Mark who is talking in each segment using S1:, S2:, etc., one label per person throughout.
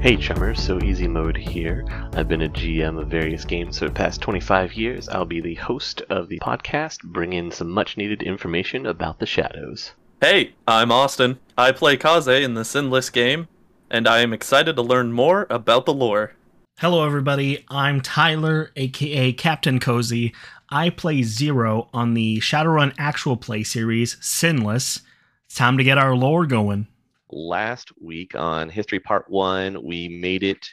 S1: Hey Chummers, so Easy Mode here. I've been a GM of various games for the past 25 years. I'll be the host of the podcast, bring in some much needed information about the shadows.
S2: Hey, I'm Austin. I play Kaze in this endless game, and I am excited to learn more about the lore.
S3: Hello, everybody. I'm Tyler, aka Captain Cozy. I play Zero on the Shadowrun actual play series, Sinless. It's time to get our lore going.
S1: Last week on History Part 1, we made it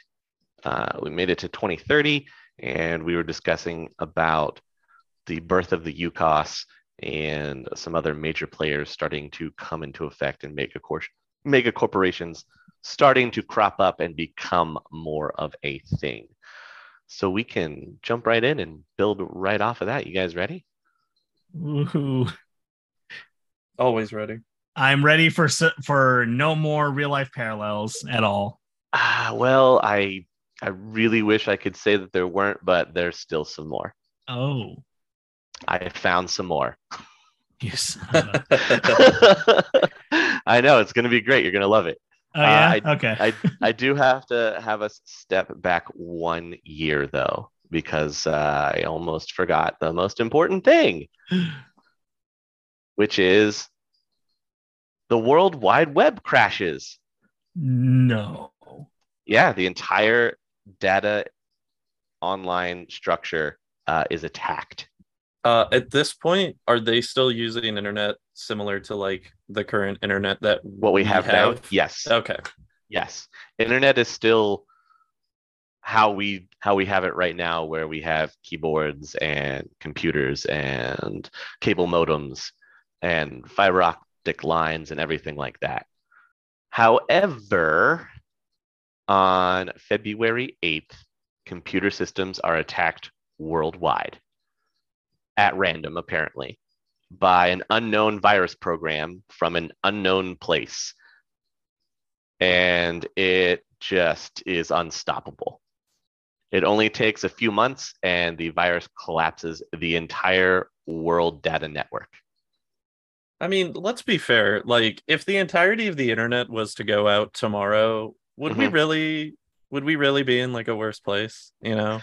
S1: uh, we made it to 2030 and we were discussing about the birth of the UCOS and some other major players starting to come into effect and mega, cor- mega corporations starting to crop up and become more of a thing. So we can jump right in and build right off of that. You guys ready?
S3: Woohoo.
S2: Always ready.
S3: I'm ready for s- for no more real life parallels at all.
S1: Ah, well, I I really wish I could say that there weren't, but there's still some more.
S3: Oh,
S1: I found some more.
S3: yes. oh,
S1: I know it's going to be great. You're going to love it.
S3: Oh, yeah.
S1: I-
S3: okay.
S1: I, I do have to have us step back one year though, because uh, I almost forgot the most important thing, which is the World Wide Web crashes.
S3: no.
S1: Yeah, the entire data online structure uh, is attacked.
S2: Uh, at this point, are they still using internet similar to like the current internet that?
S1: What we
S2: We
S1: have, now,
S2: have-
S1: yes,
S2: Okay,
S1: yes, internet is still how we how we have it right now, where we have keyboards and computers and cable modems and fiber optic lines and everything like that. However, on February 8th, computer systems are attacked worldwide at random, apparently, by an unknown virus program from an unknown place. And it just is unstoppable. It only takes a few months and the virus collapses the entire world data network.
S2: I mean, let's be fair. Like, if the entirety of the internet was to go out tomorrow, would we
S3: Mm-hmm.
S1: Mhm.
S2: really? Would we really be in like a worse place? You know,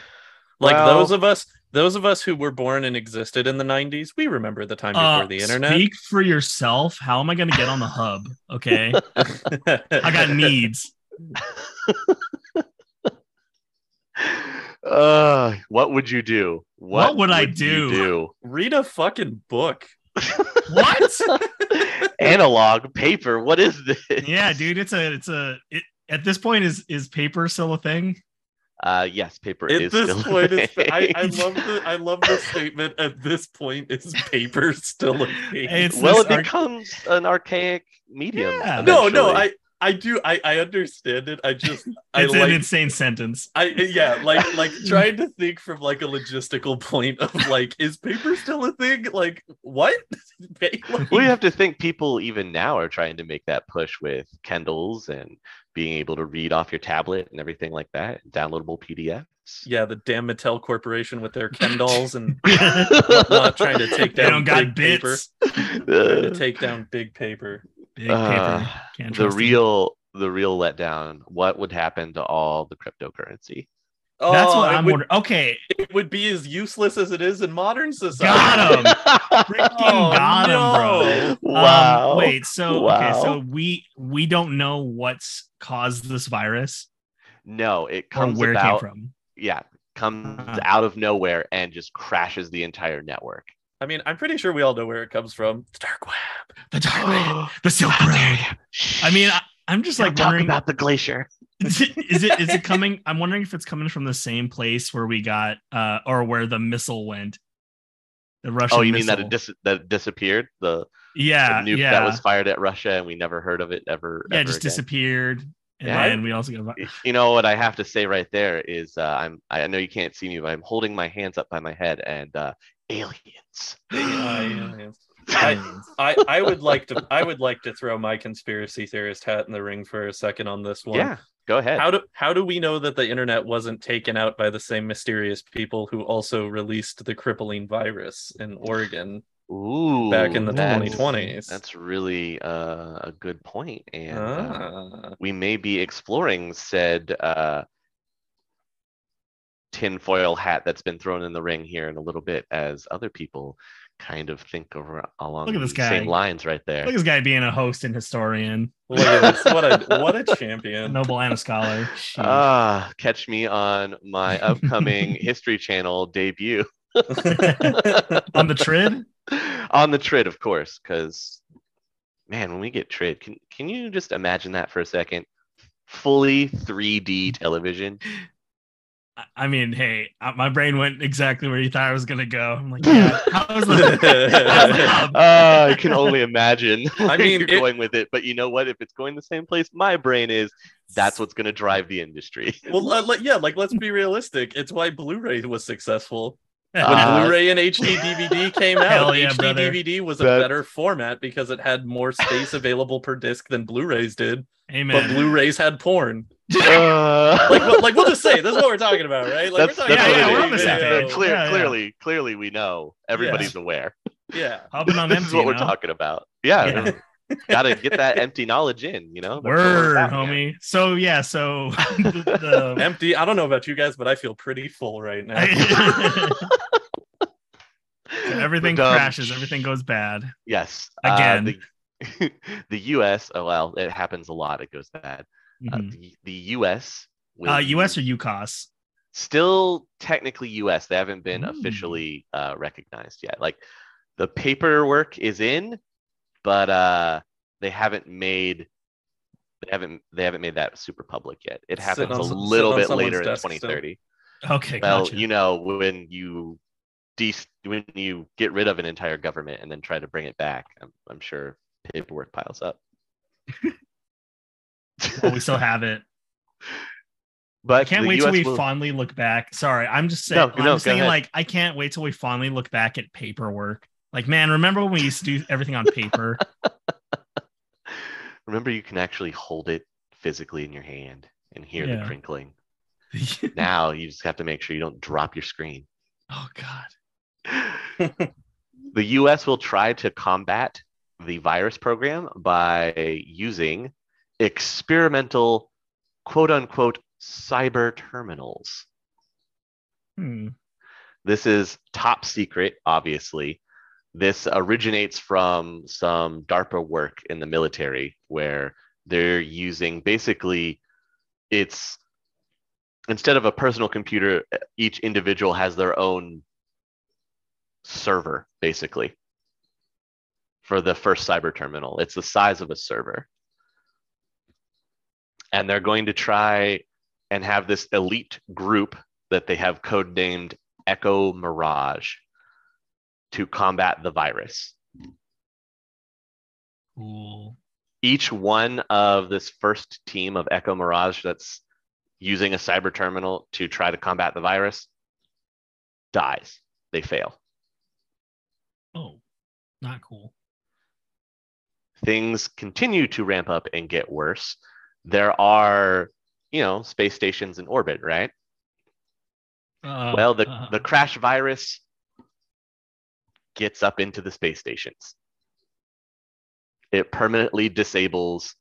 S2: like
S1: Well-
S2: those of us, those of us who were born and existed in the '90s, we remember the time before
S3: Uh,
S2: the internet.
S3: Speak for yourself. How am I going to get on the hub? Okay. I got needs.
S1: Uh, what would you do?
S3: What would I
S1: you
S2: read a fucking book.
S3: What?
S1: do? Analog paper. What is this?
S3: yeah, dude. It's a it's a it, at this point is is paper still a thing?
S1: Uh, yes, paper
S2: At
S1: is
S2: this
S1: still a
S2: point, it's, I, I
S1: thing.
S2: love the I love the statement. At this point, is paper still a thing?
S3: It's
S1: well,
S3: this
S1: it
S3: arch-
S1: becomes an archaic medium.
S3: Yeah.
S2: no, no,
S1: eventually.
S2: I I do I I understand it. I just I
S3: It's
S2: like
S3: an insane sentence.
S2: I yeah like like trying to think from like a logistical point of like is paper still a thing? Like what? Like,
S1: we have to think people even now are trying to make that push with Kindles and being able to read off your tablet and everything like that, downloadable PDFs.
S2: yeah, the damn Mattel Corporation with their Kendalls and
S3: they
S2: whatnot trying to take down
S3: don't got
S2: big
S3: bits.
S2: paper, trying to
S1: Uh,
S2: take down big paper.
S3: Big
S2: Ah,
S1: uh,
S3: paper. Can't
S1: the
S3: trust it.
S1: real the real letdown. What would happen to all the cryptocurrency?
S2: Oh,
S3: That's what
S2: it
S3: I'm
S2: would-
S3: wondering. Okay,
S2: it would be as useless as it is in modern society.
S3: got him. Freaking
S2: Oh,
S3: got him, bro.
S2: no.
S3: Um,
S1: wow.
S3: wait, so okay,
S1: Wow.
S3: so we we don't know what's caused this virus
S1: No, it
S3: or
S1: comes
S3: where
S1: about.
S3: it came from.
S1: Yeah, comes
S3: Uh-huh.
S1: out of nowhere and just crashes the entire network.
S2: I mean, I'm pretty sure we all know where it comes from. The dark web.
S3: The dark web,
S2: Ah,
S3: the Silk Road. I mean, I, I'm just like
S1: talking
S3: wondering
S1: about the glacier.
S3: is it is it is it coming? I'm wondering if it's coming from the same place where we got uh or where the missile went. The Russian.
S1: Oh, you mean that
S3: missile.
S1: it dis- that it disappeared? The, the
S3: yeah,
S1: nuke
S3: yeah,
S1: that was fired at Russia and we never heard of it ever.
S3: yeah,
S1: ever
S3: just
S1: again?
S3: disappeared, and
S1: Yeah.
S3: then we also got.
S1: You know what I have to say right there is uh, I'm I know you can't see me, but I'm holding my hands up by my head and uh, aliens.
S2: Yeah, yeah, yeah. I, I would like to I would like to throw my conspiracy theorist hat in the ring for a second on this one.
S1: yeah, go ahead.
S2: How do how do we know that the internet wasn't taken out by the same mysterious people who also released the crippling virus in Oregon?
S1: Ooh,
S2: back in the
S1: that's-
S2: 2020s.
S1: That's really uh, a good point, and uh,
S2: Ah.
S1: we may be exploring said uh, tinfoil hat that's been thrown in the ring here in a little bit, as other people kind of think over along
S3: Look at this
S1: the same
S3: guy.
S1: lines right there.
S3: Look at this guy being a host and historian,
S2: Look at this. What a what a
S3: a
S2: champion.
S3: noble and a scholar. Jeez.
S1: Ah, catch me on my upcoming History Channel debut
S3: on the trid,
S1: on the Trid, of course, because man, when we get Trid, can can you just imagine that for a second? Fully 3D television.
S3: I- I mean, hey, uh, my brain went exactly where you thought I was gonna go. I'm like, yeah, how's the how's the
S1: Uh, I can only imagine where
S2: I mean,
S1: you're
S2: it-
S1: going with it, but you know what? If it's going the same place my brain is, that's what's going to drive the industry.
S2: well, uh, like- yeah, like let's be realistic. It's why Blu-ray was successful. When
S1: Uh,
S2: Blu-ray and HD DVD came
S3: Hell
S2: out,
S3: yeah,
S2: HD
S3: brother.
S2: DVD was a
S1: That-
S2: better format because it had more space available per disc than Blu-rays did. But
S3: Amen.
S2: Blu-rays had porn.
S1: Uh,
S2: Like, well, like we'll just say this is what we're talking about, right? Like,
S1: that's,
S2: we're
S1: that's
S2: talking
S1: what
S3: yeah,
S1: it
S3: we're
S1: is.
S3: on the
S2: about
S3: same
S1: Yeah,
S2: video.
S3: page.
S1: clear-
S3: Yeah, yeah.
S1: Clearly, clearly, we know. Everybody's aware.
S2: Yeah.
S3: Hopping on
S1: this
S3: empty.
S1: is what we're
S3: you know?
S1: talking about. Yeah,
S3: Yeah.
S1: got to get that empty knowledge in. You know, That's what we're
S3: Word,
S1: about here.
S3: homie. So yeah, so the,
S2: Empty. I don't know about you guys, but I feel pretty full right now.
S3: the everything
S1: But, um,
S3: crashes, everything goes bad.
S1: Yes, uh,
S3: Again.
S1: the, the U.S. Oh well, it happens a lot. It goes bad. Uh,
S3: Mhm.
S1: the, the U.S. will
S3: Uh, U.S. or UCOS?
S1: still technically U.S. They haven't been
S3: Mm.
S1: officially uh, recognized yet. Like the paperwork is in, but uh, they haven't made they haven't they haven't made that super public yet. It
S2: Sitting
S1: happens
S2: on
S1: a
S2: some-
S1: little
S2: sitting on
S1: bit later
S2: someone's
S1: in
S2: desk still.
S1: 2030.
S3: Okay,
S1: Well,
S3: gotcha.
S1: you know when you de- when you get rid of an entire government and then try to bring it back, I'm, I'm sure paperwork piles up.
S3: Well, we still have it.
S1: but
S3: I can't
S1: the
S3: wait till
S1: US
S3: we
S1: will-
S3: fondly look back. Sorry, I'm just saying.
S1: No,
S3: I'm
S1: no,
S3: just
S1: go
S3: thinking,
S1: ahead.
S3: like, I can't wait till we fondly look back at paperwork. Like, man, remember when we used to do everything on paper?
S1: Remember, you can actually hold it physically in your hand and hear
S3: Yeah.
S1: the crinkling.
S3: oh
S1: Now you just have to make sure you don't drop your screen. Oh,
S3: God.
S1: the US will try to combat the virus program by using experimental, quote unquote, cyber terminals.
S3: Hmm.
S1: This is top secret, obviously. This originates from some DARPA work in the military where they're using basically it's instead of a personal computer, each individual has their own server, basically, for the first cyber terminal. It's the size of a server. And they're going to try and have this elite group that they have codenamed Echo Mirage to combat the virus.
S3: Cool.
S1: Each one of this first team of Echo Mirage that's using a cyber terminal to try to combat the virus dies. They fail.
S3: Oh, not cool.
S1: Things continue to ramp up and get worse. There are, you know, space stations in orbit, right?
S3: Uh,
S1: well, the,
S3: uh,
S1: the crash virus gets up into the space stations. It permanently disables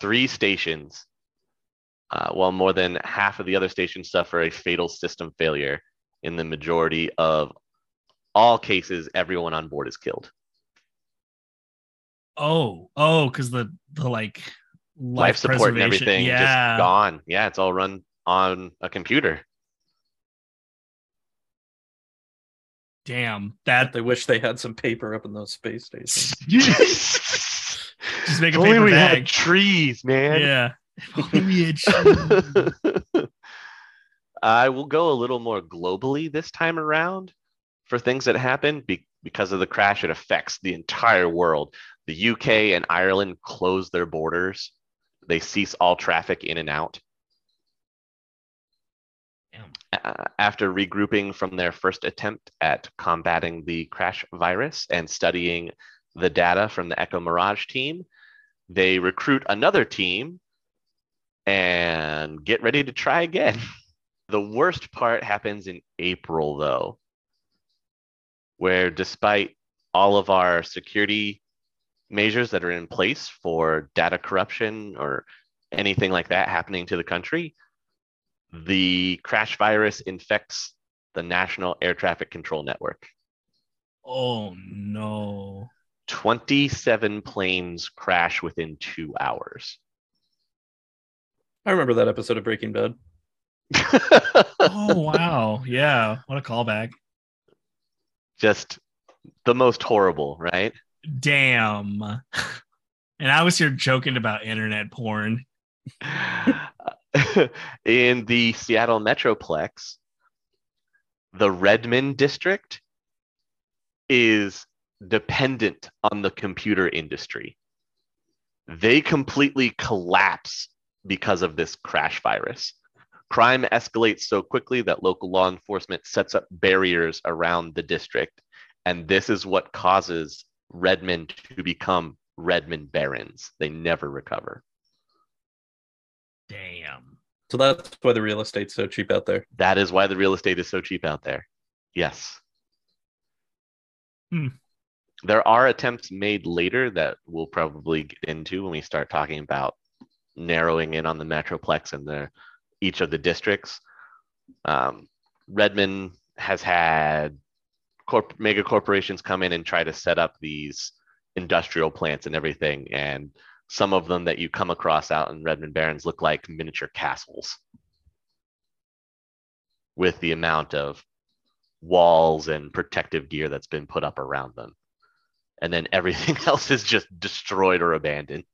S1: three stations, uh, while more than half of the other stations suffer a fatal system failure. In the majority of all cases, everyone on board is killed.
S3: oh, oh, because the the like
S1: Life, support and
S3: preservation-
S1: everything
S3: Yeah.
S1: just gone. Yeah, it's all run on a computer.
S3: Damn.
S2: That
S3: That
S2: they wish they had some paper up in those space stations.
S1: just
S3: make a paper
S1: we
S3: bag.
S1: had trees, man.
S3: yeah.
S1: I will go a little more globally this time around for things that happen be- because of the crash. It affects the entire world. The UK and Ireland close their borders. They cease all traffic in and out.
S3: Damn.
S1: Uh, after regrouping from their first attempt at combating the crash virus and studying the data from the Echo Mirage team, they recruit another team and get ready to try again. The worst part happens in April, though, where despite all of our security measures that are in place for data corruption or anything like that happening to the country, the crash virus infects the National Air Traffic Control Network.
S3: Oh no.
S1: 27 planes crash within two hours.
S2: I remember that episode of Breaking Bad.
S3: Oh wow. Yeah. What a callback.
S1: Just the most horrible, right?
S3: Damn. And I was here joking about internet porn.
S1: in the Seattle Metroplex, the Redmond district is dependent on the computer industry. They completely collapse because of this crash virus. Crime escalates so quickly that local law enforcement sets up barriers around the district. And this is what causes Redmond to become Redmond Barons. They never recover.
S3: Damn.
S2: So that's why the real estate's so cheap out there.
S1: That is why the real estate is so cheap out there. Yes.
S3: Hmm.
S1: There are attempts made later that we'll probably get into when we start talking about narrowing in on the metroplex and the each of the districts. Um, Redmond has had corp- mega corporations come in and try to set up these industrial plants and everything, and some of them that you come across out in Redmond Barrens look like miniature castles with the amount of walls and protective gear that's been put up around them. And then everything else is just destroyed or abandoned.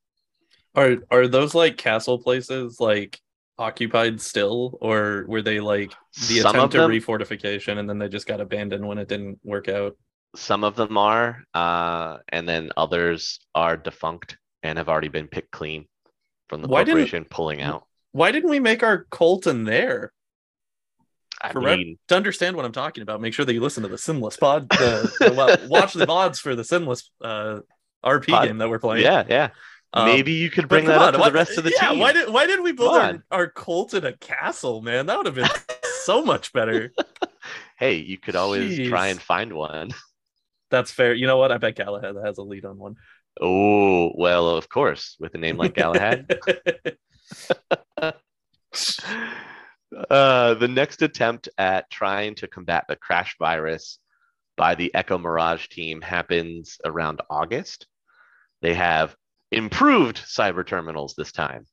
S2: Are are those like castle places like occupied still, or were they like the
S1: Some of
S2: attempt to
S1: them-
S2: refortification and then they just got abandoned when it didn't work out?
S1: Some of them are, uh, and then others are defunct and have already been picked clean from the
S2: Why didn't-
S1: corporation pulling out.
S2: Why didn't we make our Colton there?
S1: I
S2: For Red-
S1: mean,
S2: To understand what I'm talking about, make sure that you listen to the Sinless Pod. The, the- well, watch the mods for the Sinless uh, RP
S1: Pod.
S2: game that we're playing.
S1: yeah, yeah.
S2: Um,
S1: Maybe you could
S2: but
S1: bring
S2: come
S1: that
S2: on,
S1: up to
S2: why-
S1: the rest of the
S2: yeah,
S1: team.
S2: Why did Why didn't we build
S1: Come
S2: our,
S1: on.
S2: our Colton a castle, man? That would have been so much better.
S1: hey, you could always try
S2: Jeez.
S1: and find one.
S2: That's fair. You know what? I bet Galahad has a lead on one.
S1: Oh, well, of course, with a name like Galahad. Uh, the next attempt at trying to combat the crash virus by the Echo Mirage team happens around August. They have improved cyber terminals this time.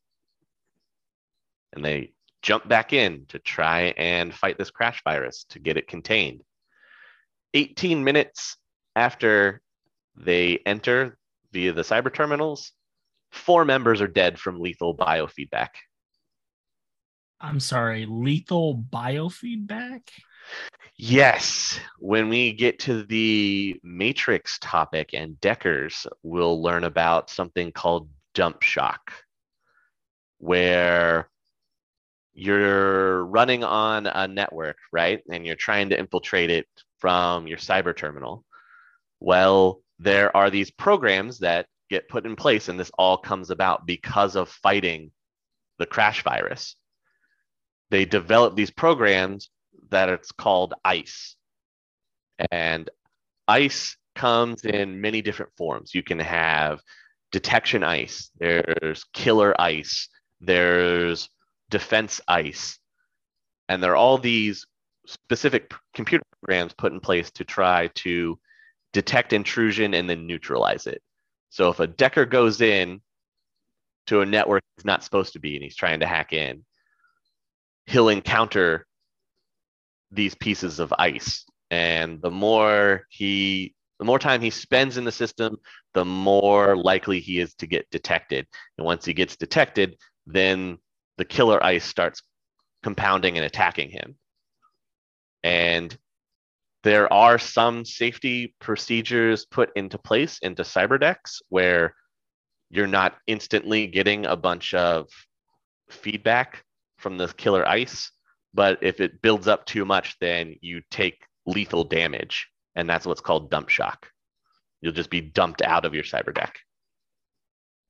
S1: And they jump back in to try and fight this crash virus to get it contained. 18 minutes after they enter via the cyber terminals, four members are dead from lethal biofeedback.
S3: I'm sorry, lethal biofeedback?
S1: Yes, when we get to the Matrix topic and Deckers, we'll learn about something called dump shock, where you're running on a network, right? And you're trying to infiltrate it from your cyber terminal. Well, there are these programs that get put in place, and this all comes about because of fighting the crash virus. They develop these programs that it's called ice. And ice comes in many different forms. You can have detection ice, there's killer ice, there's defense ice. And there are all these specific p- computer programs put in place to try to detect intrusion and then neutralize it. So if a decker goes in to a network he's not supposed to be and he's trying to hack in, he'll encounter these pieces of ice and the more he the more time he spends in the system the more likely he is to get detected and once he gets detected then the killer ice starts compounding and attacking him and there are some safety procedures put into place into cyberdex where you're not instantly getting a bunch of feedback from the killer ice but if it builds up too much, then you take lethal damage, and that's what's called dump shock. You'll just be dumped out of your cyber deck.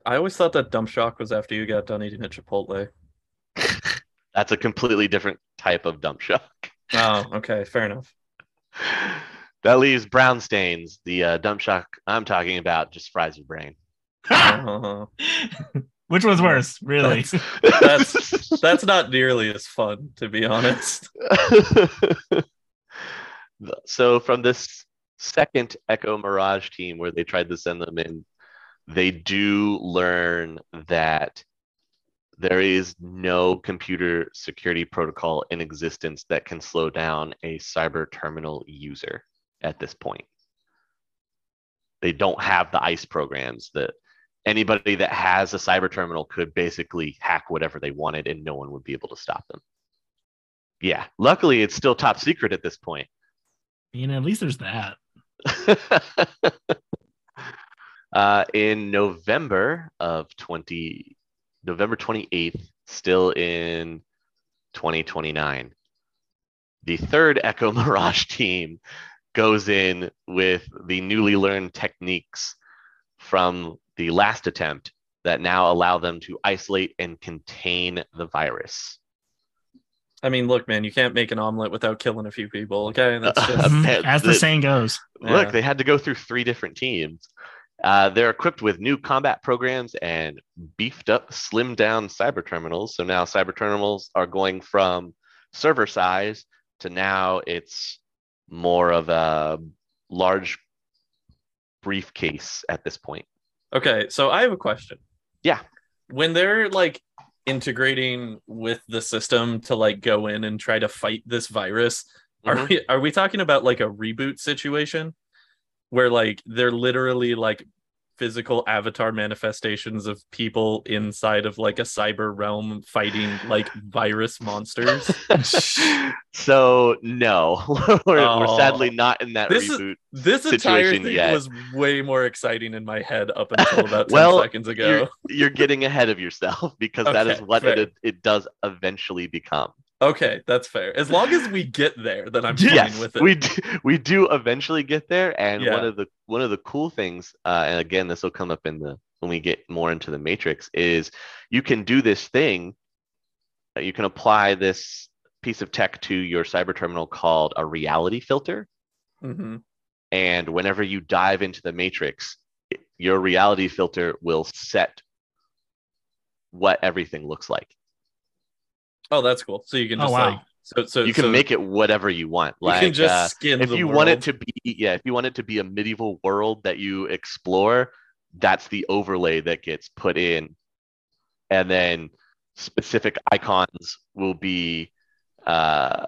S2: I always thought that dump shock was after you got done eating at Chipotle.
S1: That's a completely different type of dump shock.
S2: Oh, okay, fair enough.
S1: That leaves brown stains. The uh, dump shock I'm talking about just fries your brain.
S2: Uh-huh.
S3: Which one's worse, really?
S2: That's, That's- that's not nearly as fun, to be honest.
S1: so from this second Echo Mirage team where they tried to send them in, they do learn that there is no computer security protocol in existence that can slow down a cyber terminal user at this point. They don't have the ICE programs that anybody that has a cyber terminal could basically hack whatever they wanted and no one would be able to stop them. Yeah, luckily it's still top secret at this point.
S3: you know, at least there's that.
S1: uh, in November of 20, November 28th, still in 2029, the third Echo Mirage team goes in with the newly learned techniques from the last attempt that now allow them to isolate and contain the virus.
S2: I mean, look, man, you can't make an omelet without killing a few people. Okay, that's just
S1: Um,
S3: Mhm, As the
S1: that-
S3: saying goes.
S2: Yeah.
S1: Look, they had to go through three different teams. Uh, they're equipped with new combat programs and beefed up, slimmed down cyber terminals. So now cyber terminals are going from server size to now it's more of a large briefcase at this point.
S2: Okay, so I have a question.
S1: Yeah.
S2: When they're like integrating with the system to like go in and try to fight this virus, are
S1: Mhm.
S2: we are we talking about like a reboot situation where like they're literally like physical avatar manifestations of people inside of like a cyber realm fighting like virus monsters?
S1: so no, we're, we're
S2: Oh.
S1: sadly not in that
S2: This is-
S1: reboot.
S2: This entire
S1: Situation
S2: thing
S1: yet.
S2: was way more exciting in my head up until about 10
S1: Well,
S2: seconds ago.
S1: You're, you're getting ahead of yourself because that is
S2: Okay,
S1: what
S2: fair.
S1: it, it does eventually become.
S2: Okay, that's fair. As long as we get there, then I'm fine
S1: yes,
S2: with it.
S1: we do, we do eventually get there, and one
S2: Yeah.
S1: of the one of the cool things, uh, and again, this will come up in the when we get more into the matrix, is you can do this thing. uh, You can apply this piece of tech to your cyber terminal called a reality filter,
S2: Mhm.
S1: and whenever you dive into the matrix, it- your reality filter will set what everything looks like.
S2: Oh, that's cool. So you can
S3: Oh,
S2: just
S3: wow.
S2: like so so
S1: You can
S2: so
S1: make it whatever you want.
S2: you
S1: Like
S2: can just
S1: uh,
S2: skin
S1: if
S2: the
S1: you want it
S2: world.
S1: to be yeah if you want it to be a medieval world that you explore that's the overlay that gets put in and then specific icons will be uh,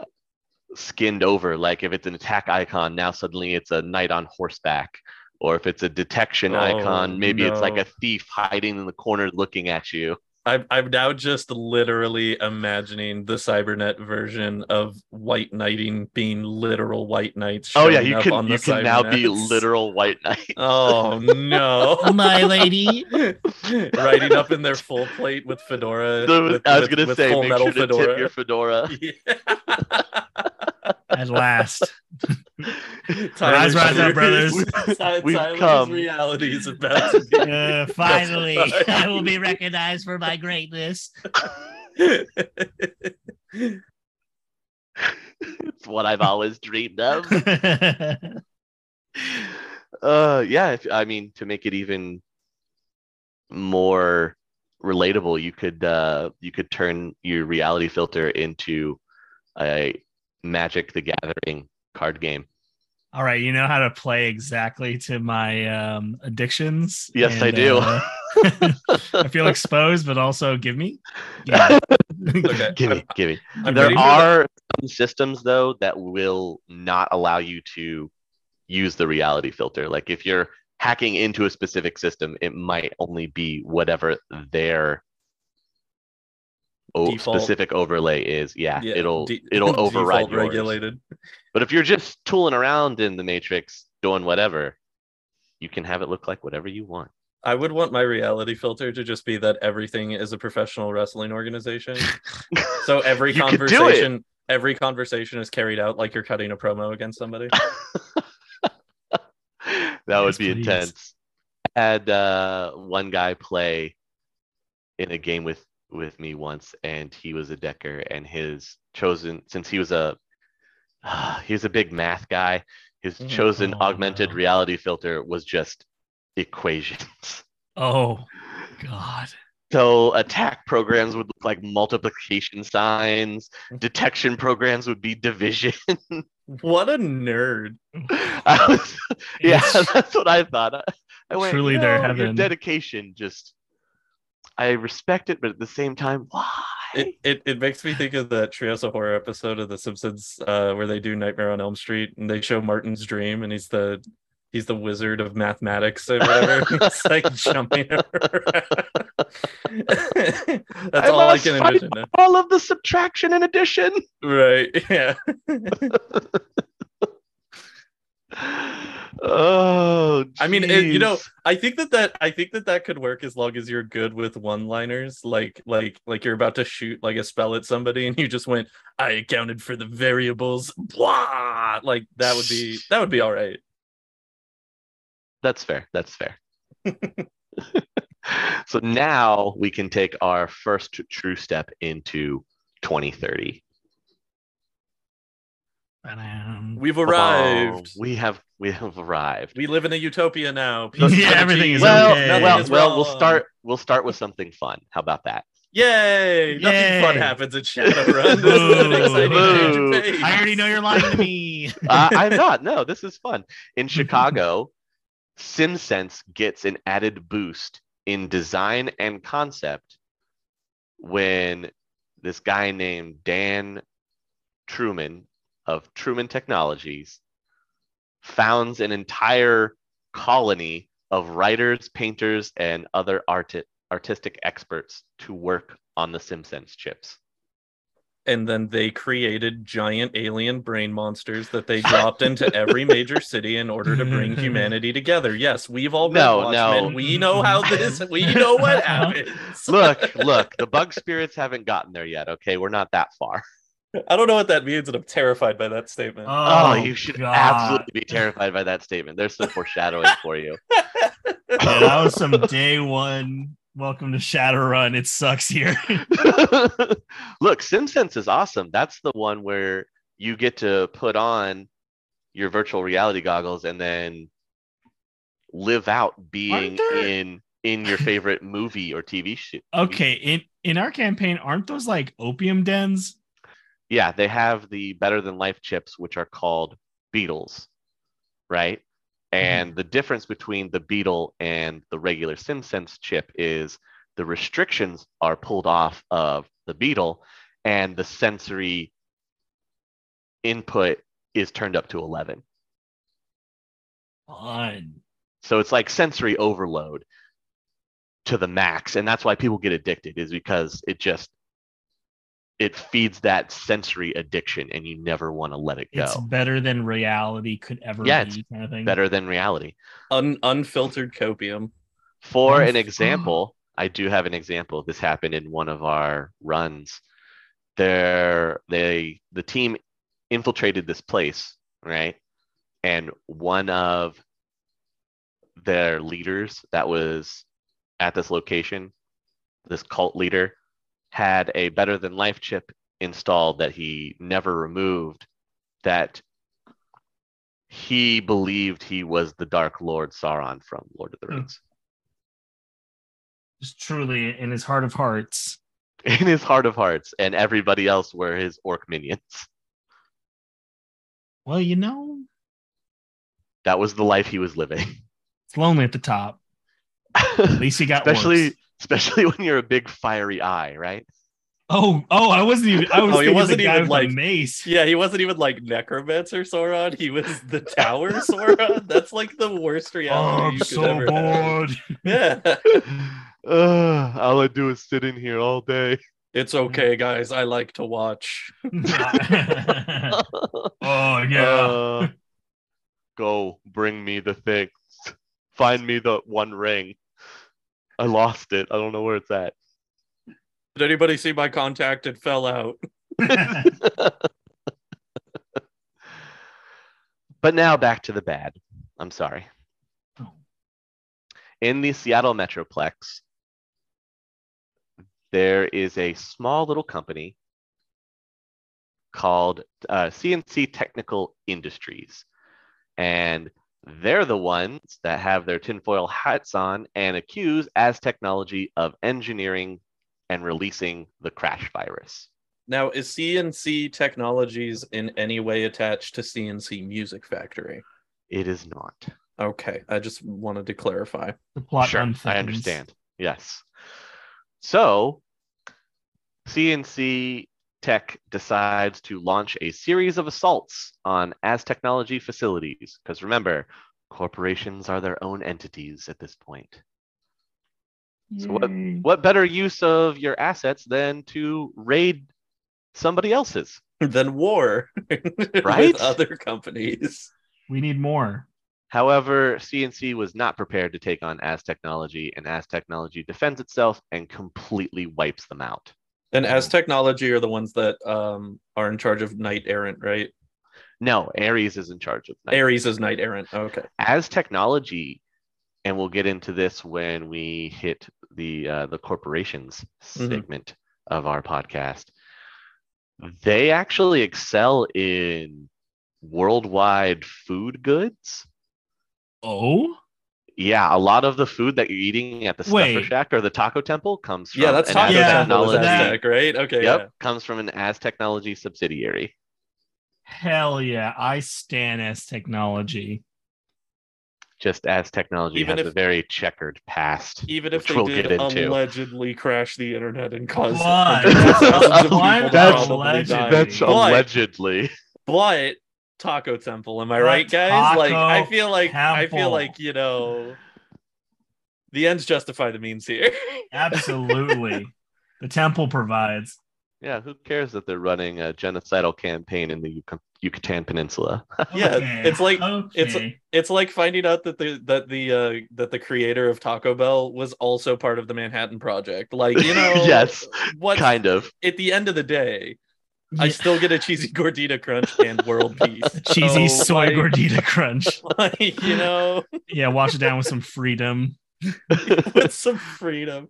S1: skinned over like if it's an attack icon now suddenly it's a knight on horseback or if it's a detection
S2: Oh,
S1: icon maybe it's like
S2: no.
S1: a thief hiding in the corner looking at you
S2: I'm I'm now just literally imagining the cybernet version of white knighting being literal white knights.
S1: oh yeah
S2: showing
S1: you
S2: up
S1: can
S2: on
S1: you
S2: the
S1: can now be
S2: cybernets.
S1: literal white knight
S2: Oh no.
S3: My lady.
S2: Riding up in their full plate with fedora. with,
S1: i was
S2: with-
S1: gonna
S2: with
S1: say
S2: full
S1: make
S2: metal
S1: sure to tip your
S2: fedora.
S1: fedora
S3: At last.
S2: Tyler's-
S3: rise up, brothers.
S2: Ty-
S1: We've
S2: Tyler's
S1: come.
S2: reality is about to be
S3: Uh, finally,
S2: That's fine.
S3: I will be recognized for my greatness.
S1: it's what I've always dreamed of.
S3: That's
S1: Uh, yeah, if, I mean, to make it even more relatable, you could uh, you could turn your reality filter into a Magic the Gathering card game.
S3: all right. You know how to play exactly to my um, addictions.
S1: Yes, I
S3: and,
S1: do.
S3: uh, I feel exposed, but also give me. Yeah.
S2: okay.
S1: gimme, gimme.
S2: I'm
S1: there
S2: ready for
S1: are some systems though that will not allow you to use the reality filter like if you're hacking into a specific system it might only be whatever their o-
S2: Default.
S1: specific overlay is yeah,
S2: Yeah,
S1: it'll
S2: de-
S1: it'll
S2: default
S1: override yours.
S2: regulated.
S1: but if you're just tooling around in the matrix doing whatever you can have it look like whatever you want
S2: I would want my reality filter to just be that everything is a professional wrestling organization. so every
S1: You could do it.
S2: conversation, every conversation is carried out like you're cutting a promo against somebody.
S1: that
S3: Yes,
S1: would be
S3: please.
S1: intense. I had uh, one guy play in a game with with me once, and he was a decker, and his chosen since he was a he was a big math guy. His
S2: Mhm.
S1: chosen
S3: Oh,
S1: augmented
S3: no.
S1: reality filter was just equations.
S3: Oh God.
S1: So attack programs would look like multiplication signs.
S3: Mm-hmm.
S1: Detection programs would be division.
S2: What a nerd.
S1: I was, yeah,
S3: It's-
S1: that's what I thought. I, I went,
S3: Truly their
S1: "No, Your
S3: heaven."
S1: dedication just, I respect it, but at the same time, why?
S2: It, it it makes me think of that Trios of Horror episode of The Simpsons uh, where they do Nightmare on Elm Street and they show Martin's dream and he's the he's the wizard of mathematics or whatever. it's like jumping around.
S1: I
S2: That's all I
S1: must
S2: can
S1: find
S2: envision. now.
S1: All of the subtraction and addition.
S2: Right. Yeah.
S1: Oh,
S2: I mean, it- you know,
S1: jeez.
S2: I think that that I think that that could work as long as you're good with one-liners, like like like you're about to shoot like a spell at somebody, and you just went, "I accounted for the variables." Blah, like that would be that would be all right.
S1: That's fair. That's fair. so now we can take our first true step into 2030.
S3: Ba-dam.
S2: We've arrived.
S1: Oh, we have we have arrived.
S2: We live in a utopia now.
S3: Yeah,
S2: Peace,
S3: everything is
S2: Well,
S1: well,
S3: okay.
S2: nothing
S1: well,
S2: is
S1: well, we'll
S2: wrong.
S1: start we'll start with something fun. How about that?
S2: Yay! Nothing
S3: Yay.
S2: fun happens at Shadowrun. this is an exciting
S3: Boo.
S2: change of
S1: Boo.
S2: pace.
S3: I already know you're lying to me.
S1: Uh, I'm not. No, this is fun. In Chicago, SimSense gets an added boost in design and concept when this guy named Dan Truman of Truman Technologies founds an entire colony of writers, painters, and other arti- artistic experts to work on the SimSense chips.
S2: and then they created giant alien brain monsters that they dropped into every major city in order to bring humanity together. Yes, we've all read
S1: No,
S2: Watchmen.
S1: no.
S2: We know how this. We know what happens.
S1: Look, look, the bug spirits haven't gotten there yet. Okay, we're not that far.
S2: I don't know what that means, and I'm terrified by that statement.
S1: Oh,
S3: Uh.
S1: you should
S3: God.
S1: absolutely be terrified by that statement. There's some foreshadowing for you.
S3: Yeah, that was some day one. Welcome to Shadowrun. It sucks here.
S1: Look, SimSense is awesome. That's the one where you get to put on your virtual reality goggles and then live out being
S3: Aren't there-
S1: in in your favorite movie or TV show.
S3: okay, in in our campaign, aren't those like opium dens?
S1: Yeah, they have the better than life chips, which are called beetles, right? And the difference between the beetle and the regular SimSense chip is the restrictions are pulled off of the beetle, and the sensory input is turned up to 11.
S3: Fun.
S1: So it's like sensory overload to the max, and that's why people get addicted is because it just it feeds that sensory addiction, and you never want to let it go.
S3: It's better than reality could ever
S1: Yeah,
S3: be, kind of thing.
S1: better than reality.
S2: Un- unfiltered copium.
S1: For
S3: Oh,
S1: an
S3: fuck.
S1: example, I do have an example. This happened in one of our runs. There, they the team infiltrated this place, right? And one of their leaders that was at this location, this cult leader, had a better than life chip installed that he never removed that he believed he was the Dark Lord Sauron from Lord of the
S3: Hmm.
S1: Rings.
S3: Just truly in his heart of hearts.
S1: in his heart of hearts, and everybody else were his orc minions.
S3: Well, you know,
S1: That was the life he was living.
S3: it's lonely at the top. At least he got
S1: especially,
S3: orcs.
S1: especially when you're a big fiery eye, right?
S3: Oh, oh, I wasn't even. I was
S2: Oh, he
S3: thinking
S2: wasn't
S3: the guy
S2: even,
S3: with
S2: like-
S3: the mace.
S2: Yeah, he wasn't even like necromancer Sauron. He was the tower Sauron. That's like the worst reality
S3: Oh,
S2: you could ever have. Yeah.
S1: Ugh, all I do is sit in here all day.
S2: It's okay, guys. I like to watch.
S3: oh yeah.
S1: Uh, go bring me the thing. Find me the one ring. I lost it. I don't know where it's at.
S2: Did anybody see my contact? It fell out.
S1: But now back to the bad. I'm sorry. in the Seattle Metroplex, there is a small little company called uh, CNC Technical Industries. and they're the ones that have their tinfoil hats on and accuse as technology of engineering and releasing the crash virus.
S2: Now, is CNC Technologies in any way attached to CNC Music Factory?
S1: It is not.
S2: Okay, I just wanted to clarify.
S3: The plot
S1: sure,
S3: unthins.
S1: I understand. Yes. So, CNC Tech decides to launch a series of assaults on As Technology facilities. Because remember, corporations are their own entities at this point. So what,
S3: Yay.
S1: what better use of your assets than to raid somebody else's?
S2: Than war
S1: Right?
S2: with other companies.
S3: We need more.
S1: However, CNC was not prepared to take on As Technology, and As Technology defends itself and completely wipes them out.
S2: And as technology are the ones that um, are in charge of knight errant, right?
S1: No, Ares is in charge of Night
S2: Ares is knight errant. Okay.
S1: as technology, and we'll get into this when we hit the uh, the corporations
S2: Mhm.
S1: segment of our podcast. They actually excel in worldwide food goods.
S3: Oh,
S1: Yeah, a lot of the food that you're eating at the Stuffer
S3: Wait.
S1: Shack or the Taco Temple comes from
S2: Yeah, that's
S1: an
S2: Taco
S1: As
S3: Yeah,
S2: Temple is
S1: technology.
S2: Aztec, right? Okay.
S1: Yep,
S2: yeah.
S1: comes from an As Technology subsidiary.
S3: hell yeah! I stan as technology.
S1: Just as technology
S2: Even
S1: has
S2: if-
S1: a very checkered past.
S2: Even if
S1: Which
S2: they
S1: we'll
S2: did
S1: get into.
S2: allegedly crash the internet and cause
S3: Why?
S2: hundreds of thousands of
S1: Why
S2: people to
S1: That's-
S2: probably die.
S3: that's
S2: but,
S1: allegedly.
S2: but Taco Temple, am I
S3: But
S2: right, guys? like I
S3: Taco
S2: feel like I feel
S3: Temple.
S2: like you know, the ends justify the means here.
S3: Absolutely, the temple provides.
S1: Yeah, who cares that they're running a genocidal campaign in the Yuc- Yucatan Peninsula?
S2: Yeah, it's like-
S3: okay.
S2: it's- it's like finding out that the that the uh that the creator of Taco Bell was also part of the Manhattan Project. Like, you know,
S1: Yes,
S2: Oh, what
S1: kind of.
S2: at the end of the day, I
S3: Yeah.
S2: still get a cheesy gordita crunch and world peace.
S3: cheesy
S2: So,
S3: soy
S2: like-
S3: gordita crunch.
S2: like, you know,
S3: Yeah, wash it down with some freedom.
S2: with some freedom.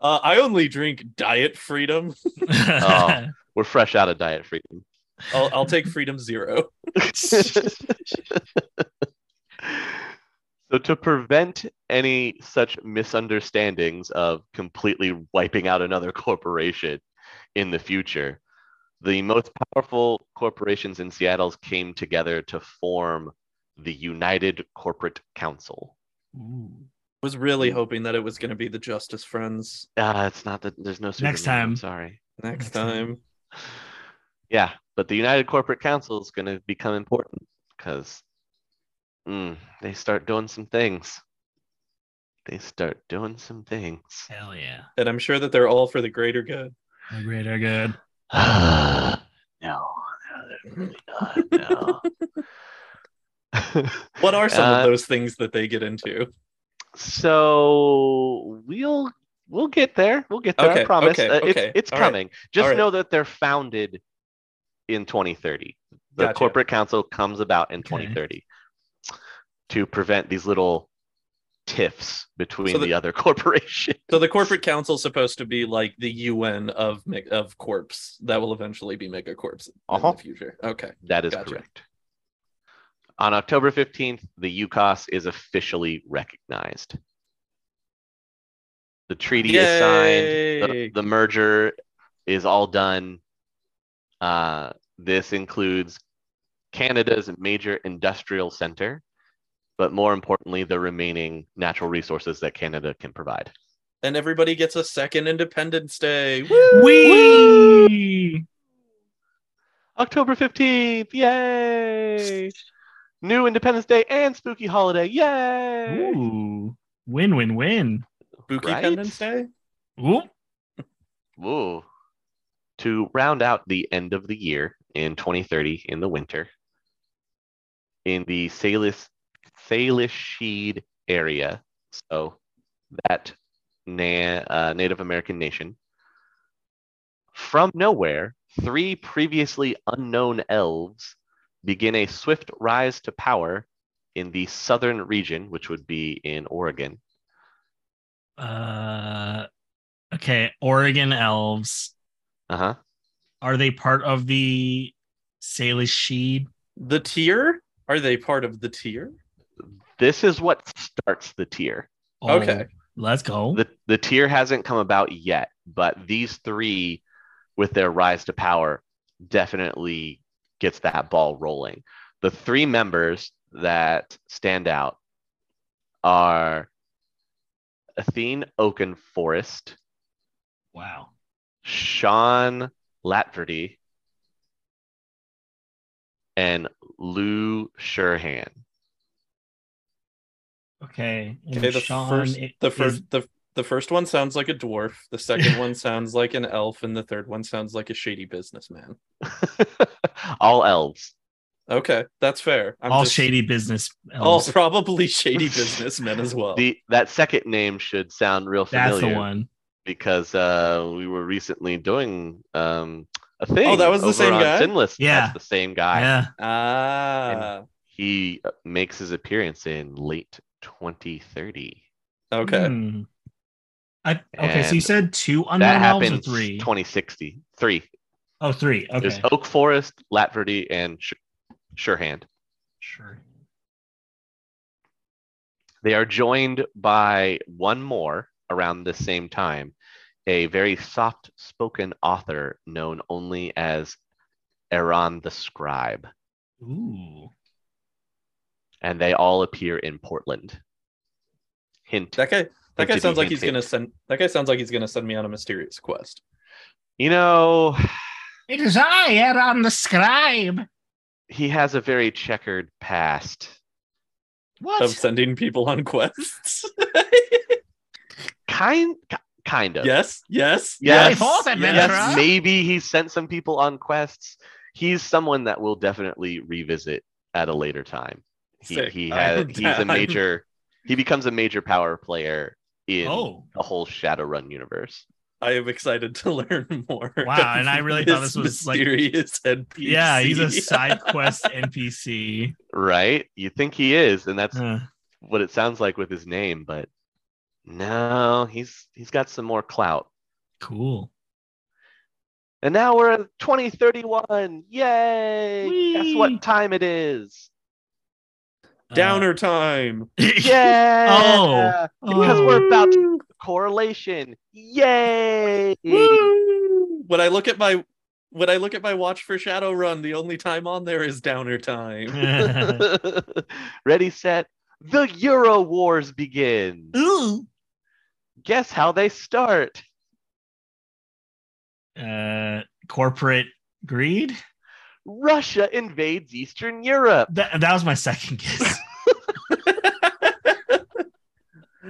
S2: Uh, I only drink diet freedom.
S1: Oh. We're fresh out of diet freedom.
S2: I'll, I'll take freedom zero.
S1: so, to prevent any such misunderstandings of completely wiping out another corporation in the future, the most powerful corporations in Seattle came together to form the United Corporate Council.
S3: Ooh.
S2: Was really hoping that it was going to be the Justice Friends
S1: Uh, it's not that there's no Superman.
S3: Next
S1: I'm
S3: time.
S1: sorry.
S2: next
S3: Next time.
S2: time.
S1: Yeah, but the United Corporate Council is going to become important because they start doing some things. They start doing some things.
S3: Hell yeah.
S2: And I'm sure that they're all for the greater good.
S3: The great are good.
S1: no, no, they're really not. No.
S2: What are some
S1: Uh,
S2: of those things that they get into?
S1: so we'll we'll get there. We'll get there. I
S2: Okay,
S1: promise.
S2: okay,
S1: Uh, it's
S2: okay.
S1: it's
S2: All right,
S1: coming. Just
S2: all right.
S1: know that they're founded in 2030. The
S2: Gotcha.
S1: corporate council comes about in
S3: Okay.
S1: 2030 to prevent these little tiffs between
S2: So the-
S1: the, other corporation.
S2: So the corporate council is supposed to be like the UN of me- of corps that will eventually be mega corps
S1: Uh-huh.
S2: in the future. Okay,
S1: That is
S2: Gotcha.
S1: correct. On October 15th, the UCOS is officially recognized. The treaty is signed.
S2: Yay!
S1: the, the merger is all done. Uh, this includes Canada's major industrial center, but more importantly, the remaining natural resources that Canada can provide.
S2: and everybody gets a second Independence Day. Woo!
S3: We
S1: October 15th, yay! New Independence Day and spooky holiday, yay!
S3: Ooh. Win win win.
S2: Spooky
S1: Right?
S2: Independence Day.
S3: Ooh.
S1: Ooh. To round out the end of the year in 2030 in the winter, in the Salish Salisheed area, so that na- uh, Native American nation, from nowhere, three previously unknown elves begin a swift rise to power in the southern region, which would be in Oregon.
S3: Uh okay, Oregon elves.
S1: Uh huh.
S3: Are they part of the Salish Sheed?
S2: The tier Are they part of the tier?
S1: This is what starts the tier.
S3: Oh,
S2: Okay.
S3: Let's go.
S1: The, the tier hasn't come about yet, but these three, with their rise to power, definitely gets that ball rolling. The three members that stand out are Athene Oakenforest,
S3: wow.
S1: Sean Latverdy, and Lou Sherhan.
S3: Okay. and
S2: Okay, the
S3: Sean
S2: first,
S3: i-
S2: the
S3: is-
S2: first, the the first one sounds like a dwarf. The second one sounds like an elf, and the third one sounds like a shady businessman.
S1: All elves.
S2: Okay, that's fair. I'm
S3: all
S2: just-
S3: shady business.
S2: all
S3: elves.
S2: probably shady businessmen as well.
S1: The that second name should sound real familiar.
S3: Oh. That's the one.
S1: because uh, we were recently doing um, a thing.
S2: Oh, that was the
S1: over
S2: same
S1: on
S2: guy?
S1: Sinless.
S3: Yeah.
S1: That's the same guy.
S3: Yeah.
S2: ah,
S1: He uh, makes his appearance in late 2030.
S2: okay.
S3: Hmm. I, okay. So you
S1: And
S3: said two
S1: that
S3: unknown elves or
S1: happens
S3: three?
S1: 2060. Three.
S3: Oh, three.
S1: There's
S3: Okay.
S1: Oak Forest, Latverdy, and Sh- Surehand.
S3: Sure.
S1: They are joined by one more around the same time, a very soft spoken author known only as Aaron the Scribe.
S3: Ooh.
S1: And they all appear in Portland. Hint.
S2: That guy. That guy
S1: Hinted,
S2: sounds like he's
S1: hinted.
S2: gonna send. That guy sounds like he's gonna send me on a mysterious quest.
S1: You know,
S3: It is I, Aaron the Scribe.
S1: he has a very checkered past.
S3: What?
S2: of sending people on quests.
S1: Kind ki- kind of.
S2: yes, yes,
S1: Yes.
S3: Yes. Yes.
S1: Yes,
S3: Adventurer?
S1: maybe he sent some people on quests. He's someone that we'll definitely revisit at a later time. He,
S2: Sick.
S1: he has
S2: I'm
S1: he's a
S2: down.
S1: major he becomes a major power player in
S3: Oh.
S1: the whole Shadowrun universe.
S2: I am excited to learn more.
S3: Wow, and I really thought this was, like-
S2: mysterious like mysterious NPC.
S3: Yeah, he's a side quest NPC.
S1: Right? You think he is, and that's
S3: Huh.
S1: what it sounds like with his name, but no, he's he's got some more clout.
S3: cool.
S1: And now we're at 2031. Yay! Guess
S3: Whee!
S1: what time it is?
S3: Uh,
S2: downer time.
S1: Yeah.
S3: Oh.
S1: Because
S3: Oh.
S1: we're about to correlation. Yay!
S3: Oh.
S2: Woo! When I look at my when I look at my watch for Shadowrun, the only time on there is downer time.
S1: Ready, set. The Euro Wars begin.
S3: Ooh.
S1: Guess how they start?
S3: Uh, corporate greed.
S1: Russia invades Eastern Europe.
S3: That, that was my second guess.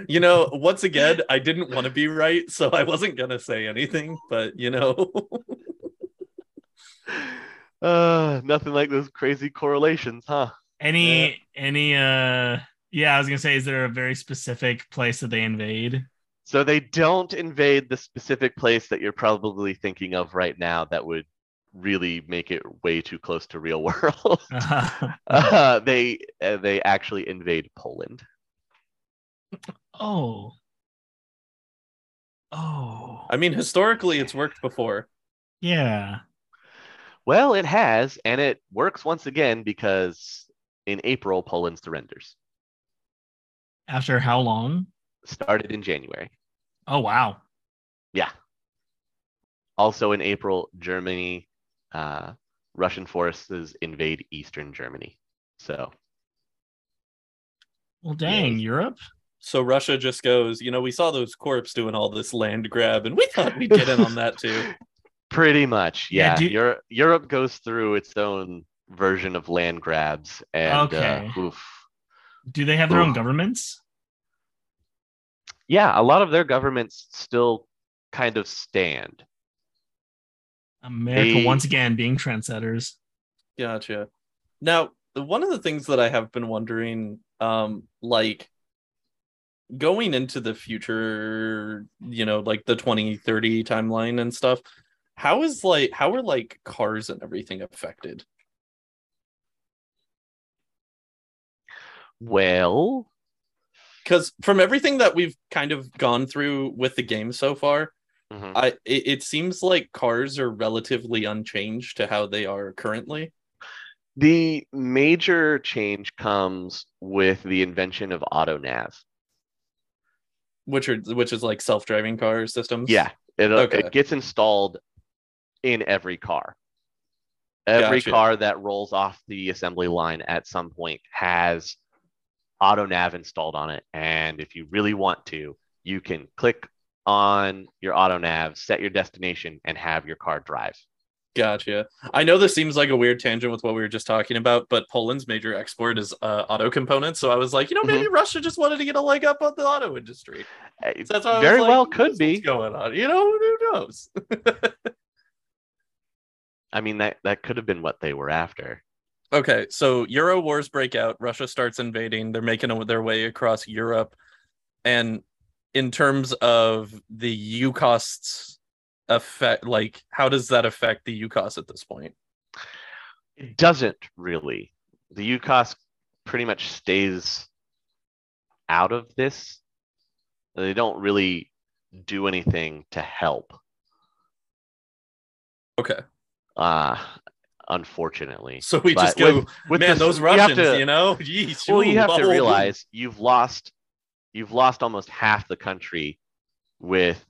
S2: you know, once again, I didn't want to be right, so I wasn't gonna say anything, but you know.
S1: Uh, nothing like those crazy correlations, huh?
S3: Any any uh yeah, I was gonna say, is there a very specific place that they invade?
S1: So they don't invade the specific place that you're probably thinking of right now that would really make it way too close to real world.
S3: Oh.
S1: Uh, they uh, they actually invade Poland.
S3: oh. Oh.
S2: I mean, historically it's worked before.
S3: Yeah.
S1: Well, it has, and it works once again because in April Poland surrenders.
S3: After how long?
S1: Started in January.
S3: Oh wow.
S1: Yeah. Also in April, Germany, uh, Russian forces invade Eastern Germany. So
S3: Well dang,
S1: Yes.
S3: Europe.
S2: So Russia just goes, you know, we saw those corps doing all this land grab, and we thought we'd get in on that too.
S1: Pretty much,
S3: Yeah,
S1: yeah.
S3: do-
S1: Europe, Europe goes through its own version of land grabs, and
S3: Okay.
S1: uh, oof.
S3: Do they have their own
S1: Ooh.
S3: governments?
S1: yeah, a lot of their governments still kind of stand.
S3: America
S1: They-
S3: once again being trendsetters.
S2: Gotcha. Now, one of the things that I have been wondering, um, like going into the future, you know, like the 2030 timeline and stuff, how is like how are like cars and everything affected?
S1: Well,
S2: Because from everything that we've kind of gone through with the game so far,
S1: mhm.
S2: I it, it seems like cars are relatively unchanged to how they are currently.
S1: The major change comes with the invention of AutoNav.
S2: which are which is like self-driving car systems.
S1: Yeah, it
S2: Okay.
S1: it gets installed in every car. Every
S2: Gotcha.
S1: car that rolls off the assembly line at some point has AutoNav installed on it, and if you really want to, you can click on your AutoNav, set your destination, and have your car drive.
S2: Gotcha. I know this seems like a weird tangent with what we were just talking about, but Poland's major export is uh, auto components. So I was like, you know, maybe
S1: Mm-hmm.
S2: Russia just wanted to get a leg up on the auto industry.
S1: Eh,
S2: So that's why I was
S1: Very
S2: like,
S1: well
S2: "Who
S1: could
S2: knows
S1: be.
S2: what's going on. You know, who knows?
S1: I mean, that that could have been what they were after.
S2: Okay, so Euro wars break out. Russia starts invading. They're making a- their way across Europe, and in terms of the UCOS's effect, like how does that affect the UCOS at this point?
S1: It doesn't really. The UCOS pretty much stays out of this. They don't really do anything to help.
S2: Okay,
S1: Uh unfortunately.
S2: so we just
S1: But
S2: go,
S1: with- with
S2: man,
S1: this-
S2: those
S1: you have
S2: Russians, you,
S1: to-
S2: know, Yeesh,
S1: well, you have to
S2: ooh,
S1: realize you've lost you've lost almost half the country with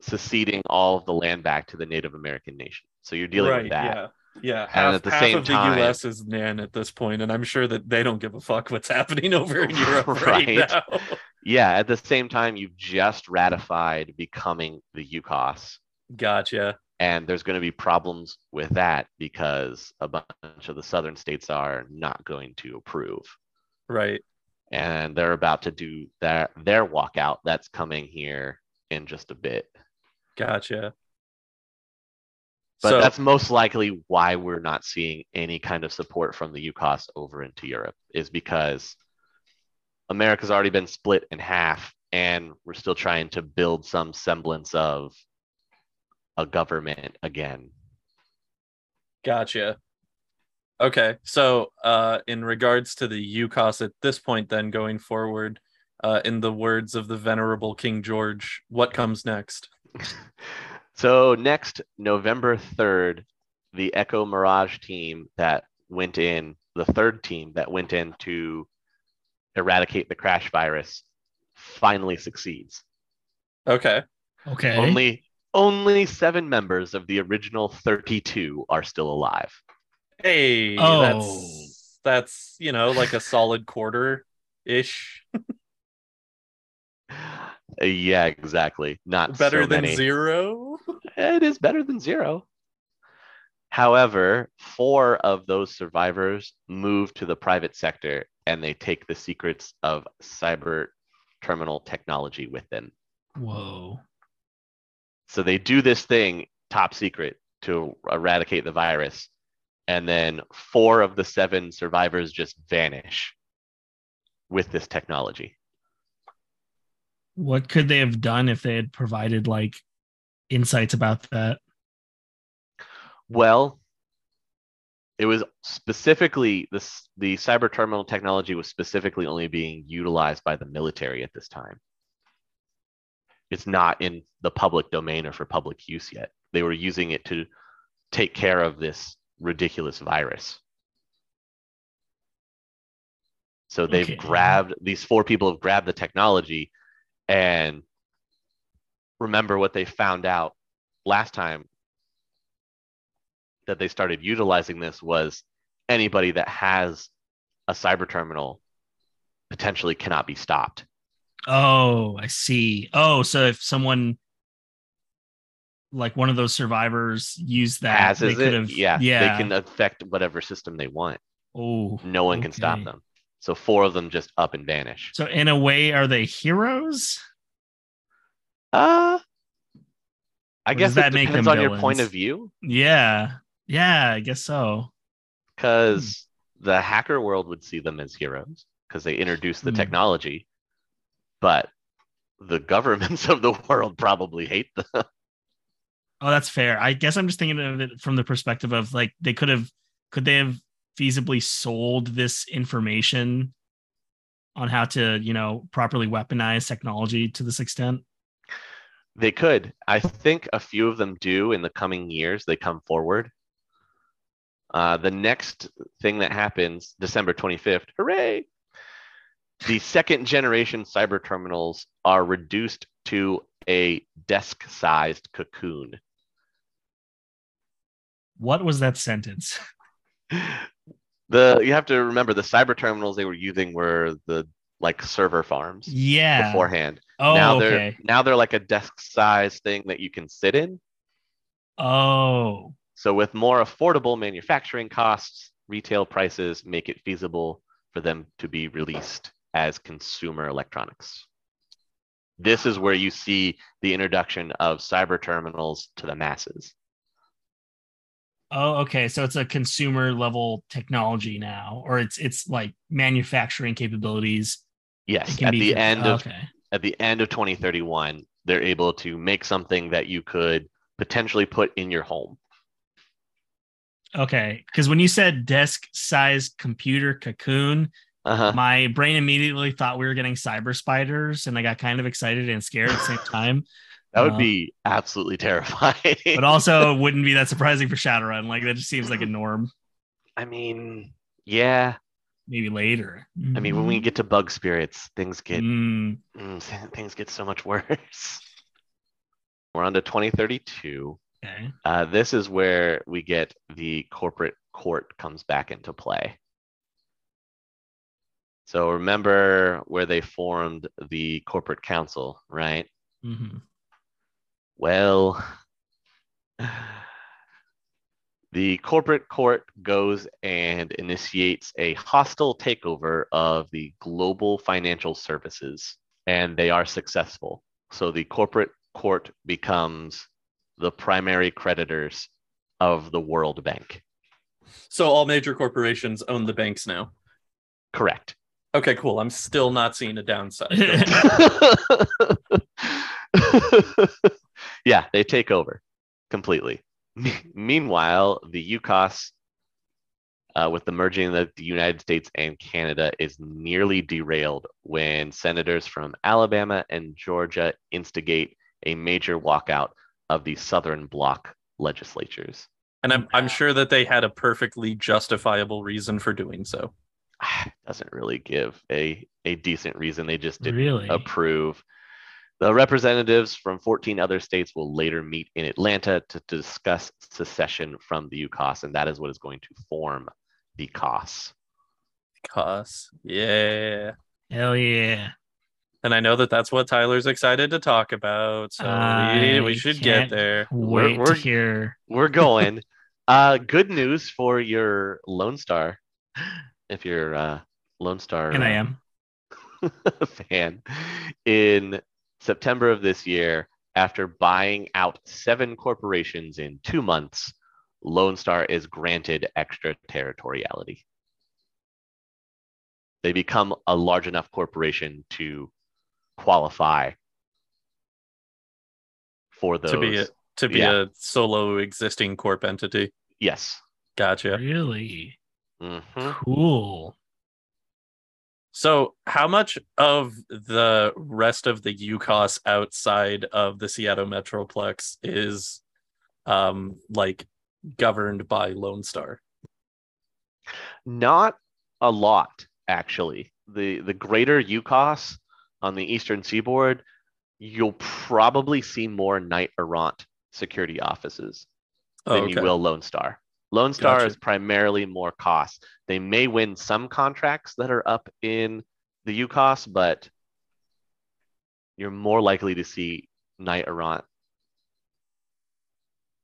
S1: seceding all of the land back to the Native American nation. So you're dealing
S2: right,
S1: with that.
S2: Yeah, yeah.
S1: And
S2: half,
S1: at the
S2: half
S1: same
S2: of the
S1: time-
S2: U.S. is Nan at this point, and I'm sure that they don't give a fuck what's happening over in Europe right,
S1: Right.
S2: now.
S1: Yeah, at the same time, you've just ratified becoming the UCOS.
S2: gotcha.
S1: And there's going to be problems with that because a bunch of the southern states are not going to approve.
S2: Right.
S1: And they're about to do their, their walkout that's coming here in just a bit.
S2: Gotcha.
S1: But
S2: so,
S1: that's most likely why we're not seeing any kind of support from the UCOS over into Europe, is because America's already been split in half, and we're still trying to build some semblance of a government again.
S2: Gotcha. Okay. So, uh, in regards to the UCOS at this point, then going forward, uh, in the words of the venerable King George, what comes next?
S1: So, next November 3rd, the Echo Mirage team that went in, the third team that went in to eradicate the crash virus, finally succeeds.
S2: Okay.
S3: Okay.
S1: Only only seven members of the original 32 are still alive.
S2: Hey,
S3: Oh.
S2: that's that's you know like a solid quarter ish,
S1: Uh, Yeah, exactly. Not
S2: better
S1: so
S2: than
S1: many.
S2: zero.
S1: It is better than zero. However, four of those survivors move to the private sector and they take the secrets of cyber terminal technology with them.
S3: Whoa.
S1: So they do this thing, top secret, to eradicate the virus. And then four of the seven survivors just vanish with this technology.
S3: What could they have done if they had provided like insights about that?
S1: Well, it was specifically this the cyber terminal technology was specifically only being utilized by the military at this time. It's not in the public domain or for public use yet. They were using it to take care of this ridiculous virus. So they've
S3: Okay.
S1: grabbed these four people have grabbed the technology and remember what they found out last time that they started utilizing this was anybody that has a cyber terminal potentially cannot be stopped.
S3: Oh, I see. Oh, so if someone like one of those survivors used that,
S1: As
S3: they
S1: is
S3: could
S1: it,
S3: have
S1: yeah,
S3: yeah.
S1: they can Mm. affect whatever system they want.
S3: oh,
S1: No one can stop
S3: Okay.
S1: them. So four of them just up and vanish.
S3: so in a way, are they heroes?
S1: Uh, I
S3: Or
S1: guess
S3: does
S1: that
S3: that make
S1: depends
S3: them
S1: on your point
S3: villains?
S1: of view,
S3: Yeah, yeah, I guess so.
S1: because
S3: Hmm.
S1: the hacker world would see them as heroes because they introduced the
S3: Hmm.
S1: technology, but the governments of the world probably hate them.
S3: Oh, that's fair. I guess I'm just thinking of it from the perspective of like they could have, could they have feasibly sold this information on how to, you know, properly weaponize technology to this extent?
S1: They could. I think a few of them do in the coming years. They come forward. Uh, the next thing that happens, December 25th, hooray! The second generation cyber terminals are reduced to a desk sized cocoon.
S3: What was that sentence?
S1: The you have to remember the cyber terminals they were using were the like server farms
S3: Yeah.
S1: beforehand.
S3: oh,
S1: now they're
S3: okay.
S1: now they're like a desk sized thing that you can sit in.
S3: Oh,
S1: So, with more affordable manufacturing costs, retail prices make it feasible for them to be released as consumer electronics. This is where you see the introduction of cyber terminals to the masses.
S3: oh, okay. So it's a consumer level technology now, or it's it's like manufacturing capabilities. It
S1: Yes,
S3: can
S1: at
S3: be
S1: the end of
S3: okay.
S1: at the end of 2031, they're able to make something that you could potentially put in your home.
S3: Okay, because when you said desk-sized computer cocoon,
S1: Uh-huh.
S3: my brain immediately thought we were getting cyber spiders, and I got kind of excited and scared at the same time.
S1: That would
S3: Uh,
S1: be absolutely terrifying.
S3: But also, it wouldn't be that surprising for Shadowrun. Like that just seems like a norm.
S1: I mean, yeah.
S3: Maybe later.
S1: I mean, when
S3: Mm-hmm.
S1: we get to bug spirits, things get
S3: Mm,
S1: Mm, th- things get so much worse. We're on to 2032.
S3: Mm-hmm. okay.
S1: Uh, this is where we get the corporate court comes back into play. So remember where they formed the corporate council, right?
S3: Mhm.
S1: Well, the corporate court goes and initiates a hostile takeover of the global financial services, and they are successful. So the corporate court becomes the primary creditors of the World Bank.
S2: So all major corporations own the banks now.
S1: Correct.
S2: Okay, cool. I'm still not seeing a downside. Go on.
S1: yeah, they take over completely. Me- Meanwhile, the UCAS, uh, with the merging of the United States and Canada, is nearly derailed when senators from Alabama and Georgia instigate a major walkout of the Southern Bloc legislatures.
S2: and I'm I'm sure that they had a perfectly justifiable reason for doing so.
S1: Doesn't really give a, a decent reason. They just did
S3: Really?
S1: approve. The representatives from 14 other states will later meet in Atlanta to discuss secession from the UCOS, and that is what is going to form the COS.
S2: Cuss. Yeah.
S3: Hell yeah!
S2: And I know that that's what Tyler's excited to talk about. So we, we
S3: I
S2: should get
S3: can't
S2: there.
S3: Wait to
S1: we're-
S3: hear.
S1: We're going. uh, good news for your Lone Star, if you're uh, Lone Star
S3: And I am.
S1: fan. In September of this year, after buying out seven corporations in two months, Lone Star is granted extraterritoriality. They become a large enough corporation to qualify for those.
S2: To be a, to be a solo existing corp entity.
S1: Yes.
S2: Gotcha.
S3: Really
S2: Hmm?
S1: Mhm.
S3: cool.
S2: So how much of the rest of the UCOS outside of the Seattle Metroplex is um like governed by Lone Star?
S1: Not a lot, actually. The the greater Yukos on the eastern seaboard, you'll probably see more Knight Errant security offices than you will Lone Star. Lone Star
S2: Oh, Gotcha.
S1: is primarily more cost. They may win some contracts that are up in the UCOS, but you're more likely to see Knight Errant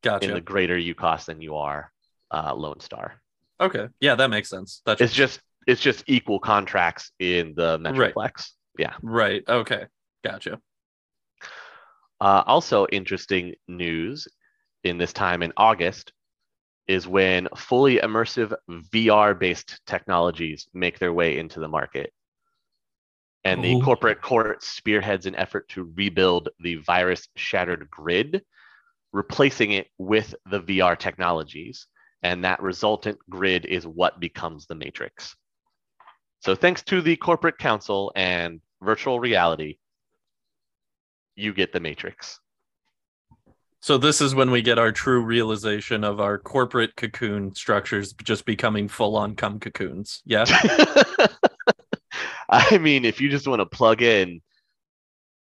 S2: Gotcha.
S1: in the greater UCOS than you are uh, Lone Star.
S2: Okay. Yeah, that makes sense. That's
S1: It's just it's just equal contracts in the Metroplex.
S2: Right. right. Okay. Gotcha.
S1: Uh, also, interesting news in this time in August is when fully immersive VR based technologies make their way into the market. And the
S3: Ooh.
S1: corporate court spearheads an effort to rebuild the virus shattered grid, replacing it with the VR technologies. And that resultant grid is what becomes the matrix. So, thanks to the corporate council and virtual reality, you get the matrix.
S2: So this is when we get our true realization of our corporate cocoon structures just becoming full-on cum cocoons. Yeah.
S1: I mean, if you just want to plug in,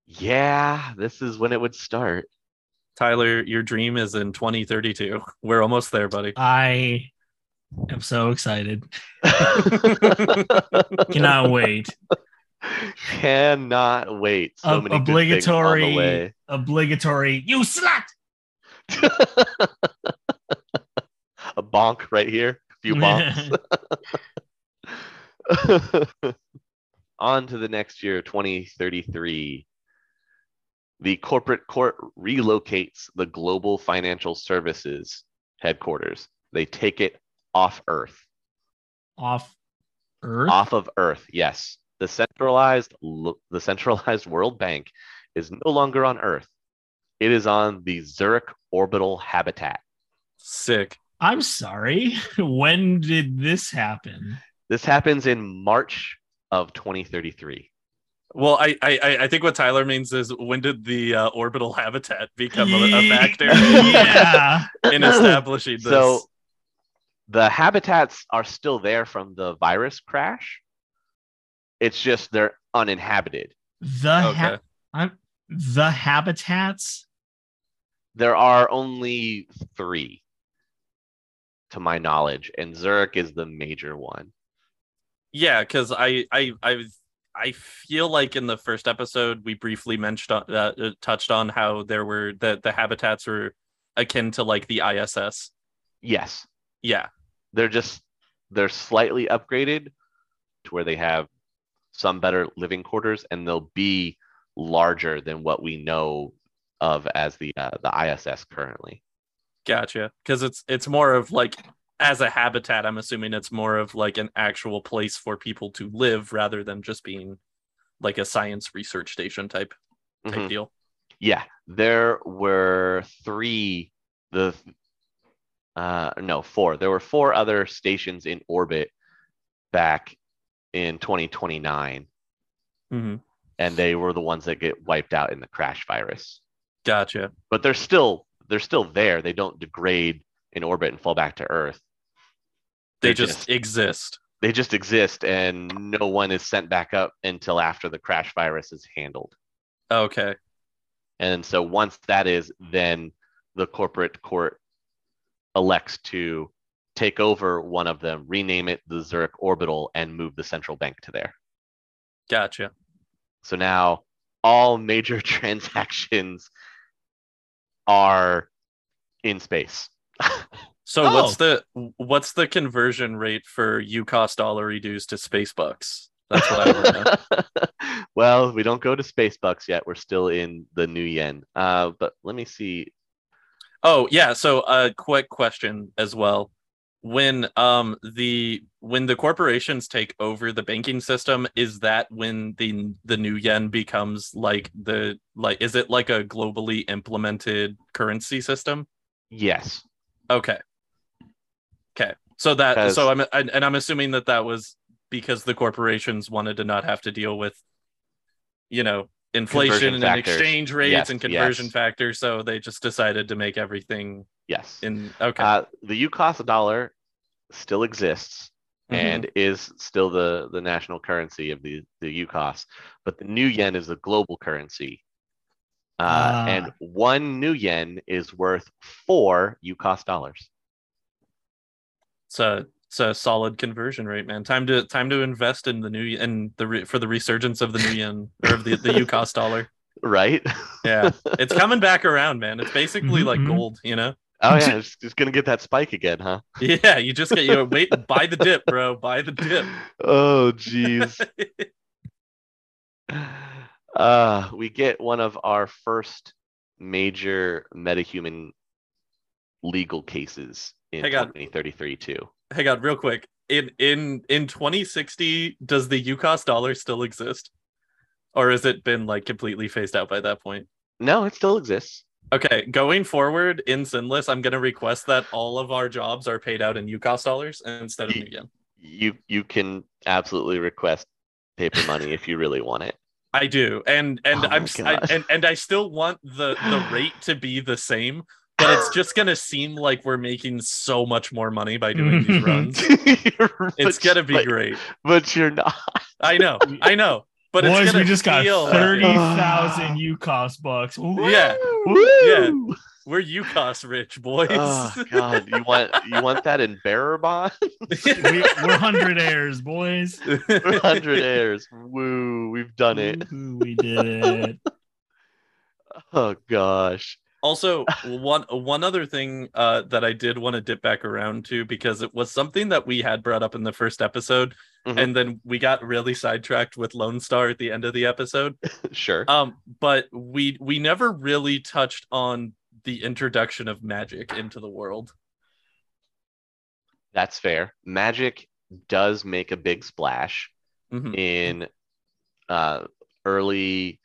S1: yeah, this is when it would start.
S2: Tyler, your dream is in 2032. We're almost there, buddy.
S3: I am so excited. Cannot wait.
S1: Cannot wait. So
S3: Ob-
S1: many good things on the
S3: obligatory-
S1: way.
S3: Obligatory. You slut.
S1: A bonk right here. A few bonks. On to the next year, 2033. The corporate court relocates the global financial services headquarters. They take it off Earth.
S3: Off Earth.
S1: Off of Earth, yes. The centralized lo- the centralized World Bank is no longer on Earth. It is on the Zurich orbital habitat.
S2: Sick.
S3: I'm sorry. When did this happen?
S1: This happens in March of 2033.
S2: Well, I, I I- I think what Tyler means is when did the uh, orbital habitat become a, a factor
S3: yeah.
S2: in establishing this?
S1: So the habitats are still there from the virus crash. It's just they're uninhabited.
S3: The
S2: okay.
S3: ha- the habitats.
S1: There are only three, to my knowledge, and Zurich is the major one.
S2: yeah because i i i i feel like in the first episode we briefly mentioned on- uh, uh, touched on how there were that the habitats were akin to like the iss
S1: Yes,
S2: yeah
S1: they're just they're slightly upgraded to where they have some better living quarters, and they'll be larger than what we know of as the uh, the ISS currently.
S2: gotcha because it's it's more of like as a habitat i'm assuming it's more of like an actual place for people to live rather than just being like a science research station type type
S1: Mhm.
S2: deal
S1: Yeah, there were three. The uh, no, four. There were four other stations in orbit back in 2029,
S2: hmm
S1: and they were the ones that get wiped out in the crash virus.
S2: gotcha
S1: But they're still they're still there. They don't degrade in orbit and fall back to Earth.
S2: they
S1: They're
S2: just, exist
S1: they just exist, and no one is sent back up until after the crash virus is handled.
S2: okay
S1: And so once that is, then the corporate court elects to take over one of them, rename it the Zurich Orbital, and move the central bank to there.
S2: gotcha
S1: So now all major transactions are in space.
S2: so
S3: Oh.
S2: what's the what's the conversion rate for ucos dollar dues to space bucks that's what i want to know
S1: well, we don't go to space bucks yet. We're still in the new yen. Uh, but let me see.
S2: oh yeah so a uh, quick question as well when um the when the corporations take over the banking system is that when the the new yen becomes like the like is it like a globally implemented currency system
S1: Yes.
S2: Okay. Okay. So that
S1: 'Cause-
S2: so I'm and and I'm assuming that that was because the corporations wanted to not have to deal with you know inflation
S1: Conversion
S2: and
S1: factors.
S2: exchange rates
S1: Yes,
S2: and conversion
S1: yes.
S2: factors so they just decided to make everything
S1: Yes.
S2: in okay.
S1: Uh, the UCOS dollar still exists.
S2: Mhm.
S1: and is still the, the national currency of the, the UCOS. But the new yen is the global currency. Uh,
S3: Ah.
S1: And one new yen is worth four UCOS dollars.
S2: it's a it's a solid conversion rate man time to time to invest in the new and the re, for the resurgence of the new yen or of the the UCOS dollar.
S1: Right?
S2: Yeah. It's coming back around man. It's basically
S3: Mhm,
S2: like
S3: mhm.
S2: gold, you know.
S1: Oh, yeah. It's, it's going to get that spike again, huh?
S2: Yeah, you just get you wait buy the dip, bro. Buy the dip.
S1: Oh, jeez. uh, we get one of our first major metahuman legal cases in
S2: Hang on.
S1: 2033, too.
S2: hang on real quick in in in 2060 does the ucos dollar still exist or has it been like completely phased out by that point
S1: No, it still exists.
S2: okay going forward in sinless i'm going to request that all of our jobs are paid out in ucos dollars instead of
S1: Ye-
S2: new yen
S1: you you can absolutely request paper money if you really want it.
S2: I do, and and
S1: Oh my
S2: I'm s- I,
S1: God.
S2: and and I still want the the rate to be the same, but it's just gonna seem like we're making so much more money by doing these runs. It's gonna be
S1: but,
S2: great.
S1: but you're not.
S2: I know, I know, but
S3: Boys,
S2: it's gonna
S3: we just got
S2: feel like it.
S3: thirty thousand UCOS bucks. Ooh.
S2: Yeah.
S1: Woo!
S2: Yeah. We're UCOS rich boys.
S1: Oh God, you want you want that in bearer bond?
S3: we, we're hundred airs, boys.
S1: Hundred airs. Woo, we've done
S2: Mm.
S1: it.
S3: Ooh, we did it.
S1: Oh gosh.
S2: Also, one one other thing uh, that I did want to dip back around to because it was something that we had brought up in the first episode,
S1: Mhm.
S2: and then we got really sidetracked with Lone Star at the end of the episode.
S1: Sure.
S2: Um, but we we never really touched on the introduction of magic into the world.
S1: That's fair. Magic does make a big splash.
S2: Mhm.
S1: in uh, early,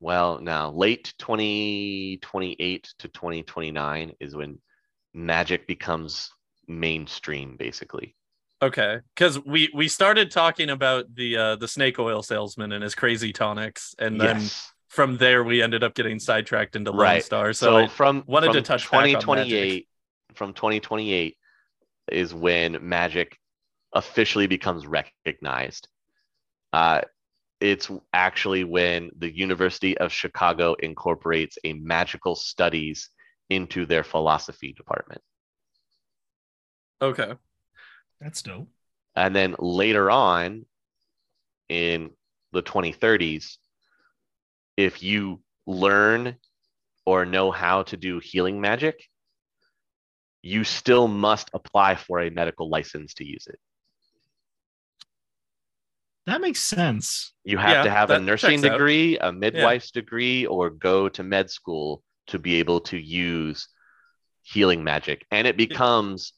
S1: well, now late 2028 to 2029 is when magic becomes mainstream, basically.
S2: Okay, because we we started talking about the uh, the snake oil salesman and his crazy tonics, and then
S1: yes.
S2: from there we ended up getting sidetracked into Lone
S1: Right.
S2: Star. So,
S1: So
S2: I-
S1: from
S2: wanted
S1: from
S2: to touch back on Magic.
S1: 2028, from 2028 is when magic officially becomes recognized. Uh, it's actually when the University of Chicago incorporates a magical studies into their philosophy department.
S2: okay,
S3: That's dope.
S1: And then later on in the 2030s, if you learn or know how to do healing magic, you still must apply for a medical license to use it.
S3: That makes sense.
S1: You have
S2: Yeah,
S1: to have a
S2: that
S1: nursing
S2: checks out.
S1: degree, a midwife's degree, or go to med school to be able to use healing magic. And it becomes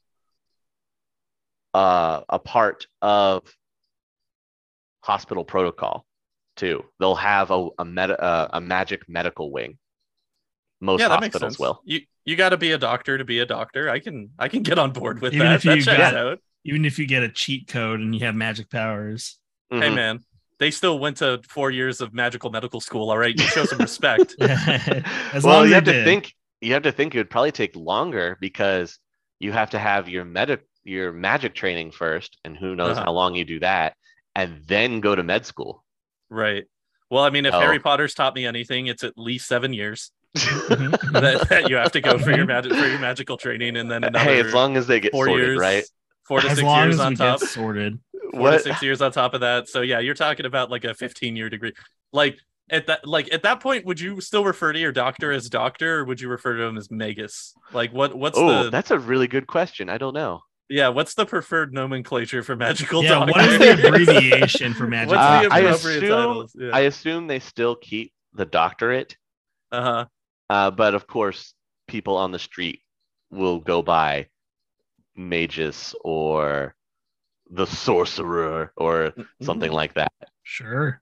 S1: uh, a part of hospital protocol too. They'll have a, a, med- uh, a magic medical wing. Most
S2: yeah, that makes
S1: hospitals
S2: sense.
S1: will.
S2: You you got to be a doctor to be a doctor. I can I can get on board with
S3: Even
S2: that.
S3: if you
S2: that checks
S3: got-
S2: out.
S3: Even if you get a cheat code and you have magic powers.
S2: Hey
S1: Mhm.
S2: man, they still went to four years of magical medical school. All right, you show some respect.
S1: Mm-hmm.
S3: As
S1: well,
S3: long as
S1: you
S3: I
S1: have to
S3: did.
S1: think. You have to think it would probably take longer because you have to have your medic, your magic training first, and who knows
S2: Uh-huh.
S1: how long you do that, and then go to med school.
S2: Right. Well, I mean, if
S1: Oh.
S2: Harry Potter's taught me anything, it's at least seven years
S3: Mhm, mhm.
S2: that, that you have to go for your magic for your magical training, and then another
S1: hey, as long as they get
S2: four
S1: sorted,
S2: years,
S1: right?
S2: Four to
S3: as
S2: six
S3: long
S2: years
S3: as
S2: on
S3: we
S2: top.
S3: get sorted.
S2: four to six years on top of that. So yeah, you're talking about like a 15 year degree. Like at that like at that point, would you still refer to your doctor as doctor or would you refer to him as Magus? Like what what's
S1: Oh,
S2: the
S1: that's a really good question. I don't know.
S2: yeah, what's the preferred nomenclature for magical
S3: Yeah,
S2: doctor?
S3: what is the abbreviation for magic?
S2: What's
S1: Uh,
S2: the
S1: I
S2: appropriate
S1: assume-
S2: titles? Yeah.
S1: I assume they still keep the doctorate,
S2: uh-huh.
S1: uh, but of course, people on the street will go by magus or the sorcerer or something like that.
S3: sure.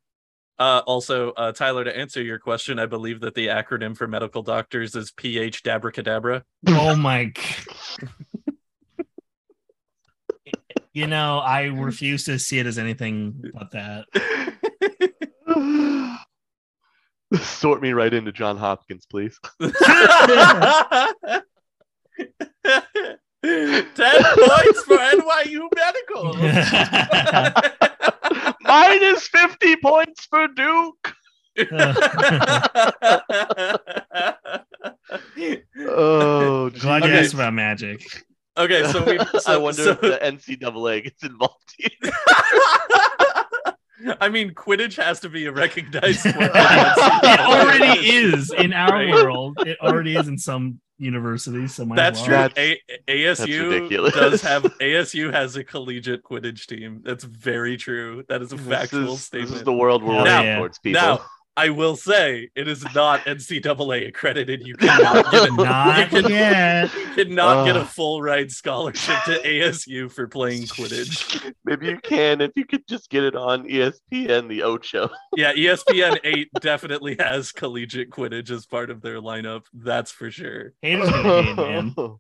S2: Uh, also, uh, Tyler, to answer your question, I believe that the acronym for medical doctors is PH Dabracadabra.
S3: Oh my. g- you know, I refuse to see it as anything but that.
S1: Sort me right into John Hopkins, please.
S2: Ten points for NYU Medical.
S1: Minus 50 points for Duke. Oh,
S3: Glad you
S2: Okay.
S3: asked about magic.
S2: okay, so we. So,
S1: I wonder
S2: so-
S1: if the NCAA gets involved here.
S2: I mean, Quidditch has to be a recognized sport. by the
S3: it already
S2: NCAA.
S3: is in our
S2: Right.
S3: world. It already is in some universities. So might
S2: That's
S3: as
S2: true.
S3: well.
S1: That's-
S2: A- ASU
S1: ridiculous.
S2: does have ASU has a collegiate Quidditch team. That's very true. That is a factual
S1: this is,
S2: statement.
S1: This is the world we're
S3: Now-
S1: working
S3: Yeah.
S1: towards, people.
S2: Now, I will say it is not NCAA accredited. You cannot get a,
S3: Not
S2: You can-
S3: yet.
S2: you cannot get a
S1: Ugh.
S2: full ride scholarship to ASU for playing Quidditch.
S1: Maybe you can if you could just get it on E ESPN, the Ocho.
S2: Yeah, E ESPN eight definitely has collegiate Quidditch as part of their lineup. That's for sure.
S3: Haters gonna hate, man.
S2: All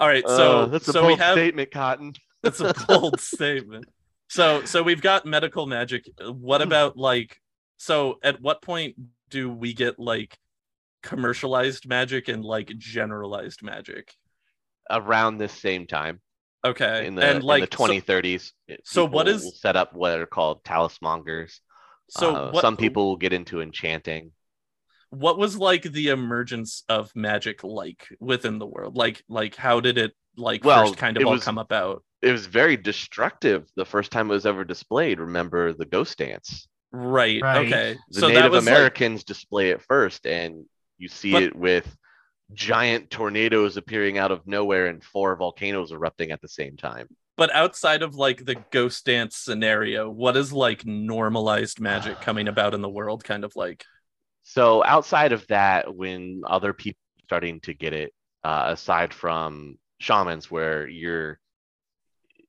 S2: right,
S1: Oh,
S2: so
S1: that's a
S2: so we
S1: bold
S2: have
S1: statement, Cotton.
S2: that's a bold statement. so so we've got medical magic Uh, what
S1: Hmm.
S2: about like so at what point do we get like commercialized magic and like generalized magic
S1: around this same time
S2: okay
S1: in the,
S2: and like
S1: in the 2030s. it-
S2: so
S1: people
S2: what is-
S1: will set up what are called talismongers?
S2: so, so
S1: Uh,
S2: what,
S1: some people will get into enchanting.
S2: what was like the emergence of magic like within the world like like how did it like
S1: Well,
S2: first kind of
S1: it
S2: all
S1: was-
S2: come about
S1: It was very destructive the first time it was ever displayed. Remember the ghost dance?
S2: right,
S3: Right.
S2: okay
S1: The
S2: so that
S1: Native
S2: was like,
S1: Americans display it first, and you see
S2: But-
S1: it with giant tornadoes appearing out of nowhere and four volcanoes erupting at the same time.
S2: but outside of like the ghost dance scenario what is like normalized magic coming about in the world kind of like
S1: so outside of that when other people starting to get it uh, aside from shamans where you're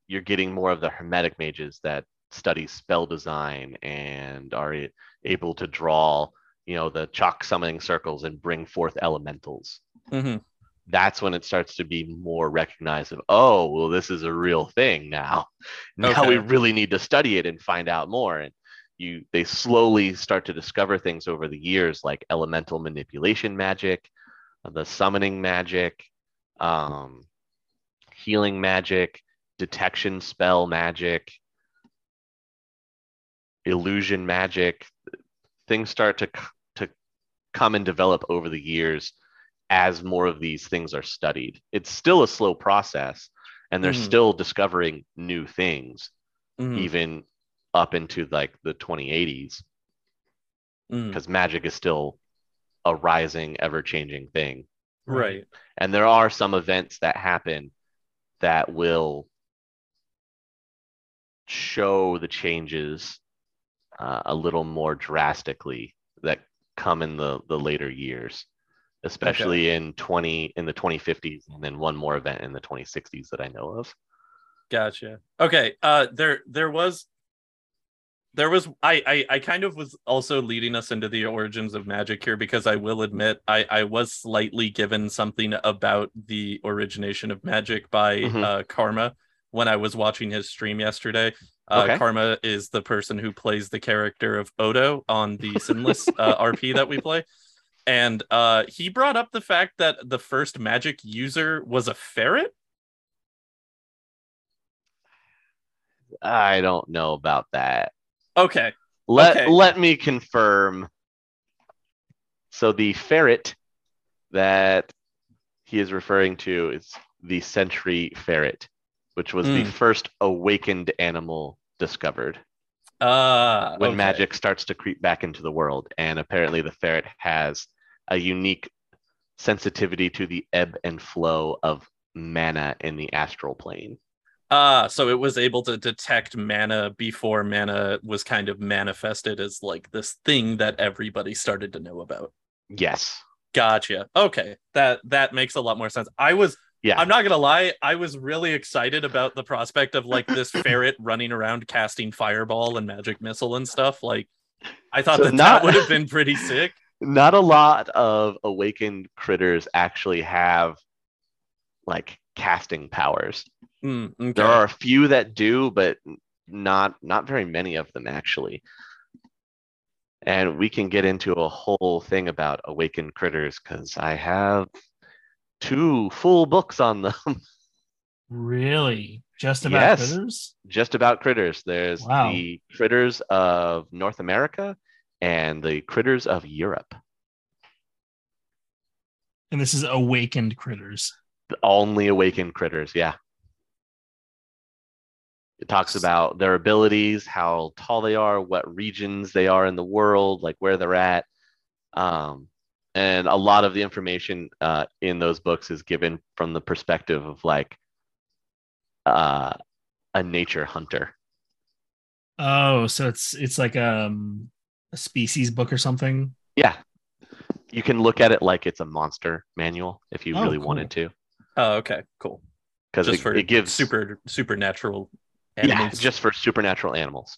S1: you're getting more of the hermetic mages that study spell design and are a- able to draw you know the chalk summoning circles and bring forth elementals
S2: mhm.
S1: that's when it starts to be more recognized of oh well this is a real thing now now
S2: Okay.
S1: we really need to study it and find out more and you they slowly start to discover things over the years like elemental manipulation magic uh, the summoning magic um, healing magic detection spell magic illusion magic things start to c- to come and develop over the years as more of these things are studied it's still a slow process and they're
S2: Mhm.
S1: still discovering new things
S2: Mhm.
S1: even up into like the 2080s
S2: Mhm.
S1: because magic is still a rising ever changing thing
S2: right
S1: and there are some events that happen that will show the changes uh, a little more drastically that come in the the later years especially in 20 in the 2050s and then one more event in the 2060s that i know of
S2: Gotcha. Okay. Uh there there was there was I, I I kind of was also leading us into the origins of magic here because I will admit I I was slightly given something about the origination of magic by
S1: Mhm.
S2: uh Karma when I was watching his stream yesterday. Uh,
S1: Okay.
S2: Karma is the person who plays the character of Odo on the Sinless uh, RP that we play. And uh, he brought up the fact that the first magic user was a ferret.
S1: i don't know about that
S2: Okay.
S1: Let
S2: Okay.
S1: let me confirm. So the ferret that he is referring to is the century ferret, which was the
S2: Mm.
S1: first awakened animal discovered
S2: Uh,
S1: when
S2: okay.
S1: magic starts to creep back into the world. And apparently the ferret has a unique sensitivity to the ebb and flow of mana in the astral plane.
S2: Ah, so it was able to detect mana before mana was kind of manifested as like this thing that everybody started to know about.
S1: Yes.
S2: Gotcha. Okay. That that makes a lot more sense. I was
S1: Yeah.
S2: I'm not gonna lie, I was really excited about the prospect of like this ferret running around casting fireball and magic missile and stuff. Like I thought
S1: So
S2: that
S1: not-
S2: that would have been pretty sick.
S1: not a lot of awakened critters actually have like casting powers.
S2: Mm, okay.
S1: There are a few that do, but not not very many of them actually. And we can get into a whole thing about awakened critters because I have two full books on them
S3: Really? Just about
S1: Yes.
S3: critters?
S1: just about critters. There's
S3: Wow.
S1: the critters of North America and the critters of Europe.
S3: And this is awakened critters.
S1: the only awakened critters yeah it talks about their abilities how tall they are what regions they are in the world like where they're at um, and a lot of the information uh, in those books is given from the perspective of like uh, a nature hunter
S3: Oh, so it's it's like um a species book or something.
S1: yeah you can look at it like it's a monster manual if you
S3: Oh,
S1: really
S3: cool.
S1: wanted to
S2: oh, okay, cool.
S1: because
S2: Just
S1: it,
S2: for
S1: it gives
S2: super supernatural
S1: yeah,
S2: animals.
S1: just for supernatural animals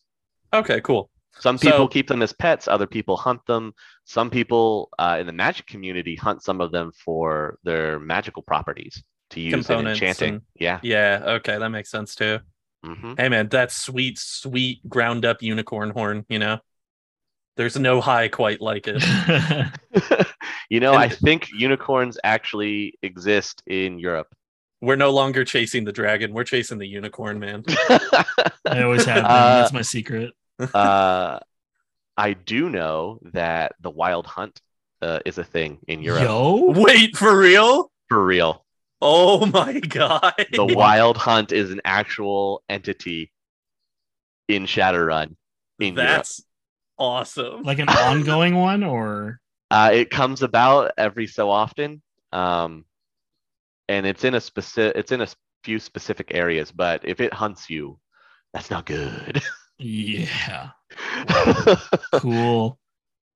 S2: okay, cool.
S1: Some
S2: So-
S1: people keep them as pets. Other people hunt them. Some people uh, in the magic community hunt some of them for their magical properties to use in
S2: Components
S1: enchanting.
S2: and-
S1: Yeah,
S2: Yeah, okay, that makes sense too.
S1: hmm
S2: Hey man, that sweet, sweet ground up unicorn horn, you know? There's no high quite like it.
S1: you know,
S2: And-
S1: I think unicorns actually exist in Europe.
S2: We're no longer chasing the dragon, we're chasing the unicorn, man.
S3: I always have. Them.
S1: Uh,
S3: That's my secret.
S1: uh, I do know that the wild hunt uh, is a thing in Europe
S3: Yo,
S2: Wait, for real?
S1: for real.
S2: Oh my god.
S1: The wild hunt is an actual entity in Shadowrun in Europe.
S2: That's awesome.
S3: like an ongoing one, or
S1: Uh, it comes about every so often, um, and it's in a specific. It's in a s- few specific areas, but if it hunts you, that's not good.
S3: yeah,
S1: Because
S3: cool.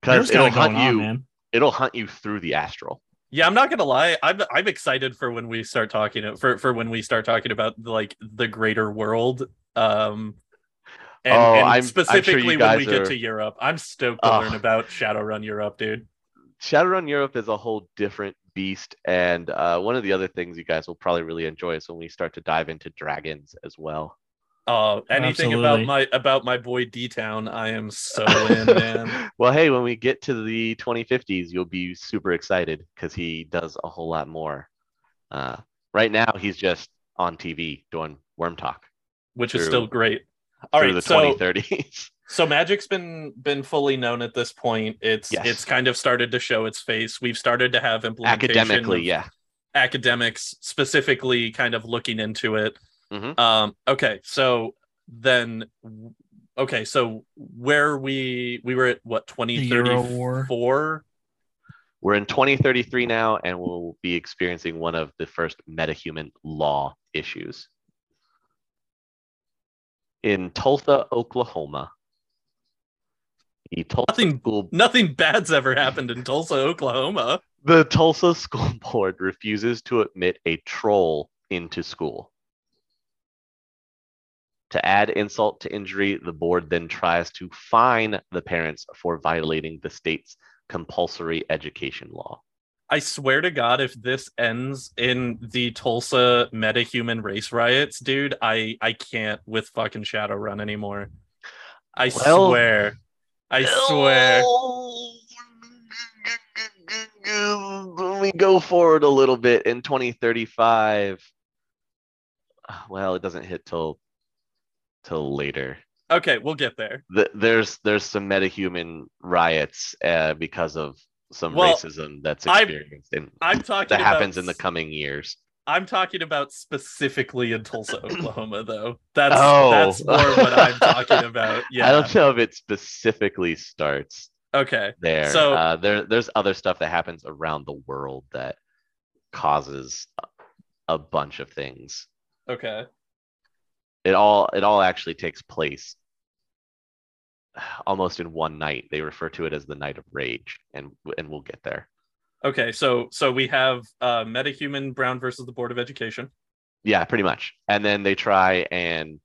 S3: There's
S1: it'll
S3: got it going
S1: hunt
S3: on,
S1: you.
S3: man.
S1: it'll hunt you through the astral.
S2: Yeah, I'm not gonna lie. I'm I'm excited for when we start talking for for when we start talking about like the greater world. Um, and,
S1: Oh,
S2: and
S1: I'm- I'm sure
S2: specifically
S1: you
S2: when we
S1: guys
S2: get
S1: are- Ah.
S2: to Europe, I'm stoked to
S1: Ugh.
S2: learn about Shadowrun Europe, dude.
S1: Shadowrun Europe is a whole different beast, and uh, one of the other things you guys will probably really enjoy is when we start to dive into dragons as well.
S2: Uh, anything
S3: Absolutely.
S2: about my about my boy D Town, I am so in, man.
S1: well, hey, when we get to the 2050s, you'll be super excited because he does a whole lot more. Uh, right now, he's just on TV doing Worm Talk
S2: Which is
S1: True.
S2: still great. All
S1: through
S2: right,
S1: the
S2: so
S1: 2030s.
S2: so magic's been been fully known at this point. It's
S1: Yes.
S2: it's kind of started to show its face. We've started to have implementation
S1: Academically,
S2: of-
S1: yeah.
S2: academics specifically kind of looking into it
S1: Mhm.
S2: um okay so then okay so where we we were at what
S3: Euro
S2: 2034
S3: War.
S1: We're in 2033 now, and we'll be experiencing one of the first metahuman law issues. In Tulsa, Oklahoma, the Tulsa,
S2: Nothing-
S1: school,
S2: nothing bad's ever happened in tulsa oklahoma
S1: the Tulsa School Board refuses to admit a troll into school. To add insult to injury, the board then tries to fine the parents for violating the state's compulsory education law.
S2: i swear to god if this ends in the tulsa metahuman race riots dude i i can't with fucking shadowrun anymore i
S1: Well-
S2: swear i swear
S1: When we go forward a little bit in 2035, well, it doesn't hit till till later.
S2: okay we'll get there
S1: Th- There's there's some metahuman riots uh, because of some
S2: Well,
S1: racism that's
S2: I'm-
S1: experienced and
S2: I'm talking
S1: that
S2: about
S1: happens in the coming years.
S2: I'm talking about specifically in Tulsa, Oklahoma, though. That's
S1: Oh.
S2: that's more what I'm talking about.
S1: I
S2: Yeah.
S1: don't know if it specifically starts
S2: Okay.
S1: there.
S2: So-
S1: uh, there, there's other stuff that happens around the world that causes a- a bunch of things.
S2: Okay.
S1: It all, it all actually takes place almost in one night. They refer to it as the Night of Rage, and and we'll get there.
S2: Okay. So so we have uh metahuman Brown versus the Board of Education.
S1: Yeah, pretty much. And then they try and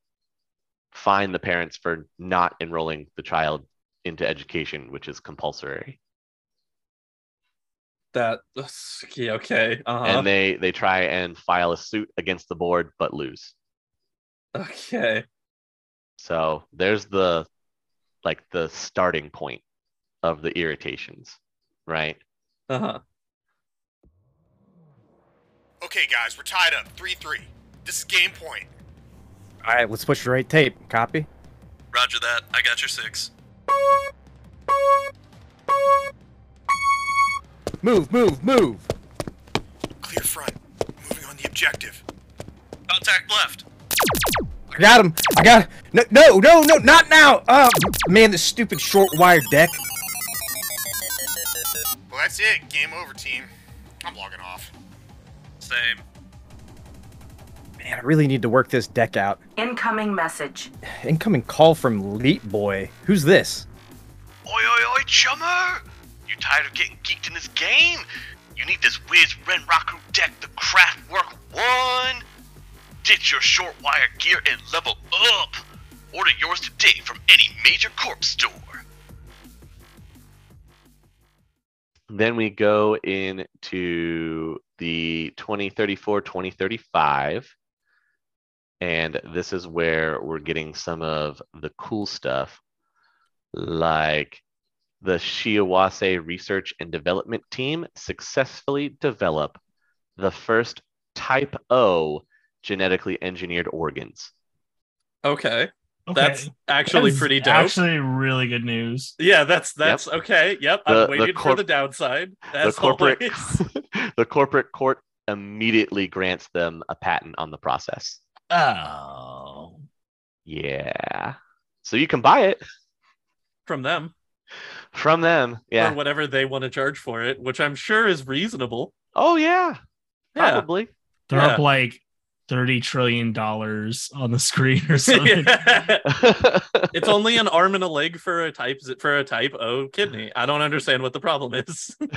S1: fine the parents for not enrolling the child into education, which is compulsory.
S2: That that's- yeah, okay. Uh-huh.
S1: And they they try and file a suit against the board, but lose.
S2: okay.
S1: So there's the like the starting point of the irritations, right?
S2: Uh-huh.
S4: Okay, guys, we're tied up. 3 3. This is game point.
S5: All right, let's push the right tape. Copy.
S2: Roger that. I got your six.
S5: Move, move, move.
S4: Clear front. Moving on the objective.
S2: Contact left.
S5: I got him. I got. No, no, no, no, not now. Uh, man, this stupid short wire deck.
S4: Well, that's it. Game over, team. I'm logging off.
S2: Same.
S5: Man, I really need to work this deck out.
S6: Incoming message.
S5: Incoming call from Leap Boy. Who's this?
S1: Oi oi oi chummer! You tired of getting geeked in this game? You need this Wiz Renraku deck, the Craftwork 1! Ditch your short wire gear and level up! Order yours today from any major corp store. Then we go into the 2034 2035. And this is where we're getting some of the cool stuff, like the Shiawase Research and Development Team successfully develop the first type O genetically engineered organs.
S2: Okay.
S3: Okay.
S2: That's actually
S3: That's
S2: pretty dope.
S3: Actually, really good news.
S2: yeah, that's that's okay. Yep,
S1: The-
S2: I'm
S1: the
S2: waiting for
S1: corp-
S2: the downside. As
S1: the corporate
S2: always.
S1: the corporate court immediately grants them a patent on the process.
S3: Oh,
S1: Yeah. So you can buy it
S2: from them
S1: from them. Yeah.
S2: or whatever they want to charge for it, which I'm sure is reasonable.
S1: oh yeah.
S2: Yeah.
S1: Probably.
S3: they're
S2: Yeah.
S3: up like thirty trillion dollars on the screen or something.
S2: Yeah. it's only an arm and a leg for a type for a type O kidney. I don't understand what the problem is.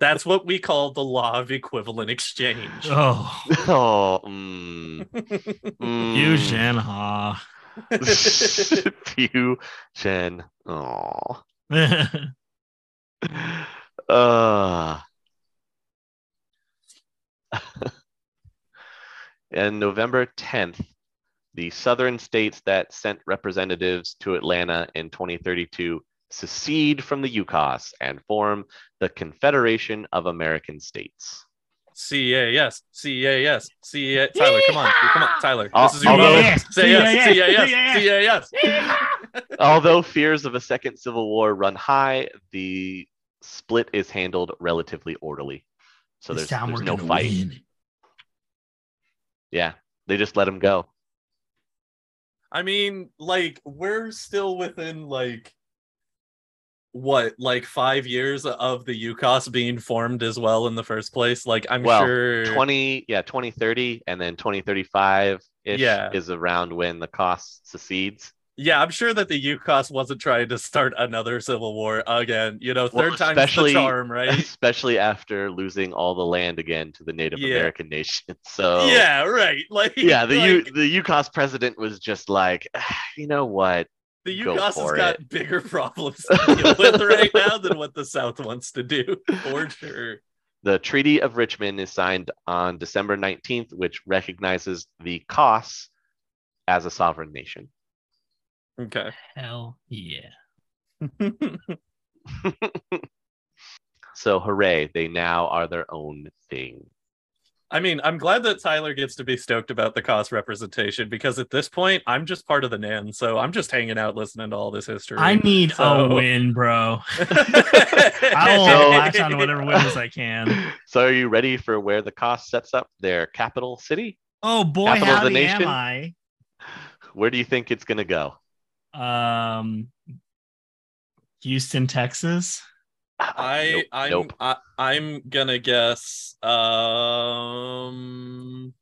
S2: That's what we call the law of equivalent exchange.
S3: Oh,
S1: oh. Mm. Mm.
S3: you Jen Ha.
S1: you Jen. Oh. Uh. and November 10th, the southern states that sent representatives to Atlanta in 2032 secede from the UCAS and form the Confederation of American States.
S2: CEAS, CEAS, CEAS. Tyler, come on, come on, Tyler.
S1: Al-
S2: This is your
S1: although-
S2: moment.
S3: Yeah.
S2: Say yes, say
S3: Yeah.
S2: yes, say yes.
S1: Although fears of a second civil war run high, the split is handled relatively orderly. So
S3: This
S1: there's,
S3: time
S1: there's
S3: we're
S1: no
S3: gonna
S1: fight.
S3: win.
S1: Yeah, they just let them go.
S2: I mean, like we're still within like what, like five years of the UCAS being formed as well in the first place. Like I'm
S1: Well,
S2: sure
S1: 20 yeah 2030 and then 2035 ish
S2: Yeah.
S1: is around when the cost secedes
S2: Yeah, I'm sure that the UCOS wasn't trying to start another civil war again. You know,
S1: Well,
S2: third time's
S1: especially-
S2: the charm, right?
S1: especially after losing all the land again to the native
S2: Yeah.
S1: american nation so
S2: Yeah, right. Like
S1: yeah the U,
S2: like,
S1: the ucos president was just like "Ah, you know what
S2: the
S1: go
S2: UCOS has
S1: for
S2: got bigger problems to deal with right now than what the South wants to do, for sure.
S1: the treaty of richmond is signed on december 19th which recognizes the costs as a sovereign nation
S2: Okay.
S3: Hell yeah.
S1: so hooray they now are their own thing
S2: I mean, I'm glad that Tyler gets to be stoked about the cost representation because at this point, I'm just part of the NAN, so I'm just hanging out listening to all this history.
S3: I need
S2: So-
S3: a win, bro. I will
S1: So-
S3: latch on to whatever wins I can.
S1: so are you ready for where the cost sets up their capital city
S3: Oh boy,
S1: Capital of the nation?
S3: howdy am I?
S1: where do you think it's going to go
S3: Um, Houston, Texas.
S1: Nope,
S2: I I'm
S1: nope.
S2: I, I'm gonna guess um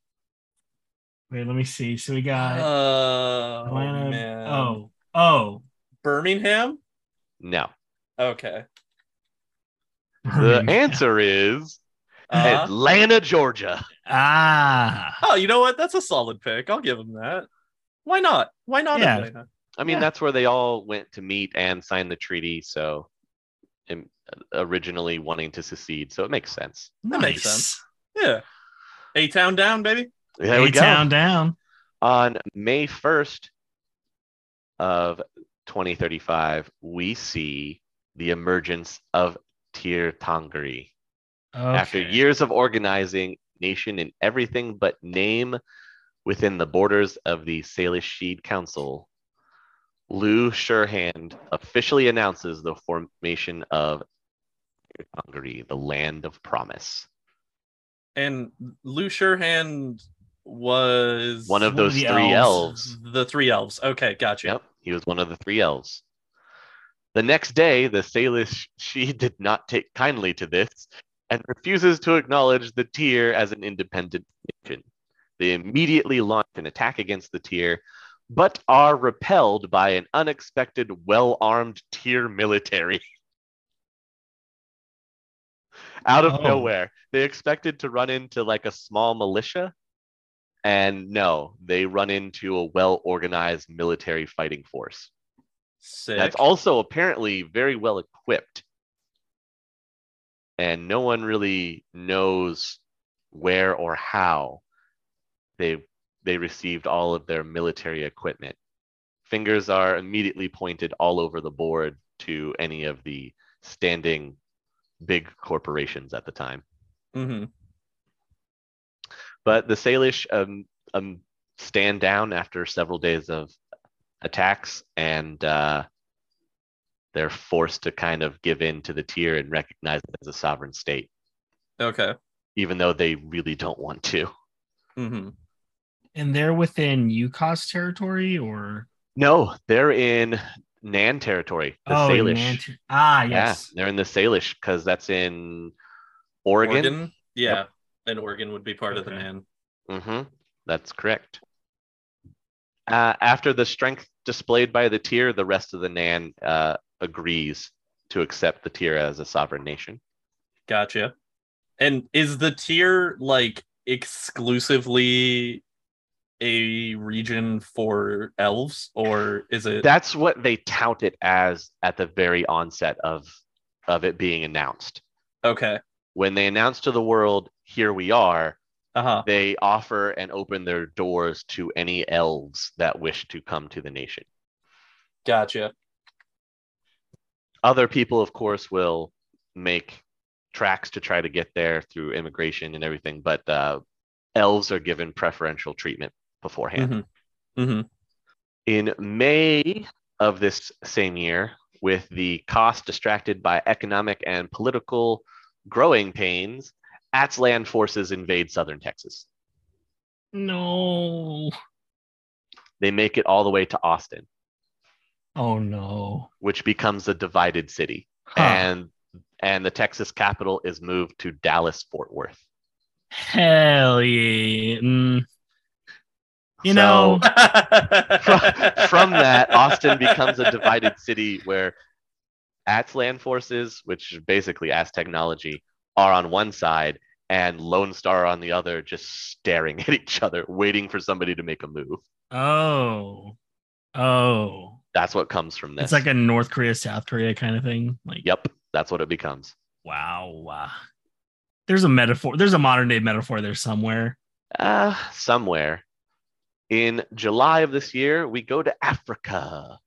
S3: Wait, let me see. So we got
S2: uh,
S3: Atlanta.
S2: man.
S3: Oh, oh,
S2: Birmingham
S1: no
S2: okay
S1: the
S3: Birmingham.
S1: answer is
S2: uh,
S1: atlanta georgia
S3: Ah,
S2: oh you know what that's a solid pick I'll give him that why not why not
S3: Yeah.
S2: Atlanta
S1: i mean
S2: Yeah.
S1: that's where they all went to meet and sign the treaty so and originally wanting to secede so it makes sense
S3: nice.
S2: makes sense. yeah a town down baby
S1: there we go
S3: town down.
S1: on may 1st of 2035 we see the emergence of tir tangri After
S3: Okay.
S1: years of organizing nation in everything but name within the borders of the Salisheed Council, Lou Sherhand officially announces the formation of Hungary, the land of promise.
S2: and Lou Sherhand was
S1: One of
S3: One of
S1: those
S3: the
S1: three
S3: elves.
S1: elves.
S2: the three elves okay gotcha
S1: Yep, he was one of the three elves. The next day, the Salish she did not take kindly to this and refuses to acknowledge the Tyr as an independent nation. They immediately launch an attack against the Tyr, but are repelled by an unexpected, well armed Tyr military. Out of
S3: Oh.
S1: nowhere, they expected to run into like a small militia, and no, they run into a well organized military fighting force
S2: Sick.
S1: that's also apparently very well equipped. And no one really knows where or how they they received all of their military equipment. Fingers are immediately pointed all over the board to any of the standing big corporations at the time.
S2: hmm
S1: But the Salish um, um, stand down after several days of attacks, and uh, they're forced to kind of give in to the tier and recognize it as a sovereign state,
S2: Okay.
S1: even though they really don't want to.
S2: hmm
S3: And they're within UCOS territory or
S1: No, they're in Nan territory, the
S3: oh,
S1: Salish.
S3: Nant- ah, yes.
S1: Yeah, they're in the Salish because that's in Oregon.
S2: Yeah. And Oregon would be part of the
S3: Okay.
S2: man.
S1: Mm-hmm. That's correct. Uh, after the strength displayed by the tier, the rest of the Nan uh, agrees to accept the tier as a sovereign nation.
S2: Gotcha. And is the tier like exclusively a region for elves or is it
S1: That's what they tout it as at the very onset of of it being announced.
S2: okay?
S1: When they announce to the world, "Here we are,"
S2: Uh-huh.
S1: they offer and open their doors to any elves that wish to come to the nation.
S2: Gotcha.
S1: other people of course will make tracks to try to get there through immigration and everything but uh, elves are given preferential treatment beforehand
S3: Mm-hmm.
S2: Mhm. Mhm.
S1: in may of this same year with the cost distracted by economic and political growing pains atlan forces invade southern texas
S3: No.
S1: they make it all the way to austin
S3: Oh no.
S1: which becomes a divided city
S3: Huh.
S1: and and the texas capital is moved to dallas fort worth
S3: Hell yeah. Mm.
S1: So-
S3: You know,
S1: from, from that, Austin becomes a divided city where Atlan forces, which is basically As technology, are on one side and Lone Star on the other, just staring at each other, waiting for somebody to make a move.
S3: oh, oh,
S1: That's what comes from this.
S3: it's like a North Korea, South Korea kind of thing. Like,
S1: yep, that's what it becomes.
S3: wow. There's a metaphor. There's a modern day metaphor there somewhere.
S1: Uh, somewhere in July of this year, we go to Africa.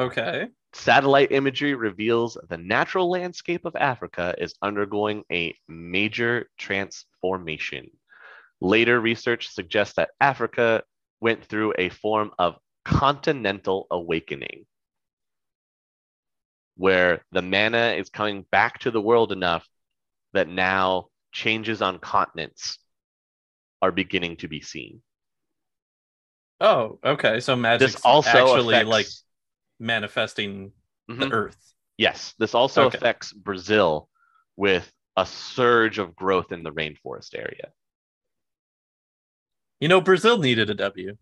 S2: Okay.
S1: Satellite imagery reveals the natural landscape of Africa is undergoing a major transformation. Later research suggests that Africa went through a form of continental awakening, where the manna is coming back to the world enough that now changes on continents are beginning to be seen.
S2: Oh, okay. So magic's
S1: This also
S2: actually
S1: affects-
S2: like manifesting
S1: Mhm.
S2: the earth.
S1: Yes, this also
S2: Okay.
S1: affects Brazil with a surge of growth in the rainforest area.
S2: You know, Brazil needed a W.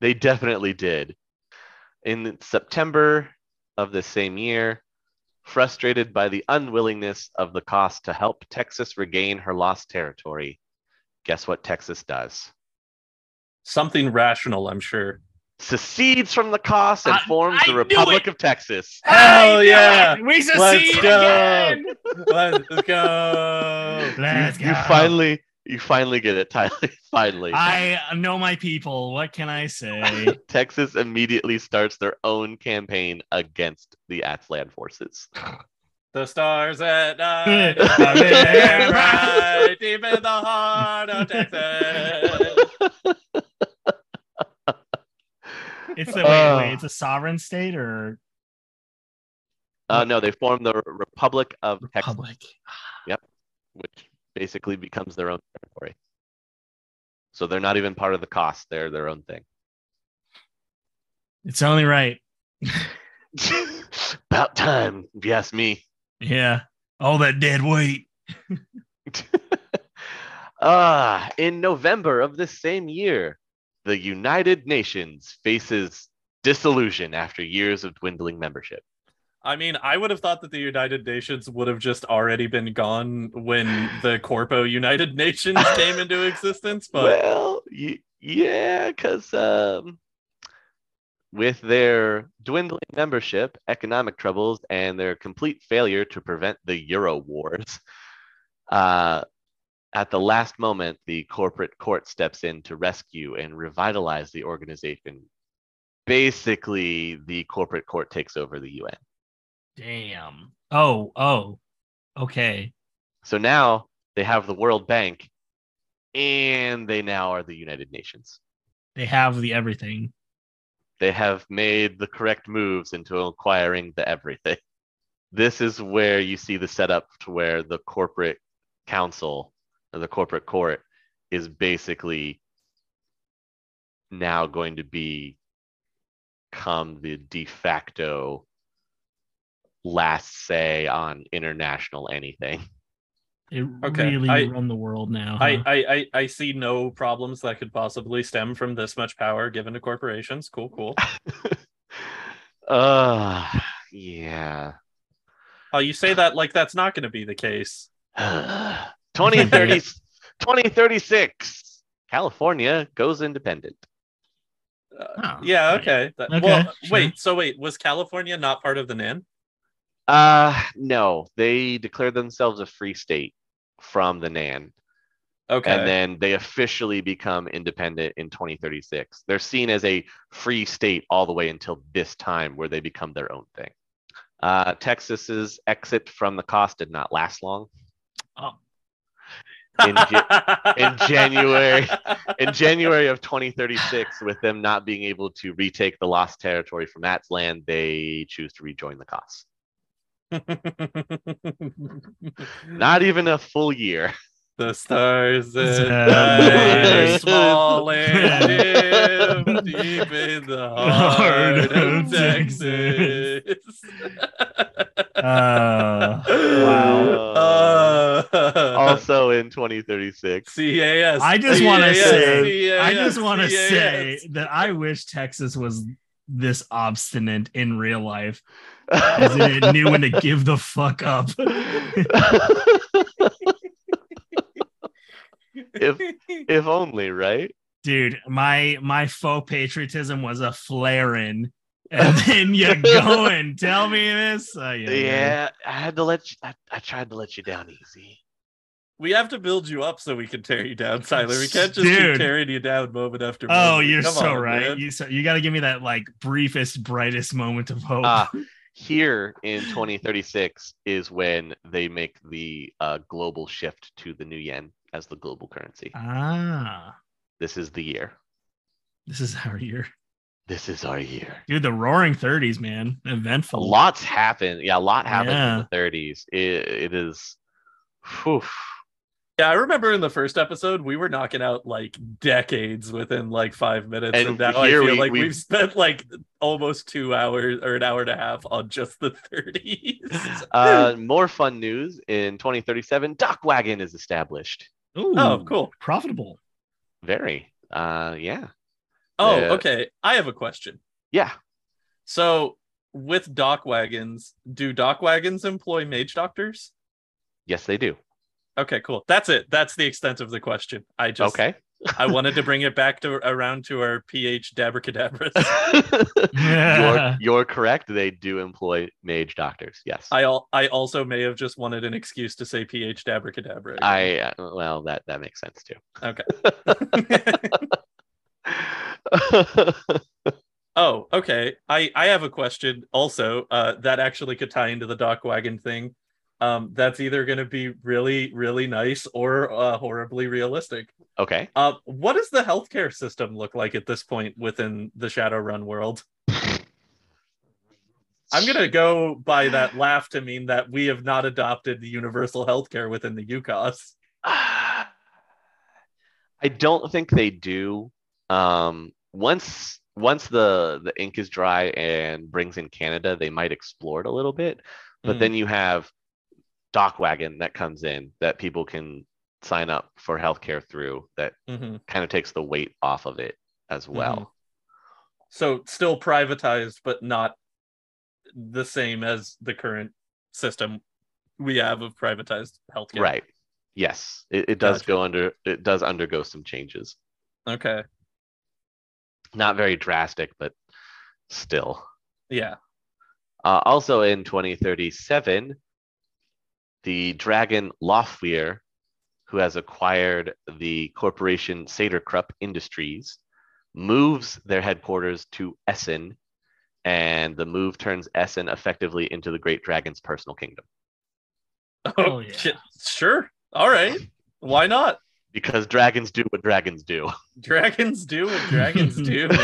S1: they definitely did. In September of the same year, frustrated by the unwillingness of the cost to help Texas regain her lost territory, guess what Texas does?
S2: Something rational, I'm sure.
S1: Secedes from the cost and
S3: I-
S1: forms
S3: I
S1: the
S3: knew
S1: Republic of Texas.
S2: Hell yeah!
S3: We
S2: succeed go. again! Let's go.
S3: Let's
S1: you,
S3: go.
S1: you finally, you finally get it, Tyler. finally.
S3: I know my people. What can I say?
S1: Texas immediately starts their own campaign against the Atlan forces.
S2: The stars at night.
S3: Yeah.
S2: shine bright Deep in the heart of Texas.
S3: It's the
S1: Uh.
S3: wait,
S2: Oh.
S3: wait, it's a sovereign state or
S1: Uh, no, they form the Republic of Texas,
S3: republic?
S1: which basically becomes their own territory. So they're not even part of the cost; they're their own thing.
S3: It's only right.
S1: About time, if you ask me.
S3: Yeah. All that dead weight.
S1: Ah, in November of this same year, the United Nations faces dissolution after years of dwindling membership.
S2: I mean, I would have thought that the United Nations would have just already been gone when the Corpo United Nations came into existence, but
S1: well, y- yeah, because um, with their dwindling membership, economic troubles, and their complete failure to prevent the Euro wars, uh, At the last moment, the corporate court steps in to rescue and revitalize the organization. Basically, the corporate court takes over the UN.
S3: Damn. Oh, oh. Okay.
S1: So now they have the World Bank and they now are the United Nations.
S3: They have the everything.
S1: They have made the correct moves into acquiring the everything. This is where you see the setup to where the corporate council or the corporate court is basically now going to be come the de facto last say on international anything.
S3: They
S2: Okay,
S3: really
S2: I-
S3: run the world now.
S2: I,
S1: uh-huh.
S3: huh?
S2: I, I, I see no problems that could possibly stem from this much power given to corporations. Cool, cool.
S1: uh yeah.
S2: Oh, you say that like that's not going to be the case.
S1: 2030, 2036 California goes independent.
S3: Oh,
S2: Yeah,
S3: right.
S2: okay. That-
S3: Okay,
S2: well,
S3: sure.
S2: wait. So wait, was California not part of the NAN?
S1: Uh no, they declared themselves a free state from the NAN
S2: Okay.
S1: and then they officially become independent in 2036. They're seen as a free state all the way until this time where they become their own thing. Uh, Texas's exit from the cost did not last long.
S3: Oh.
S1: In, Ja- in January- in January of 2036, with them not being able to retake the lost territory from that land, they choose to rejoin the cost. Not even a full year.
S2: the stars that
S3: Uh,
S2: night
S1: uh,
S2: are small and dim, deep in the heart of
S3: of
S2: Texas.
S3: Texas. Uh,
S1: Wow.
S2: Uh,
S1: Also in 2036.
S2: CAS.
S3: I just wanna
S2: CAS,
S3: say- I just
S2: CAS,
S3: want to
S2: CAS.
S3: say that I wish Texas was this obstinate in real life as in it knew when to give the fuck up.
S1: if if only, right?
S3: Dude, my my faux patriotism was a flaring. And then you go and tell me this. Uh, yeah,
S1: Yeah, I had to let you, I, I tried to let you down easy.
S2: We have to build you up so we can tear you down, Tyler. We can't just keep
S3: Dude.
S2: tearing you down moment after moment.
S3: Oh, you're
S2: Come
S3: so
S2: on,
S3: right.
S2: man.
S3: You so, you got to give me that like briefest, brightest moment of hope.
S1: Ah, here in 2036 is when they make the uh, global shift to the new yen as the global currency.
S3: Uh-huh. ah,
S1: This is the year.
S3: this is our year,
S1: This is our year.
S3: dude. The Roaring Thirties, man, eventful.
S1: Lots happened. Yeah, a lot happened
S3: Yeah.
S1: in the 30s. It, it is. Whew.
S2: Yeah, I remember in the first episode we were knocking out like decades within like five minutes, and,
S1: And
S2: now I
S1: here
S2: feel
S1: we-
S2: like
S1: we've-
S2: we've... spent like almost two hours or an hour and a half on just the thirties.
S1: Uh, more fun news in 2037 Dock Wagon is established.
S3: Ooh,
S2: oh, cool.
S3: Profitable.
S1: Very. Uh, yeah.
S2: Oh,
S1: Yeah.
S2: okay. I have a question.
S1: Yeah.
S2: So, with dock wagons, do dock wagons employ mage doctors?
S1: Yes, they do.
S2: Okay, cool. That's it. That's the extent of the question. I just
S1: okay.
S2: I wanted to bring it back to around to our PH dabracadabras.
S1: you're, you're correct. They do employ mage doctors. Yes.
S2: I al- I also may have just wanted an excuse to say PH dabracadabra.
S1: I uh, well, that that makes sense
S2: Okay.
S1: too.
S2: Oh, okay. I I have a question also uh, that actually could tie into the dock wagon thing. Um, that's either going to be really really nice or uh, horribly realistic.
S1: okay.
S2: Uh, what does the healthcare system look like at this point within the Shadowrun world? I'm going to go by that laugh to mean that we have not adopted the universal healthcare within the UCOS.
S1: I don't think they do. Um, once once the the ink is dry and brings in Canada, they might explore it a little bit. But
S2: Mm.
S1: then you have Dock Wagon that comes in that people can sign up for healthcare through that
S2: Mhm.
S1: kind of takes the weight off of it as well.
S2: So still privatized, but not the same as the current system we have of privatized healthcare.
S1: Right. Yes. It, it does
S2: Gotcha.
S1: go under it does undergo some changes.
S2: Okay.
S1: Not very drastic, but still.
S2: Yeah.
S1: Uh, also in 2037, the dragon Lofweir who has acquired the corporation Saterkrupp Industries, moves their headquarters to Essen, and the move turns Essen effectively into the Great Dragon's personal kingdom.
S3: Hell Oh, yeah.
S2: shit. Sure. All right. Why not?
S1: Because dragons do what dragons do.
S2: Dragons do what dragons do. man.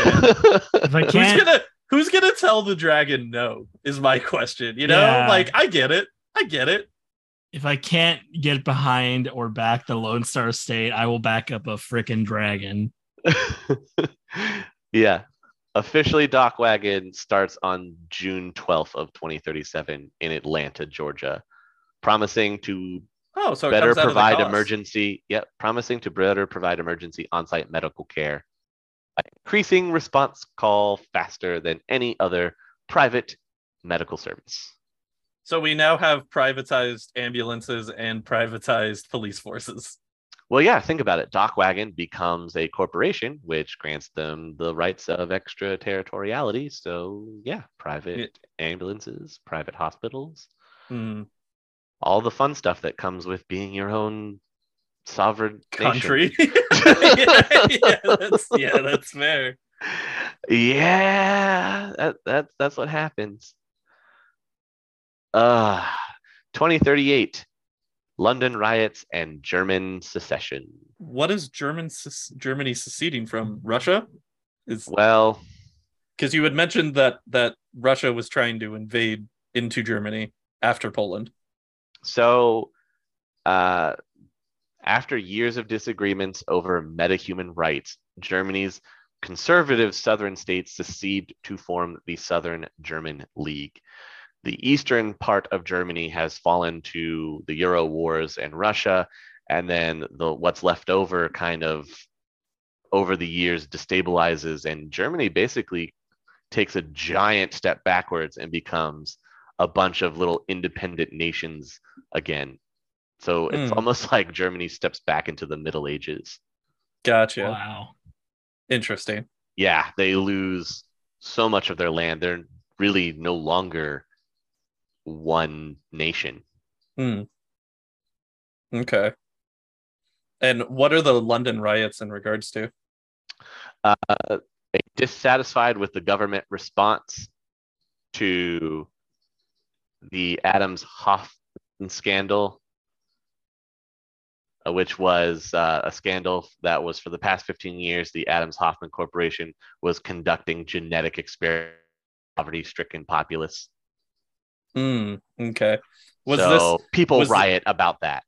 S3: If I
S2: Who's
S3: can't,
S2: gonna Who's gonna tell the dragon no? Is my question. You know,
S3: Yeah.
S2: like I get it. I get it.
S3: if I can't get behind or back the Lone Star State, I will back up a freaking dragon.
S1: yeah. Officially, Dock Wagon starts on June 12th of 2037 in Atlanta, Georgia, promising to
S2: Oh, so it
S1: better
S2: comes out of the
S1: provide
S2: cost.
S1: emergency. Yep, promising to better provide emergency on-site medical care by increasing response call faster than any other private medical service.
S2: So we now have privatized ambulances and privatized police forces.
S1: Well, yeah, think about it. Dockwagon becomes a corporation, which grants them the rights of extraterritoriality. So, yeah, private ambulances, private hospitals,
S2: Hmm.
S1: all the fun stuff that comes with being your own sovereign nation.
S2: Country. yeah, yeah, that's, yeah, that's fair.
S1: yeah, that, that that's what happens. Uh 2038 London riots and German secession.
S2: What is German sec- Germany seceding from Russia? Is
S1: Well,
S2: because you had mentioned that that Russia was trying to invade into Germany after Poland.
S1: so uh after years of disagreements over metahuman rights, Germany's conservative southern states secede to form the Southern German League. The eastern part of Germany has fallen to the Euro wars and Russia, and then the what's left over kind of over the years destabilizes, and Germany basically takes a giant step backwards and becomes a bunch of little independent nations again. So it's
S2: Hmm.
S1: almost like Germany steps back into the Middle Ages.
S2: Gotcha.
S3: Wow.
S2: Interesting.
S1: yeah, they lose so much of their land. They're really no longer one nation.
S2: Hmm. Okay. And what are the London riots in regards to?
S1: Uh, they dissatisfied with the government response to the Adams Hoffman scandal, uh, which was uh, a scandal that was for the past 15 years, the Adams Hoffman Corporation was conducting genetic experiments on poverty stricken populace.
S2: Hmm. Okay. Was
S1: so
S2: this
S1: people
S2: was thi-
S1: riot about that.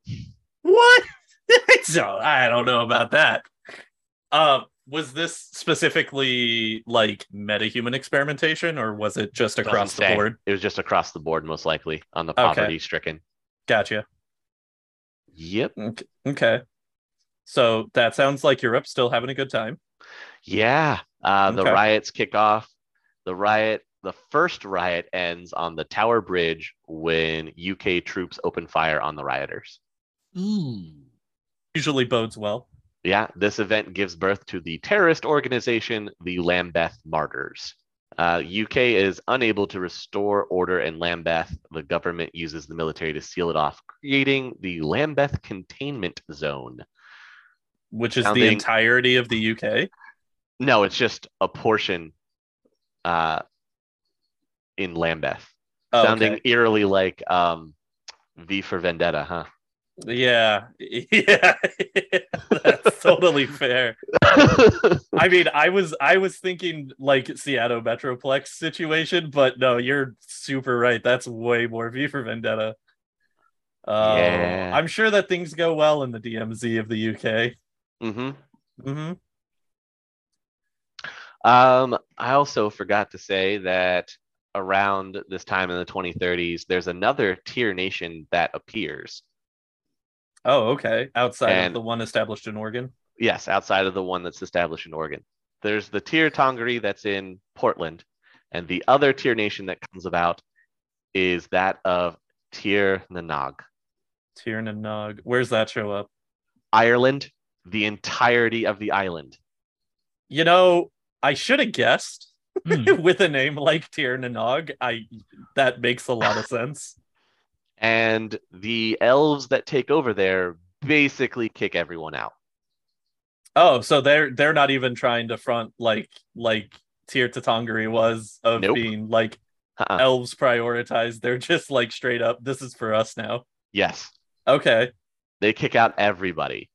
S2: what? so I don't know about that. Um. was this specifically like metahuman experimentation, or was it just
S1: Doesn't
S2: across the
S1: say.
S2: board?
S1: It was just across the board, most likely, on the
S2: Okay.
S1: poverty stricken.
S2: Gotcha.
S1: Yep.
S2: Okay. okay. So that sounds like Europe still having a good time.
S1: Yeah. Uh, The
S2: Okay.
S1: riots kick off. The riot, the first riot ends on the Tower Bridge when UK troops open fire on the rioters.
S2: Usually bodes well.
S1: Yeah, this event gives birth to the terrorist organization, the Lambeth Martyrs. Uh, UK is unable to restore order in Lambeth. The government uses the military to seal it off, creating the Lambeth Containment Zone.
S2: which is the
S1: Sounding-
S2: entirety of the UK.
S1: No, it's just a portion uh, in Lambeth,
S2: Oh,
S1: sounding
S2: okay.
S1: eerily like um, V for Vendetta, huh?
S2: Yeah. Yeah. That's totally fair. I mean, I was I was thinking like Seattle Metroplex situation, but no, you're super right. That's way more V for Vendetta. Uh,
S1: Yeah.
S2: I'm sure that things go well in the DMZ of the UK.
S1: hmm
S2: Mm-hmm.
S1: um, I also forgot to say that around this time in the 2030s, there's another tier nation that appears.
S2: Oh, okay. Outside of
S1: And-
S2: the one established in Oregon.
S1: Yes, outside of the one that's established in Oregon. There's the tier Tongari that's in Portland, and the other tier nation that comes about is that of Tier Nanag.
S2: Tiernan and Nog. Where's that show up?
S1: Ireland, the entirety of the island.
S2: You know, I should have guessed.
S3: Hmm.
S2: with a name like Tyr Nanog, I that makes a lot of sense.
S1: And the elves that take over there basically kick everyone out.
S2: Oh, so they're they're not even trying to front like like Tier Tatongari was of
S1: Nope.
S2: being like
S1: Uh-uh.
S2: elves prioritized. They're just like straight up, this is for us now.
S1: Yes,
S2: Okay.
S1: they kick out everybody.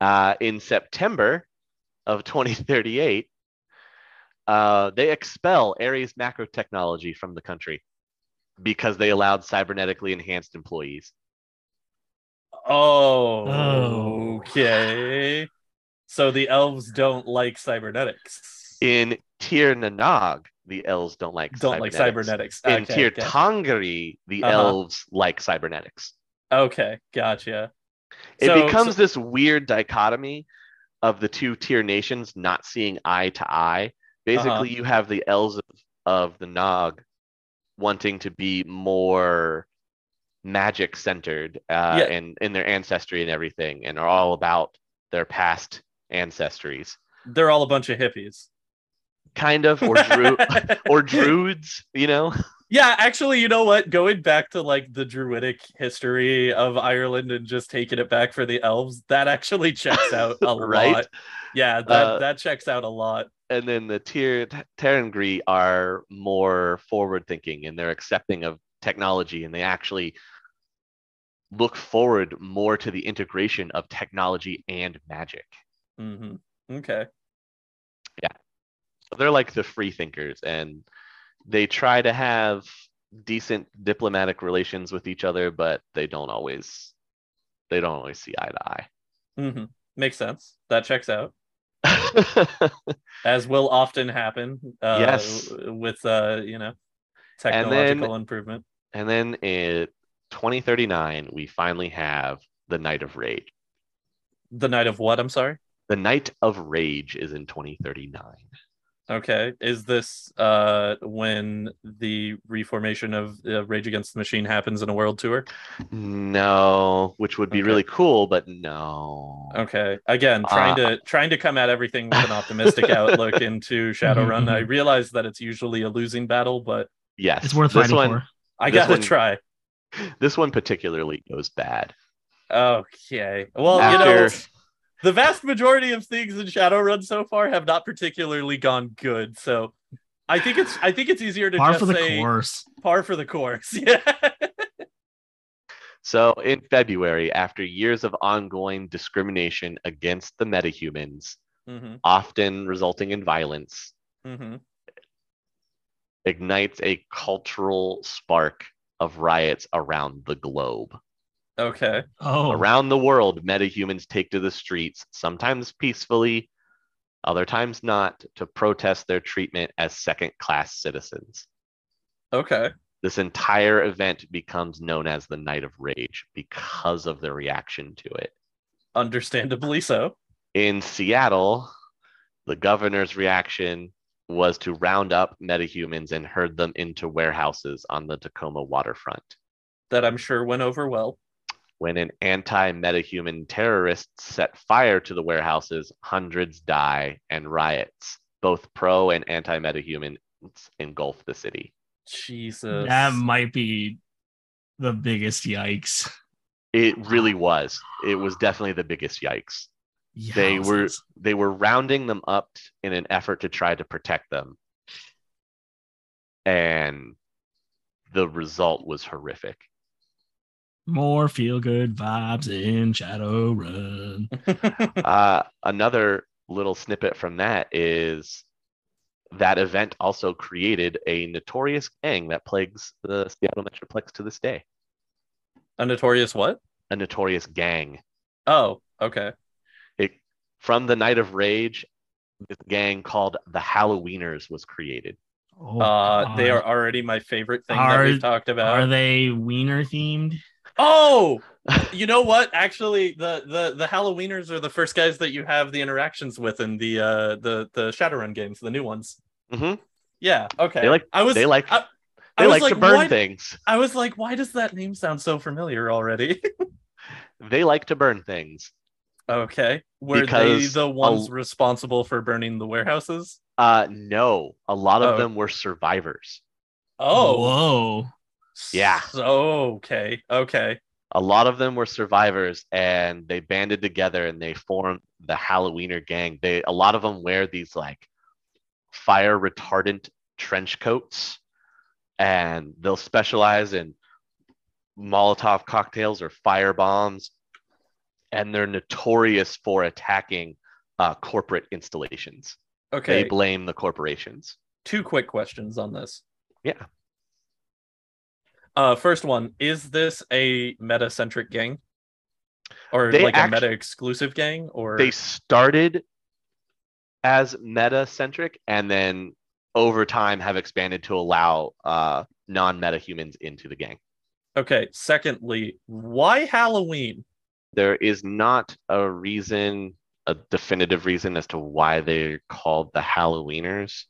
S1: Uh, in September of 2038, uh, they expel Ares Macro Technology from the country because they allowed cybernetically enhanced employees.
S2: Oh,
S3: Oh.
S2: okay. So the elves don't like cybernetics.
S1: In Tir Nanag, the elves don't like
S2: don't like cybernetics.
S1: In
S2: okay,
S1: Tir
S2: okay.
S1: Tongari, the
S2: Uh-huh.
S1: elves like cybernetics.
S2: okay, gotcha.
S1: It
S2: So-
S1: becomes this weird dichotomy of the two tier nations not seeing eye to eye. Basically,
S2: Uh-huh.
S1: you have the elves of, of the Nog wanting to be more magic centered uh,
S2: Yeah.
S1: and in their ancestry and everything, and are all about their past ancestries,
S2: They're all a bunch of hippies.
S1: kind of, or dru- or druids, you know.
S2: Yeah, actually, you know what? Going back to like the druidic history of Ireland and just taking it back for the elves, that actually checks out a
S1: Right?
S2: lot. Yeah, that,
S1: Uh,
S2: that checks out a lot.
S1: and then the tier Terangri are more forward thinking and they're accepting of technology and they actually look forward more to the integration of technology and magic.
S2: hmm Okay.
S1: They're like the free thinkers and they try to have decent diplomatic relations with each other but they don't always they don't always see eye to
S2: hmm Makes sense. That checks out,
S1: eye.
S2: as will often happen. Uh,
S1: Yes.
S2: w- With, uh, you know,
S1: And then-
S2: technological improvement.
S1: and then in 2039 we finally have the Night of Rage.
S2: The night of what? I'm sorry.
S1: The Night of Rage is in 2039.
S2: Okay. Is this uh, when the reformation of uh, Rage Against the Machine happens in a world tour?
S3: Mm.
S1: No, which would be
S2: Okay.
S1: really cool, but no.
S3: Uh,
S2: Okay. Again, trying to trying to come at everything with an optimistic outlook into Shadowrun. I realize that it's usually a losing battle, but
S1: Yes,
S3: It's worth
S1: this
S3: fighting
S1: one.
S2: I
S1: This
S2: gotta
S1: one-
S2: try.
S1: This one particularly goes bad.
S2: Okay. Well, you know,
S1: After
S2: the vast majority of things in Shadowrun so far have not particularly gone good. So I think it's I think it's easier to
S3: for. Par
S2: just
S3: for the
S2: say
S3: course.
S2: par for the course. Yeah.
S1: so in February, after years of ongoing discrimination against the metahumans,
S2: hmm
S1: often resulting in violence,
S2: hmm
S1: ignites a cultural spark of riots around the globe.
S2: Okay.
S3: Oh,
S1: Around the world, metahumans take to the streets, sometimes peacefully, other times not, to protest their treatment as second class citizens.
S2: Okay.
S1: This entire event becomes known as the Night of Rage because of the reaction to it.
S2: Understandably so.
S1: In Seattle, the governor's reaction was to round up metahumans and herd them into warehouses on the Tacoma waterfront.
S2: That I'm sure went over well.
S1: When an anti metahuman terrorist set fire to the warehouses, hundreds die and riots, both pro and anti metahumans, engulf the city.
S2: Jesus.
S3: that might be the biggest yikes.
S1: It really was. It was definitely the biggest yikes. They were
S3: Yowzers.
S1: they were rounding them up in an effort to try to protect them. And the result was horrific.
S3: more feel good vibes in Shadowrun.
S1: uh, another little snippet from that is that event also created a notorious gang that plagues the Seattle Metroplex to this day.
S2: a notorious what?
S1: A notorious gang.
S2: Oh, okay.
S1: It from the Night of Rage, this gang called the Halloweeners was created.
S3: Oh,
S2: uh, they uh, are
S3: God.
S2: already my favorite thing
S3: Are-
S2: that we've talked
S3: Are
S2: about.
S3: they wiener themed?
S2: oh, you know what? Actually, the the the Halloweeners are the first guys that you have the interactions with in the uh the the Shadowrun games, the new ones.
S1: hmm
S2: Yeah. Okay.
S1: They like-
S2: I was.
S1: they like-
S2: I, I
S1: They
S2: was
S1: like, to burn
S2: why,
S1: things.
S2: I was like, why does that name sound so familiar already?
S1: They like to burn things.
S2: okay. Were
S1: Because
S2: they the ones
S1: a-
S2: responsible for burning the warehouses?
S1: Uh, no, a lot of
S2: Oh.
S1: them were survivors.
S2: Oh.
S3: whoa!
S1: Yeah.
S2: So, okay. Okay.
S1: a lot of them were survivors and they banded together and they formed the Halloweener gang. They a lot of them wear these like fire retardant trench coats and they'll specialize in Molotov cocktails or fire bombs and they're notorious for attacking uh, corporate installations.
S2: Okay.
S1: They blame the corporations.
S2: Two quick questions on this.
S1: Yeah.
S2: Uh, first one is this a meta centric gang, or
S1: They
S2: like
S1: actu-
S2: a meta exclusive gang, or
S1: They started as meta centric and then over time have expanded to allow uh, non meta humans into the gang.
S2: okay? Secondly, why Halloween?
S1: There is not a reason, a definitive reason as to why they're called the Halloweeners,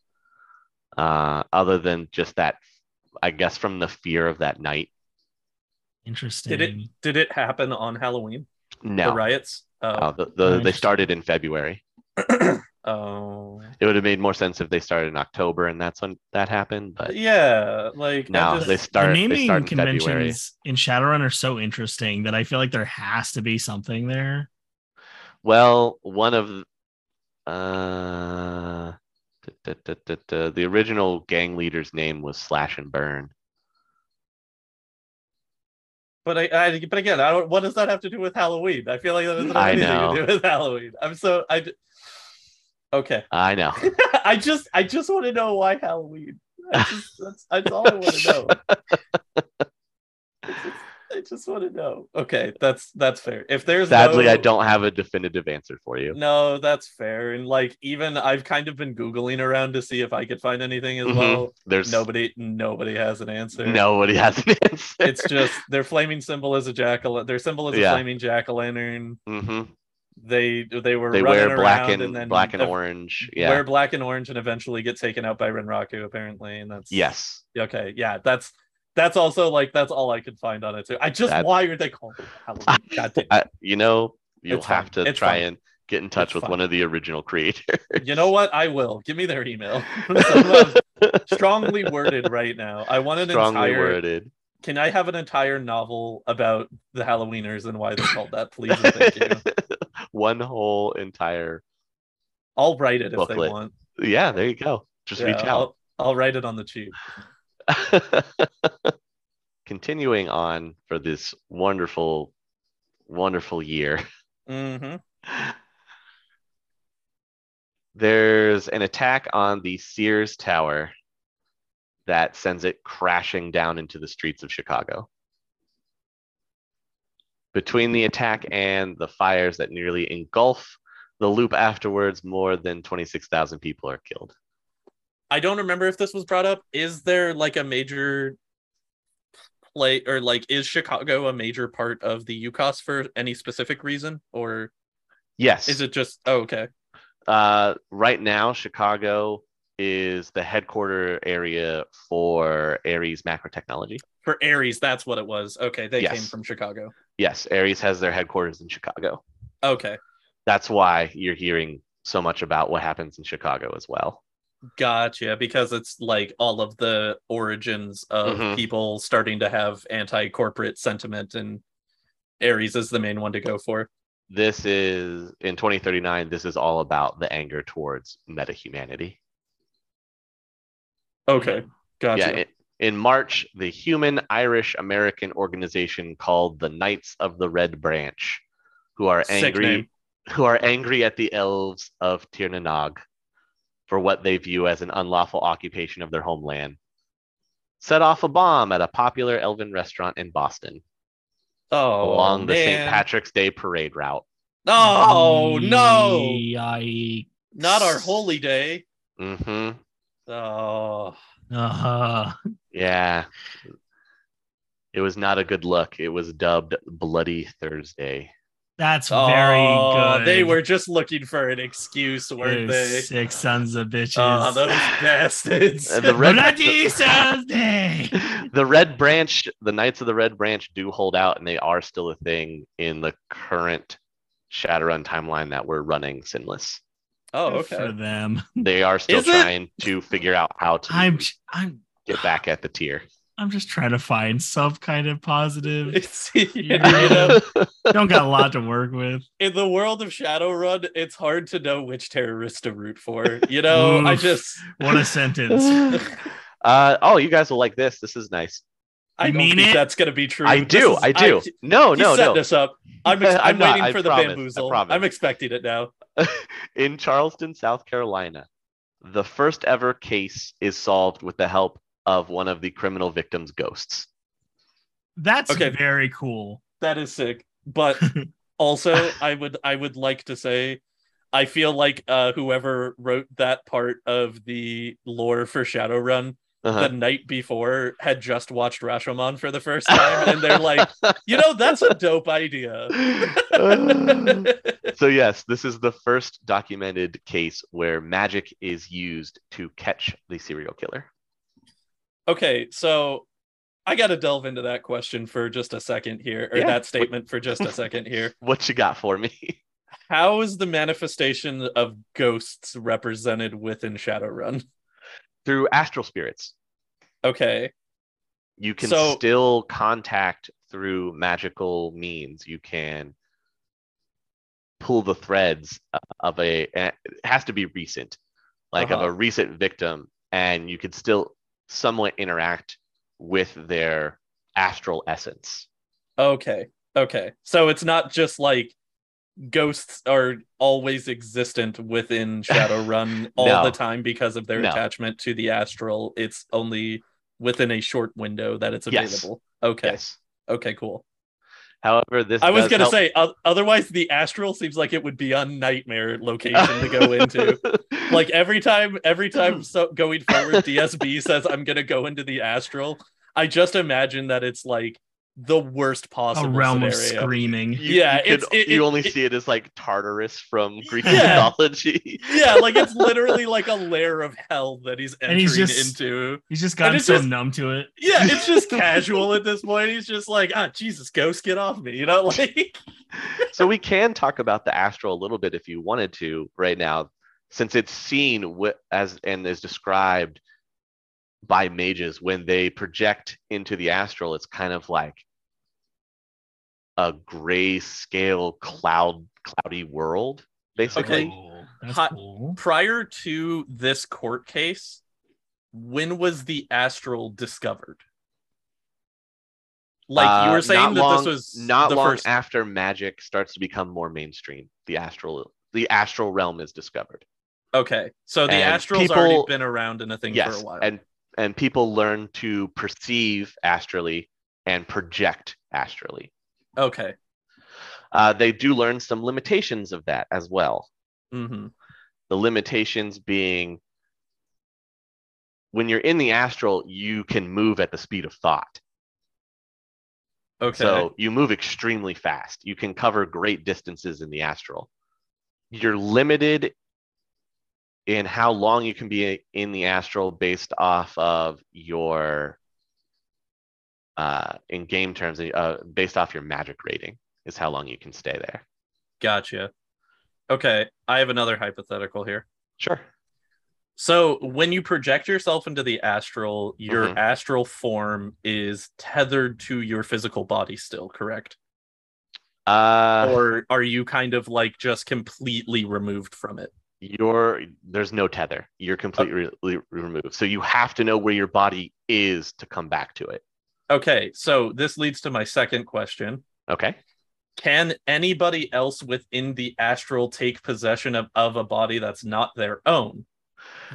S1: uh, other than just that, I guess, from the fear of that night.
S3: Interesting.
S2: Did it did it happen on Halloween? The
S1: No,
S2: riots.
S1: uh,
S2: Oh,
S1: the, the, they
S3: Interesting.
S1: started in February.
S2: oh,
S1: It would have made more sense if they started in October, and that's when that happened. But
S2: yeah. Like I
S1: no,
S2: just-
S1: they start.
S3: the
S1: They
S3: naming
S1: start in
S3: conventions
S1: February.
S3: in Shadowrun are so interesting that I feel like there has to be something there.
S1: Well, one of uh, da- da- da- da- da- the original gang leader's name was Slash and Burn.
S2: But I, I, but again, I don't. What does that have to do with Halloween? I feel like that doesn't have
S1: I
S2: anything
S1: know.
S2: to do with Halloween. I'm so I. d- Okay,
S1: I know.
S2: I just, I just want to know why Halloween. I just, that's, that's all I want to know. I just, I just want to know. Okay, that's that's fair. If there's
S1: Sadly, I
S2: no-
S1: don't have a definitive answer for you.
S2: No, that's fair. And like, even I've kind of been googling around to see if I could find anything as
S1: Mhm.
S2: well.
S1: There's
S2: Nobody, nobody has an answer.
S1: nobody has an answer.
S2: It's just their flaming symbol is a jack o' their symbol is a
S1: Yeah.
S2: flaming jack o' lantern.
S1: Mhm.
S2: they they were
S1: they
S2: running
S1: wear black
S2: around
S1: and,
S2: then
S1: black and
S2: ev-
S1: orange. Yeah.
S2: wear black and orange and eventually get taken out by Renraku apparently and that's
S1: Yes.
S2: okay yeah that's that's also like that's all I could find on it too I just
S1: That-
S2: why are they called Halloween God damn.
S1: I, you know, you'll
S2: It's
S1: have
S2: fine.
S1: to
S2: It's
S1: try
S2: fine.
S1: and get in touch
S2: It's
S1: with
S2: fine.
S1: one of the original creators.
S2: you know what I will give me their email Somehow strongly worded right now I want an
S1: Strongly
S2: entire
S1: worded.
S2: can I have an entire novel about the Halloweeners and why they're called that please and thank you
S1: one whole entire.
S2: I'll write it if they
S1: Booklet.
S2: want
S1: Yeah, there you go. Just
S2: Yeah,
S1: reach out.
S2: I'll, I'll write it on the cheap
S1: continuing on for this wonderful, wonderful year,
S2: hmm
S1: there's an attack on the Sears Tower that sends it crashing down into the streets of Chicago. Between the attack and the fires that nearly engulf the loop afterwards, more than 26,000 people are killed.
S2: I don't remember if this was brought up. Is there like a major play or like is Chicago a major part of the UCOS for any specific reason? Or
S1: Yes.
S2: is it just oh okay.
S1: Uh, right now, Chicago is the headquarter area for Aries Macro Technology.
S2: For Aries, that's what it was. Okay, they
S1: Yes.
S2: came from Chicago.
S1: Yes, Aries has their headquarters in Chicago.
S2: Okay,
S1: That's why you're hearing so much about what happens in Chicago as well.
S2: gotcha. Because it's like all of the origins of
S1: Mhm.
S2: people starting to have anti-corporate sentiment and Aries is the main one to go for.
S1: This is in 2039. This is all about the anger towards meta humanity.
S2: Okay, gotcha.
S1: Mm-hmm. Yeah. i- in March, the human Irish American organization called the Knights of the Red Branch, who are
S2: Sick name.
S1: angry, who are angry at the elves of Tir na N-Og for what they view as an unlawful occupation of their homeland, set off a bomb at a popular elven restaurant in Boston
S2: oh,
S1: along the St.
S2: man.
S1: Patrick's Day parade route.
S2: Oh no,
S3: I,
S2: not our holy day.
S1: hmm
S2: Oh,
S3: uh,
S1: Yeah. It was not a good look. It was dubbed Bloody Thursday.
S3: that's very
S2: Oh,
S3: good.
S2: They were just looking for an excuse, weren't
S3: Those
S2: they?
S3: Sick sons of bitches.
S2: Oh, those bastards.
S1: And the red-
S3: Bloody Thursday.
S1: the red branch the knights of the red branch do hold out and they are still a thing in the current shadowrun timeline that we're running sinless
S2: oh,
S3: Good For
S2: okay.
S3: them.
S1: they are still
S2: Is it?
S1: trying to figure out how to
S3: I'm I'm
S1: get back at the tier
S3: I'm just trying to find some kind of positive.
S2: It's, yeah, you know,
S3: Yeah. Don't got a lot to work with.
S2: in the world of Shadowrun, it's hard to know which terrorist to root for. You know, I
S3: Oof.
S2: just
S3: What a sentence.
S1: uh, oh, you guys will like this. This is nice.
S2: I
S3: You
S2: don't
S3: mean
S2: think
S3: it?
S2: that's gonna be true.
S1: I
S2: This
S1: do.
S2: is-
S1: I do. no,
S2: he's
S1: no,
S2: setting
S1: no.
S2: us up. I'm, ex- I'm,
S1: I'm not,
S2: waiting
S1: I
S2: for
S1: promise, I
S2: the bamboozle.
S1: promise.
S2: I'm expecting it now.
S1: In Charleston, South Carolina, the first ever case is solved with the help of one of the criminal victim's ghosts.
S3: That's
S2: Okay.
S3: very cool.
S2: That is sick. But also, I would I would like to say, I feel like uh, whoever wrote that part of the lore for Shadowrun
S1: Uh-huh.
S2: the night before had just watched Rashomon for the first time, and they're like, you know, that's a dope idea.
S1: so yes, this is the first documented case where magic is used to catch the serial killer.
S2: okay, so I got to delve into that question for just a second here, or
S1: Yeah.
S2: that statement for just a second here.
S1: What you got for me?
S2: How is the manifestation of ghosts represented within Shadowrun?
S1: Through astral spirits,
S2: Okay,
S1: you can
S2: So-
S1: still contact through magical means. You can pull the threads of a it has to be recent, like of
S2: Uh-huh.
S1: a recent victim, and you could still somewhat interact with their astral essence.
S2: okay, okay. So it's not just like ghosts are always existent within Shadowrun all
S1: No.
S2: the time because of their
S1: No.
S2: attachment to the astral. It's only within a short window that it's
S1: Yes.
S2: available. Okay,
S1: Yes.
S2: okay, cool.
S1: However, this
S2: I was
S1: does
S2: gonna
S1: help-
S2: say, o- otherwise, the astral seems like it would be a nightmare location to go into. like every time, every time so going forward, DSB says I'm gonna go into the astral. I just imagine that it's like the worst
S3: A
S2: possible
S3: realm of
S2: scenario.
S3: screaming.
S1: You-
S2: yeah,
S1: you, could-
S2: it's- it-
S1: you
S2: it-
S1: only
S2: it-
S1: see it as like Tartarus from Greek
S2: Yeah.
S1: mythology.
S2: yeah, like it's literally like a layer of hell that he's entering
S3: And he's just-
S2: into.
S3: He's just gotten
S2: it's
S3: so
S2: just-
S3: numb to it.
S2: Yeah, it's just casual at this point. He's just like, ah, Jesus, ghost, get off me. You know, like
S1: so we can talk about the astral a little bit if you wanted to right now, since it's seen wi- as and is described by mages when they project into the astral. It's kind of like a grayscale cloud, cloudy world, basically. Uh,
S3: Cool. Oh, That's
S2: Hot-
S3: cool.
S2: prior to this court case, when was the astral discovered? Like you
S1: Uh,
S2: were saying
S1: not
S2: that
S1: long-
S2: this was
S1: not
S2: the
S1: long
S2: first.
S1: after magic starts to become more mainstream. The astral the astral realm is discovered.
S2: okay, so the
S1: and
S2: astral's
S1: people-
S2: already been around in a thing
S1: yes,
S2: for a while.
S1: and and people learn to perceive astrally and project astrally.
S2: okay.
S1: Uh, they do learn some limitations of that as well.
S2: hmm
S1: The limitations being when you're in the astral, you can move at the speed of thought.
S2: Okay.
S1: So you move extremely fast. You can cover great distances in the astral. You're limited in how long you can be in the astral based off of your, uh, in game terms, uh, based off your magic rating is how long you can stay there.
S2: gotcha. Okay, I have another hypothetical here.
S1: Sure.
S2: So when you project yourself into the astral, your
S1: Mhm.
S2: astral form is tethered to your physical body still, correct?
S1: Uh,
S2: or are you kind of like just completely removed from it?
S1: you're there's no tether. You're completely re- removed. So you have to know where your body is to come back to it.
S2: Okay, so this leads to my second question.
S1: Okay.
S2: Can anybody else within the astral take possession of, of a body that's not their own?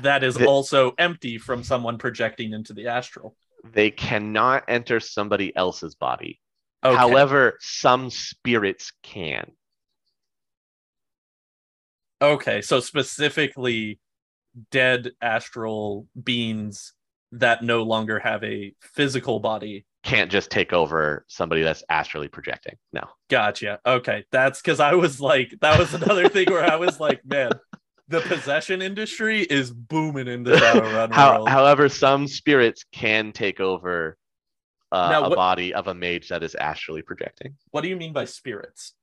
S2: That is
S1: The-
S2: also empty from someone projecting into the astral.
S1: They cannot enter somebody else's body.
S2: Okay.
S1: However, some spirits can.
S2: okay, so specifically dead astral beings that no longer have a physical body
S1: Can't just take over somebody that's astrally projecting. No.
S2: Gotcha. Okay. That's because I was like, that was another thing where I was like, man, the possession industry is booming in the Shadowrun
S1: How,
S2: world.
S1: however, some spirits can take over uh,
S2: Now,
S1: a
S2: what-
S1: body of a mage that is astrally projecting.
S2: what do you mean by spirits?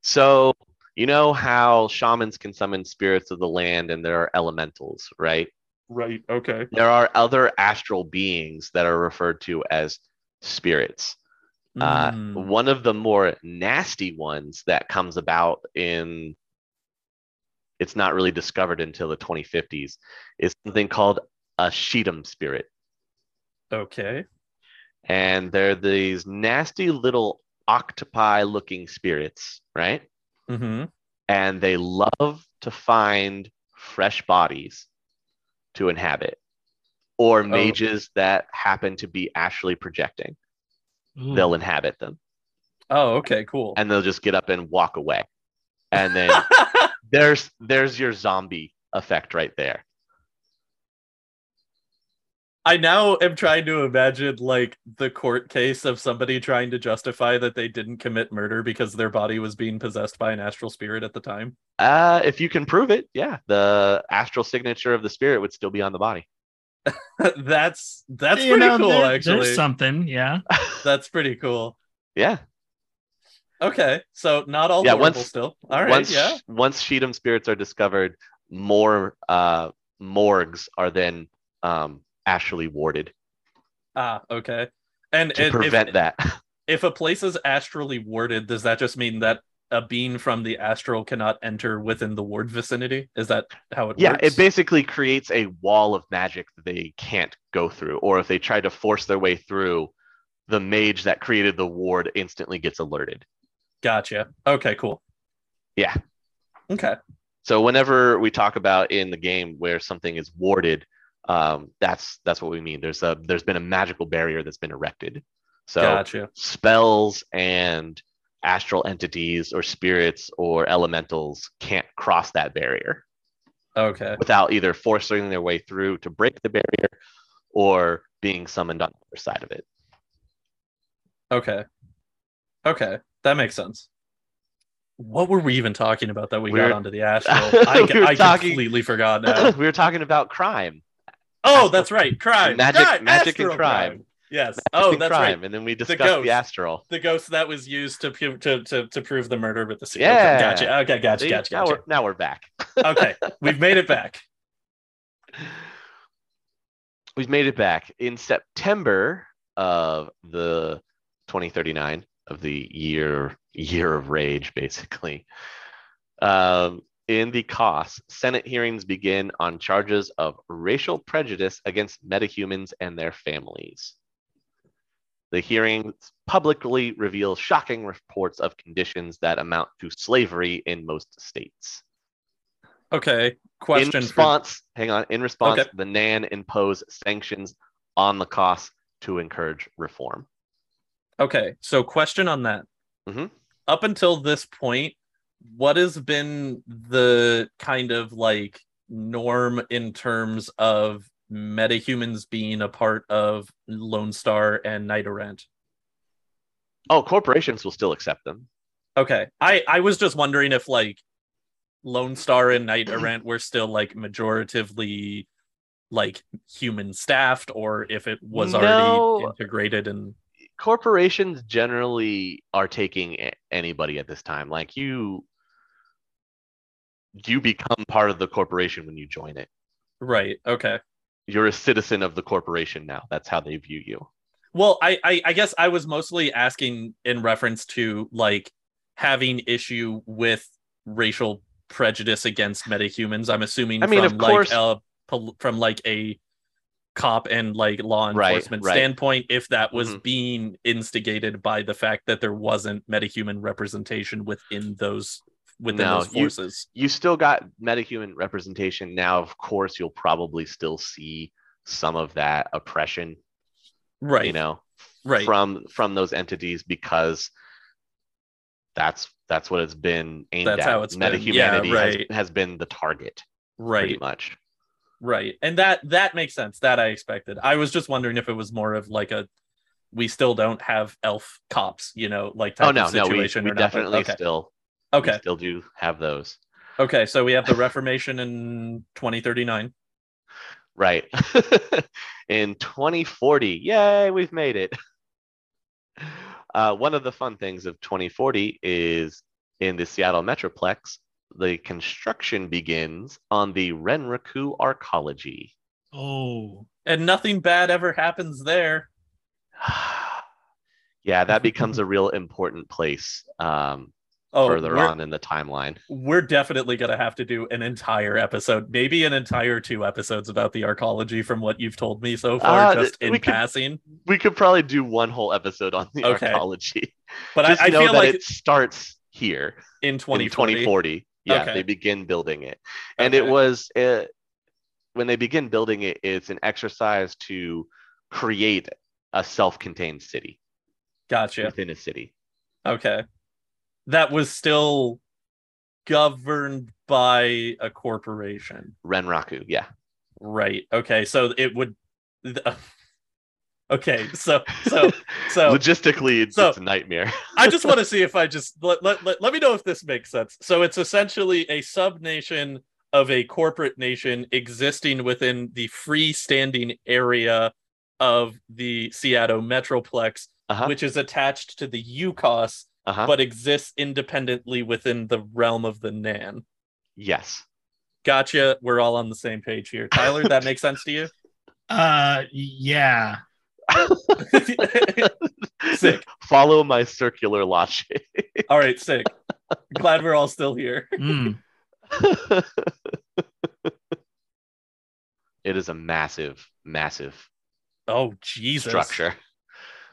S1: So, you know how shamans can summon spirits of the land and there are elementals, right?
S2: Right. Okay.
S1: There are other astral beings that are referred to as spirits. Uh,
S2: Mm.
S1: One of the more nasty ones that comes about in it's not really discovered until the 2050s is something called a Sheetum spirit.
S2: Okay.
S1: And they're these nasty little octopi looking spirits, right?
S2: Mm-hmm.
S1: and they love to find fresh bodies to inhabit or mages that happen to be actually projecting
S3: Ooh.
S1: they'll inhabit them
S2: Oh, okay. Cool.
S1: and they'll just get up and walk away and then there's there's your zombie effect right there
S2: I now am trying to imagine like the court case of somebody trying to justify that they didn't commit murder because their body was being possessed by an astral spirit at the time.
S1: uh, if you can prove it yeah the astral signature of the spirit would still be on the body
S2: that's that's
S3: You
S2: pretty
S3: know,
S2: cool,
S3: there-
S2: actually.
S3: There's something, yeah.
S2: That's pretty cool.
S1: yeah
S2: Okay, so not all
S1: Yeah,
S2: horrible
S1: once-
S2: still. All right,
S1: once
S2: yeah.
S1: once sheetum spirits are discovered more uh, morgues are then um, actually warded
S2: Ah, okay. And,
S1: to
S2: and
S1: prevent
S2: if,
S1: that
S2: if a place is astrally warded, does that just mean that a being from the astral cannot enter within the ward vicinity? Is that how it
S1: Yeah,
S2: works?
S1: it basically creates a wall of magic that they can't go through. Or if they try to force their way through, the mage that created the ward instantly gets alerted.
S2: gotcha. Okay, cool.
S1: Yeah.
S2: Okay.
S1: So whenever we talk about in the game where something is warded, um, that's that's what we mean. There's a there's been a magical barrier that's been erected. So
S2: Gotcha.
S1: spells and astral entities or spirits or elementals can't cross that barrier.
S2: Okay.
S1: without either forcing their way through to break the barrier or being summoned on the other side of it.
S2: Okay. Okay. That makes sense. What were we even talking about that we got
S1: We're-
S2: onto the astral? I,
S1: We were
S2: I
S1: talking-
S2: completely forgot now.
S1: we were talking about crime,
S2: Oh, that's right. Crime.
S1: Magic-
S2: Crime.
S1: magic and
S2: Astral
S1: crime.
S2: Yes. oh,
S1: and
S2: that's
S1: crime,
S2: right.
S1: and then we discussed the,
S2: ghost.
S1: astral.
S2: The ghost that was used to pu- to, to to prove the murder with the seal.
S1: Yeah.
S2: Gotcha. Okay. Gotcha.
S1: See,
S2: Gotcha.
S1: now,
S2: gotcha.
S1: We're, now we're back.
S2: okay. We've made it back.
S1: We've made it back in September of the 2039 of the year year of rage, basically. Um, in the COS, Senate hearings begin on charges of racial prejudice against metahumans and their families. The hearings publicly reveal shocking reports of conditions that amount to slavery in most states
S2: Okay. Question.
S1: in
S2: for-
S1: response, hang on. In response,
S2: Okay.
S1: the NAN imposed sanctions on the cost to encourage reform.
S2: okay. So question on that.
S1: Mhm.
S2: Up until this point, what has been the kind of like norm in terms of metahumans being a part of Lone Star and Nidoran?
S1: Oh, corporations will still accept them.
S2: Okay. I I was just wondering if like Lone Star and Knight Errant were still like majoritively like human staffed or if it was already
S1: No.
S2: integrated and
S1: Corporations generally are taking a- anybody at this time. Like you, you become part of the corporation when you join it.
S2: right. Okay.
S1: You're a citizen of the corporation now. That's how they view you.
S2: Well, I, I I guess I was mostly asking in reference to like having issue with racial prejudice against metahumans. I'm assuming
S1: I mean,
S2: from
S1: of
S2: like
S1: course-
S2: a pol- from like a cop and like law
S1: Right,
S2: enforcement
S1: right.
S2: standpoint if that was
S1: Mhm.
S2: being instigated by the fact that there wasn't metahuman representation within those within
S1: No,
S2: those
S1: you-
S2: forces.
S1: you still got metahuman representation now. Of course, you'll probably still see some of that oppression.
S2: right.
S1: You know,
S2: right.
S1: from from those entities because that's that's what it's been aimed
S2: That's
S1: at.
S2: how it's been.
S1: Metahumanity
S2: Yeah,
S1: has-
S2: right.
S1: has, been the target pretty
S2: right.
S1: much.
S2: Right. And that that makes sense. That I expected. I was just wondering if it was more of like a we still don't have elf cops, you know, like type
S1: Oh no,
S2: of
S1: no, we, we
S2: situation or not, but-
S1: definitely
S2: okay.
S1: still we
S2: okay.
S1: still do have those.
S2: Okay. So we have the Reformation in 2039.
S1: Right. In 2040, yay, we've made it. Uh, one of the fun things of 2040 is in the Seattle Metroplex, the construction begins on the Renraku Arcology.
S3: Oh,
S2: and nothing bad ever happens there.
S1: yeah, that becomes a real important place um,
S2: Oh,
S1: further
S2: we're,
S1: on in the timeline.
S2: we're definitely gonna have to do an entire episode, maybe an entire two episodes about the arcology from what you've told me so far,
S1: Ah,
S2: just
S1: th-
S2: in
S1: we could-
S2: passing.
S1: We could probably do one whole episode on the
S2: Okay.
S1: archaeology.
S2: But
S1: Just
S2: I, I
S1: know
S2: feel
S1: that
S2: like
S1: it starts here
S2: in
S1: in
S2: 2040,
S1: 2040. Yeah,
S2: Okay.
S1: they begin building it, and it
S2: Okay.
S1: was uh, when they begin building it. It's an exercise to create a self-contained city
S2: gotcha.
S1: within a city.
S2: Okay. That was still governed by a corporation.
S1: Renraku, yeah.
S2: Right. Okay. So it would th- Okay, so so so
S1: logistically, it's,
S2: so-
S1: it's a nightmare.
S2: I just want to see if I just let, let, let, let me know if this makes sense. So it's essentially a sub nation of a corporate nation existing within the freestanding area of the Seattle Metroplex,
S1: Uh-huh.
S2: which is attached to the UCOS
S1: uh-huh.
S2: but exists independently within the realm of the Nan.
S1: yes.
S2: Gotcha. We're all on the same page here. Tyler, that makes sense to you?
S3: uh, yeah.
S2: Sick.
S1: Follow my circular logic.
S2: all right, sick. Glad we're all still here.
S3: Mm.
S1: it is a massive, massive
S2: Oh, Jesus.
S1: structure.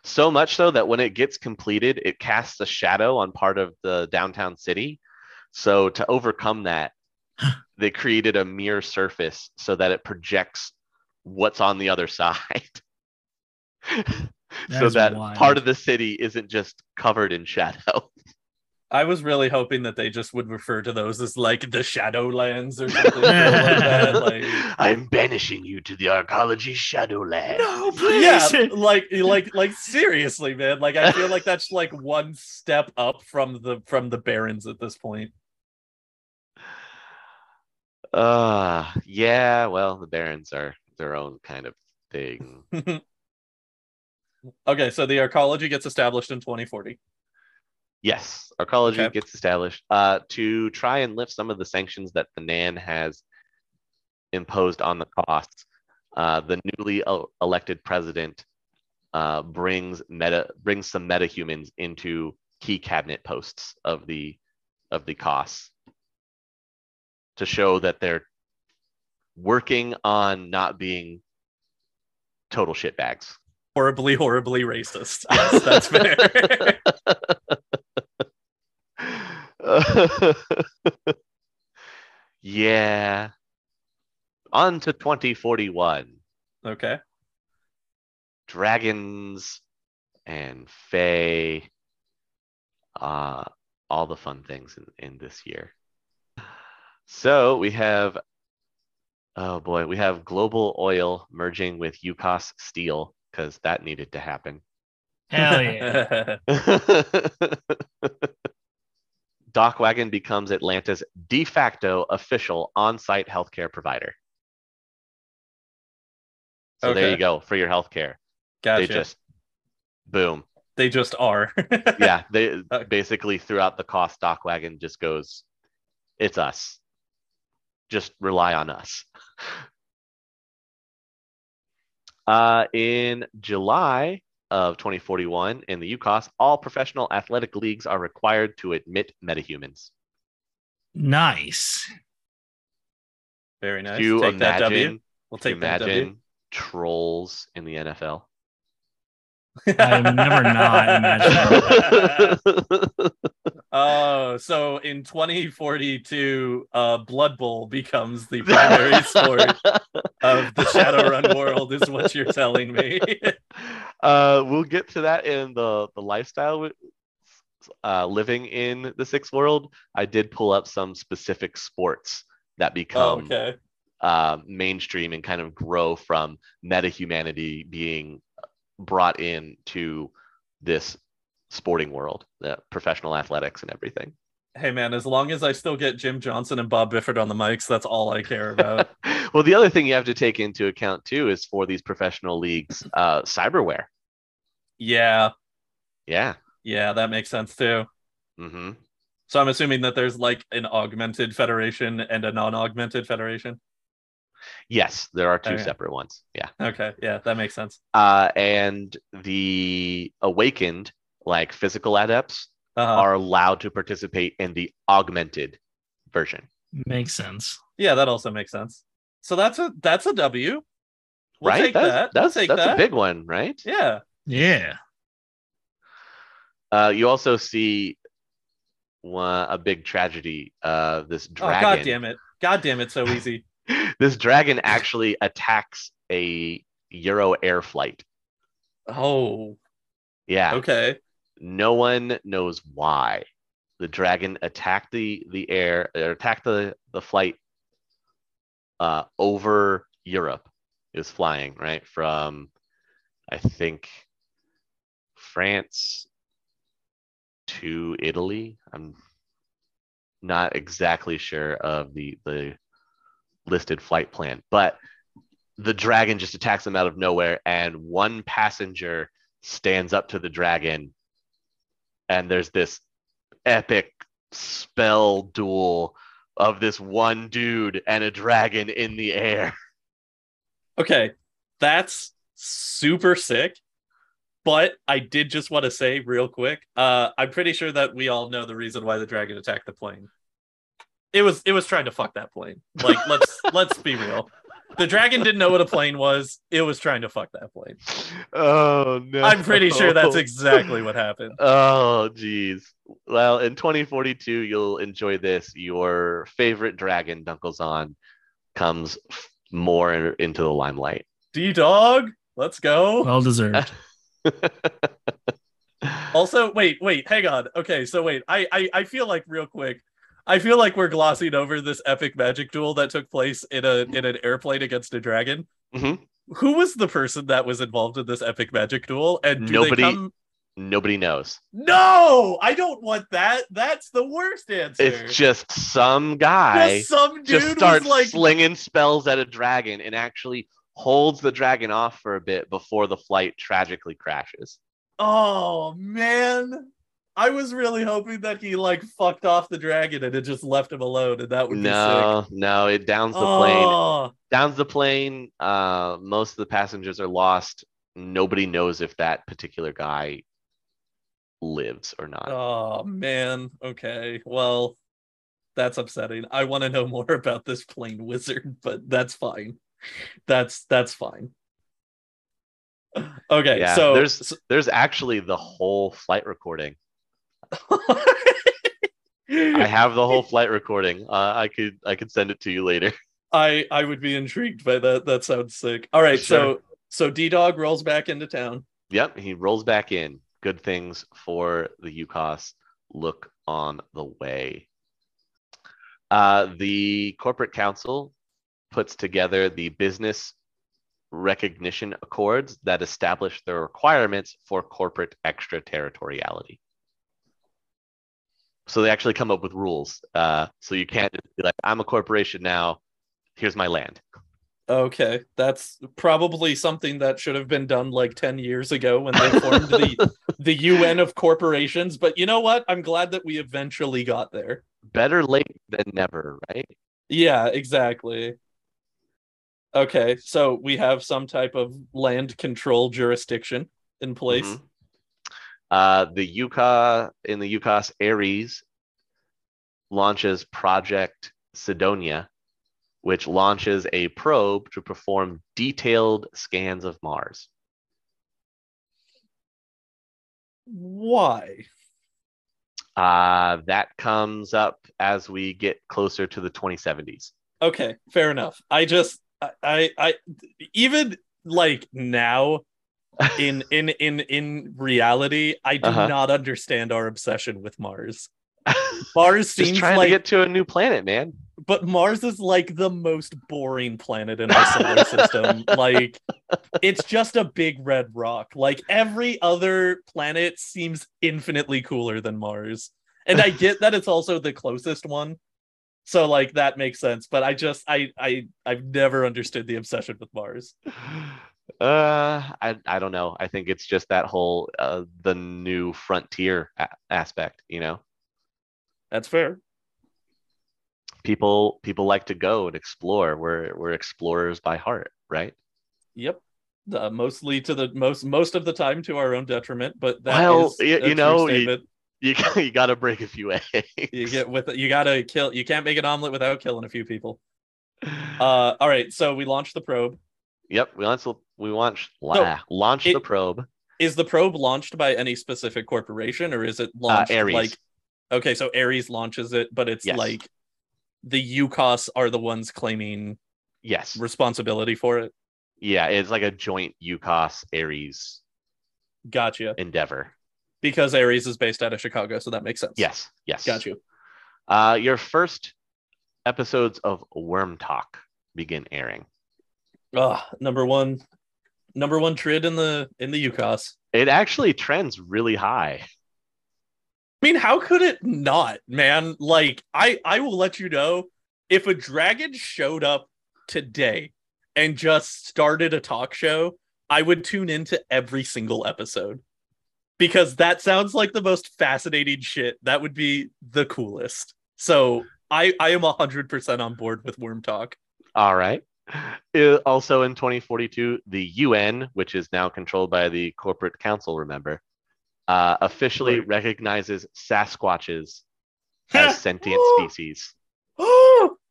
S1: So much so that when it gets completed, it casts a shadow on part of the downtown city. So to overcome that, they created a mirror surface so that it projects what's on the other side. so
S3: is
S1: that
S3: wild.
S1: part of the city isn't just covered in shadow.
S2: I was really hoping that they just would refer to those as like the Shadowlands or something. like that. Like,
S1: I'm banishing you to the archaeology shadowland.
S3: No,
S2: yeah,
S3: please.
S2: like like like seriously, man. Like I feel like that's like one step up from the from the Barons at this point.
S1: Uh yeah, well, the barons are their own kind of thing.
S2: Okay, so the archaeology gets established in 2040.
S1: Yes, archaeology
S2: Okay.
S1: gets established uh, to try and lift some of the sanctions that the Nan has imposed on the costs. Uh, the newly el- elected president uh, brings meta brings some metahumans into key cabinet posts of the of the costs to show that they're working on not being total shitbags.
S2: Horribly, horribly racist. Yes, that's fair.
S1: yeah. On to 2041.
S2: okay.
S1: Dragons and Fae. Uh, all the fun things in, in this year. So we have, oh boy, we have global oil merging with UCOS steel because that needed to happen.
S3: Hell yeah.
S1: Dockwagon becomes Atlanta's de facto official on site healthcare provider. So there
S2: Okay.
S1: you go for your healthcare.
S2: gotcha.
S1: They just, boom.
S2: are.
S1: Yeah. They basically throughout the cost, Dockwagon just goes, it's us. Just rely on us. Uh, in July of 2041, in the UCOS, all professional athletic leagues are required to admit metahumans.
S3: Nice.
S2: Very nice.
S1: Do you
S2: Take that W.
S1: imagine,
S2: We'll
S1: do you
S2: take that W.
S1: imagine trolls in the NFL?
S3: I've never not imagined
S2: Oh, so in 2042, uh, Blood Bowl becomes the primary sport of the Shadowrun world, is what you're telling me.
S1: uh, we'll get to that in the the lifestyle wi- uh, living in the sixth world. I did pull up some specific sports that
S2: oh,
S1: become
S2: okay.
S1: uh, mainstream and kind of grow from meta humanity being brought in to this sporting world, the professional athletics and everything.
S2: Hey, man, as long as I still get Jim Johnson and Bob Bifford on the mics, that's all I care about.
S1: well, the other thing you have to take into account too is for these professional leagues, uh, cyberware.
S2: yeah.
S1: Yeah.
S2: Yeah, that makes sense too.
S1: hmm
S2: So I'm assuming that there's like an augmented federation and a non-augmented federation.
S1: Yes, there are two
S2: Okay.
S1: separate ones. Yeah.
S2: Okay, yeah, that makes sense.
S1: Uh, and the awakened, like physical adepts,
S2: Uh-huh.
S1: are allowed to participate in the augmented version.
S3: Makes sense.
S2: Yeah, that also makes sense. So that's a that's a W. We'll
S1: right?
S2: take
S1: that's
S2: that.
S1: that's,
S2: we'll take
S1: that's
S2: that.
S1: a big one, right?
S2: Yeah.
S3: Yeah.
S1: Uh, you also see one, a big tragedy. Uh, this dragon.
S2: Oh god damn it. God damn it, so easy.
S1: This dragon actually attacks a Euro air flight.
S2: oh,
S1: Yeah.
S2: okay.
S1: No one knows why. The dragon attacked the the air or attacked the the flight uh, over Europe. It was flying right from, I think, France to Italy. I'm not exactly sure of the the listed flight plan, but the dragon just attacks them out of nowhere, and one passenger stands up to the dragon, and there's this epic spell duel of this one dude and a dragon in the air.
S2: Okay. That's super sick. But I did just want to say real quick, uh, I'm pretty sure that we all know the reason why the dragon attacked the plane. It was it was trying to fuck that plane. Like let's let's be real. The dragon didn't know what a plane was. It was trying to fuck that plane.
S1: Oh no!
S2: I'm pretty sure that's exactly what happened.
S1: Oh jeez. Well, in 2042, you'll enjoy this. Your favorite dragon, Dunkelzon, comes f- more in- into the limelight.
S2: D dog, let's go.
S3: Well deserved.
S2: Also, wait, wait, hang on. Okay, so wait, I, I I feel like real quick, I feel like we're glossing over this epic magic duel that took place in a in an airplane against a dragon.
S1: Mhm.
S2: Who was the person that was involved in this epic magic duel? And do
S1: Nobody-
S2: They come...
S1: Nobody knows.
S2: No, I don't want that. That's the worst answer.
S1: It's just some guy.
S2: Just some dude
S1: just starts
S2: was like,
S1: slinging spells at a dragon and actually holds the dragon off for a bit before the flight tragically crashes.
S2: "Oh man." I was really hoping that he like fucked off the dragon and it just left him alone, and that would be sick.
S1: No, no, it downs the plane.
S2: oh.
S1: Downs the plane. Uh, most of the passengers are lost. Nobody knows if that particular guy lives or not.
S2: Oh man. Okay. Well, that's upsetting. I want to know more about this plain wizard, but that's fine. That's that's fine. Okay,
S1: yeah,
S2: so
S1: there's there's actually the whole flight recording. I have the whole flight recording. Uh, I could I could send it to you later.
S2: I I would be intrigued by that. That sounds sick. All right,
S1: Sure.
S2: so so D Dog rolls back into town.
S1: Yep, he rolls back in. Good things for the UCOS. Look on the way. Uh, the corporate council puts together the business recognition accords that establish the requirements for corporate extraterritoriality. So they actually come up with rules. Uh, so you can't just be like, "I'm a corporation now. Here's my land."
S2: Okay, that's probably something that should have been done like 10 years ago when they formed the the UN of corporations, but you know what? I'm glad that we eventually got there.
S1: Better late than never, right?
S2: Yeah, exactly. Okay, so we have some type of land control jurisdiction in place.
S1: Mhm. Uh, the Yuka in the Yukos Ares launches Project Sidonia, which launches a probe to perform detailed scans of Mars.
S2: Why?
S1: Uh, that comes up as we get closer to the 2070s.
S2: Okay, fair enough. I just I I, I even like now in in in in reality, I do
S1: Uh-huh.
S2: not understand our obsession with Mars. Mars
S1: Just
S2: seems
S1: trying
S2: like
S1: to get to a new planet, man.
S2: but Mars is like the most boring planet in our solar system. Like it's just a big red rock. Like every other planet seems infinitely cooler than Mars. And I get that it's also the closest one. So like that makes sense, but I just I I I've never understood the obsession with Mars.
S1: Uh, I, I don't know. I think it's just that whole uh, the new frontier a- aspect, you know?
S2: That's fair.
S1: people people like to go and explore. We're we're explorers by heart, right?
S2: Yep. Uh, mostly to the most most of the time to our own detriment, but that
S1: Well,
S2: is
S1: you-
S2: a
S1: you
S2: true
S1: know, you-
S2: statement.
S1: You you got to break a few eggs.
S2: you get with you gotta kill you can't make an omelet without killing a few people uh all right so we launched the probe
S1: yep, we launched the- we launched
S2: No,
S1: launch the
S2: it-
S1: probe. uh,
S2: is the probe launched by any specific corporation or is it launched
S1: Uh, Ares.
S2: like okay so ares launches it but it's
S1: Yes.
S2: like the ucos are the ones claiming
S1: Yes.
S2: responsibility for it
S1: Yeah, it's like a joint UCOS Ares
S2: gotcha
S1: endeavor.
S2: because ares is based out of chicago so that makes sense
S1: Yes. Yes.
S2: got you
S1: Uh, your first episodes of Worm Talk begin airing.
S2: ah number one number one trid in the in the ucos
S1: It actually trends really high.
S2: I mean, how could it not, man? Like, I I will let you know if a dragon showed up today and just started a talk show, I would tune into every single episode because that sounds like the most fascinating shit. That would be the coolest. So I I am hundred percent on board with Worm Talk.
S1: All right. Uh, also in 2042, the UN, which is now controlled by the Corporate Council, remember, uh, officially
S2: Right.
S1: recognizes Sasquatches as sentient species.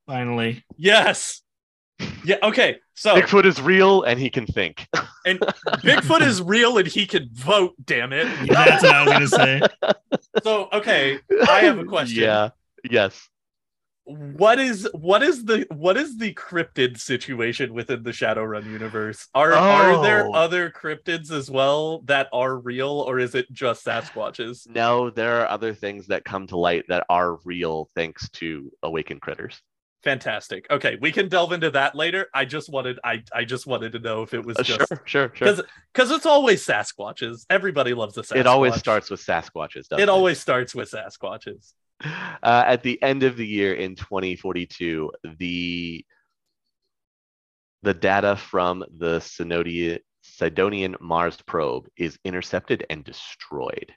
S3: Finally,
S2: yes. Yeah. Okay. So
S1: Bigfoot is real and he can think.
S2: and Bigfoot is real and he can vote. Damn it.
S3: Yeah, that's what I was gonna say.
S2: So okay, I have a question.
S1: Yeah. Yes.
S2: what is what is the what is the cryptid situation within the Shadowrun universe? Are are there
S1: Oh.
S2: other cryptids as well that are real, or is it just Sasquatches?
S1: No, there are other things that come to light that are real thanks to awakened critters.
S2: Fantastic. Okay, we can delve into that later. I just wanted I I just wanted to know if it was
S1: Uh,
S2: just
S1: sure, sure, sure.
S2: because because it's always Sasquatches. Everybody loves a Sasquatch.
S1: It always starts with Sasquatches, doesn't it?
S2: It always starts with Sasquatches.
S1: Uh, at the end of the year in 2042, the the data from the Synodia, Sidonian Mars probe is intercepted and destroyed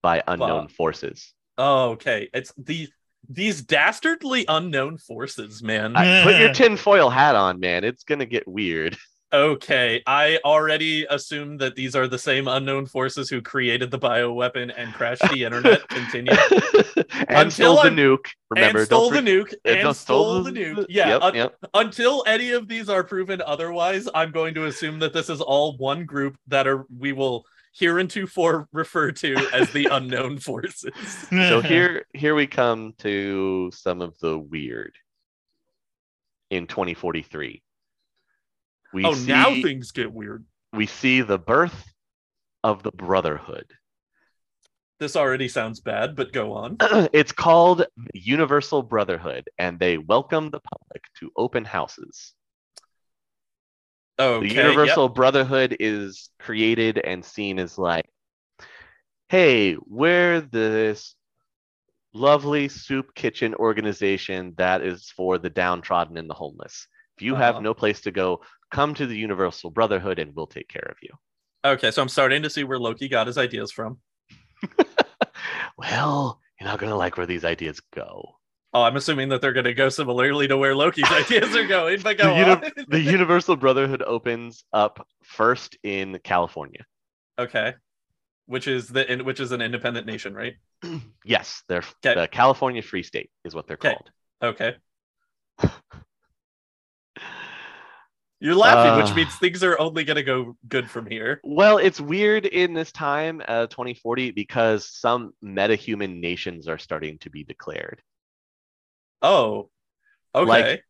S1: by unknown
S2: Fuck.
S1: forces.
S2: Oh, okay. It's the these dastardly unknown forces, man.
S1: I- put your tinfoil hat on, man. It's gonna get weird.
S2: Okay, I already assume that these are the same unknown forces who created the bioweapon and crashed the internet. Continue.
S1: and stole
S2: I'm-
S1: the nuke. Remember,
S2: and stole
S1: don't
S2: the nuke.
S1: for-
S2: And
S1: don't-
S2: stole the nuke. Yeah.
S1: Yep,
S2: un-
S1: yep.
S2: Until any of these are proven otherwise, I'm going to assume that this is all one group that are we will hereintofor refer to as the unknown forces.
S1: so here here we come to some of the weird in 2043 we
S2: oh,
S1: see
S2: now things get weird.
S1: we see the birth of the brotherhood
S2: This already sounds bad, but go on.
S1: it's called the universal brotherhood and they welcome the public to open houses
S2: Okay.
S1: the
S2: yep.
S1: universal brotherhood is created and seen as like hey we're this lovely soup kitchen organization that is for the downtrodden and the homeless if you have
S2: Uh-huh.
S1: no place to go come to the universal brotherhood and we'll take care of you
S2: Okay, so I'm starting to see where Loki got his ideas from.
S1: well you're not going to like where these ideas go
S2: Oh, I'm assuming that they're going to go similarly to where Loki's ideas are going, but go
S1: The uni-
S2: on.
S1: the universal brotherhood opens up first in california
S2: okay, which is the in- which is an independent nation, right?
S1: yes they're f-
S2: Okay.
S1: the california free state is what they're
S2: Okay.
S1: called
S2: Okay, you're laughing, which
S1: Uh.
S2: means things are only going to go good from here.
S1: Well, it's weird in this time, uh, 2040, because some metahuman nations are starting to be declared.
S2: Oh, okay,
S1: Like-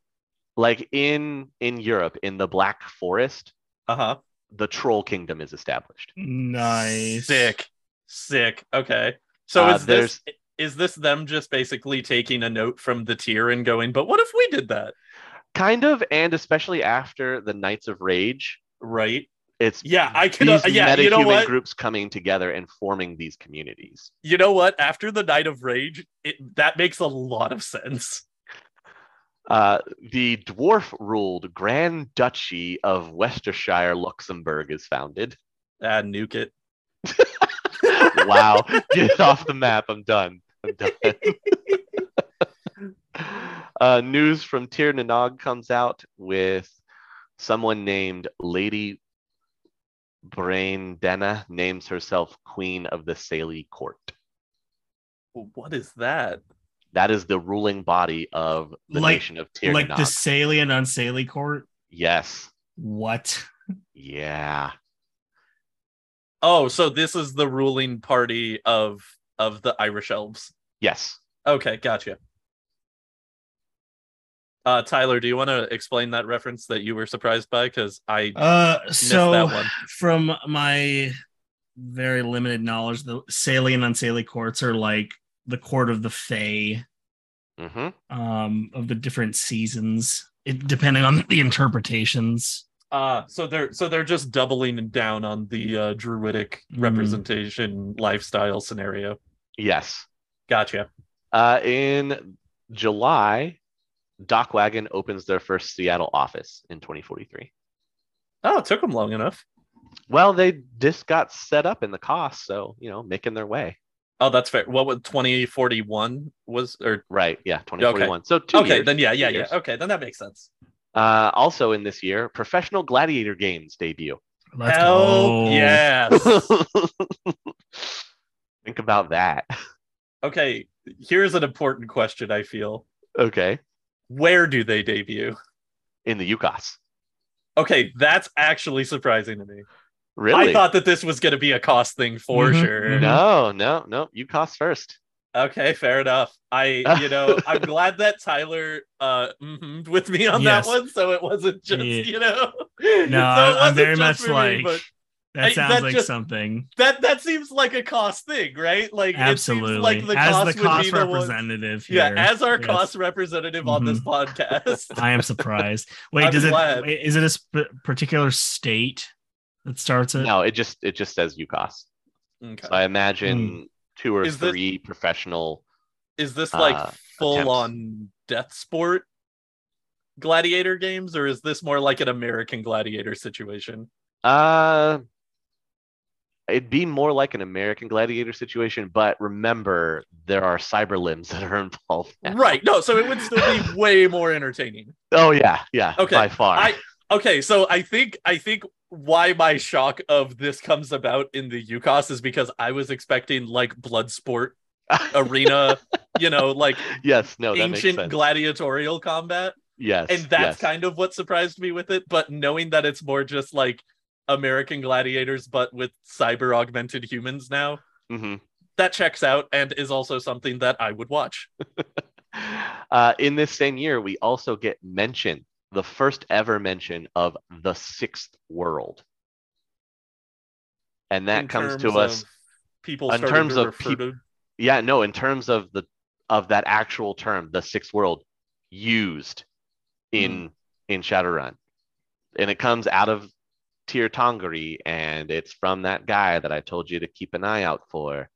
S1: Like in in Europe, in the Black Forest,
S2: uh huh.
S1: the Troll Kingdom is established.
S3: nice.
S2: sick, sick. Okay, so
S1: Uh,
S2: is this is this them just basically taking a note from the tier and going, but what if we did that?
S1: Kind of, and especially after the Knights of Rage,
S2: Right?
S1: it's
S2: Yeah, I could.
S1: these
S2: yeah,
S1: metahuman
S2: you know what?
S1: groups coming together and forming these communities.
S2: you know what after the night of rage it, that makes a lot of sense
S1: Uh, the dwarf-ruled Grand Duchy of Westershire Luxembourg is founded.
S2: ah nuke it
S1: wow, get it off the map. I'm done. I'm done. Uh, news from Tir Nanog comes out with someone named Lady Brain Denna names herself Queen of the Saley Court.
S2: What is that?
S1: That is the ruling body of the
S3: Like-
S1: nation of Tir
S3: like
S1: Nanog.
S3: the Saley and Unsaley court.
S1: Yes.
S3: What?
S1: Yeah.
S2: Oh, so this is the ruling party of of the Irish elves.
S1: Yes.
S2: Okay, gotcha. Uh, Tyler, do you want to explain that reference that you were surprised by? Because I
S3: Uh,
S2: that
S3: so
S2: one.
S3: from my very limited knowledge, the Saley and Unsaley courts are like the court of the Fae.
S1: hmm
S3: um, of the different seasons, it, depending on the interpretations.
S2: Uh, so they're so they're just doubling down on the uh, druidic
S3: Mm.
S2: representation lifestyle scenario.
S1: Yes.
S2: Gotcha.
S1: Uh, in July, Dockwagon opens their first Seattle office in 2043.
S2: Oh, it took them long enough.
S1: Well, they just got set up in the cost, so you know, making their way.
S2: Oh, that's fair. What was twenty forty one was or
S1: Right. Yeah. 2041. So two
S2: okay?
S1: years.
S2: Then yeah,
S1: Two
S2: yeah, yeah.
S1: years.
S2: Okay, then that makes sense.
S1: Uh, also in this year, professional gladiator games debut.
S3: Let's
S2: Hell
S3: go.
S2: yes.
S1: Think about that.
S2: okay, here's an important question. I feel
S1: Okay.
S2: where do they debut?
S1: In the Yukos.
S2: Okay, that's actually surprising to me.
S1: Really?
S2: I thought that this was going to be a cost thing for
S3: Mhm,
S2: sure.
S3: mhm.
S1: no, no, no. Yukos first.
S2: Okay, fair enough. I, you know, I'm glad that Tyler uh mhm with me on
S3: Yes.
S2: that one, so it wasn't just,
S3: Yeah.
S2: you know,
S3: No,
S2: so it
S3: I'm
S2: wasn't
S3: very much
S2: just for me,
S3: like
S2: but
S3: that
S2: I-
S3: sounds
S2: that
S3: like
S2: just-
S3: something.
S2: that. That seems like a cost thing, right? Like,
S3: Absolutely,
S2: it seems like the cost
S3: as the cost
S2: would be the one.
S3: representative
S2: Yeah,
S3: here.
S2: as our
S3: yes. Mm-hmm.
S2: cost representative on this podcast.
S3: I am surprised. Wait,
S2: I'm
S3: does it?
S2: glad.
S3: wait, Is it a sp- particular state that starts it?
S1: No, it just it just says Yukos.
S2: Okay.
S1: So I imagine two or
S2: Hmm. Is this-
S1: three professional.
S2: Is this like
S1: Uh,
S2: full
S1: attempts.
S2: on death sport gladiator games, or is this more like an American gladiator situation?
S1: Uh, it'd be more like an American gladiator situation, but remember there are cyber limbs that are involved. now.
S2: Right. No, so it would still be way more entertaining.
S1: Oh yeah, yeah.
S2: Okay,
S1: By far.
S2: I- Okay, so I think I think why my shock of this comes about in the UCOS is because I was expecting like blood sport arena, you know, uh, like
S1: yes. No. Oh, That makes
S2: ancient
S1: sense.
S2: gladiatorial combat.
S1: yes.
S2: And that's
S1: yes.
S2: kind of what surprised me with it. But knowing that it's more just like American gladiators, but with cyber augmented humans now,
S1: Mhm.
S2: that checks out and is also something that I would watch.
S1: Uh, in this same year, we also get mention the first ever mention of the sixth world, and that
S2: in
S1: comes to
S2: terms
S1: us
S2: of people
S1: in
S2: starting
S1: terms
S2: to
S1: of
S2: refer
S1: peop-
S2: to
S1: yeah no in terms of the of that actual term the sixth world used
S2: Mm.
S1: in in shadowrun and it comes out of tier tongari and it's from that guy that i told you to keep an eye out for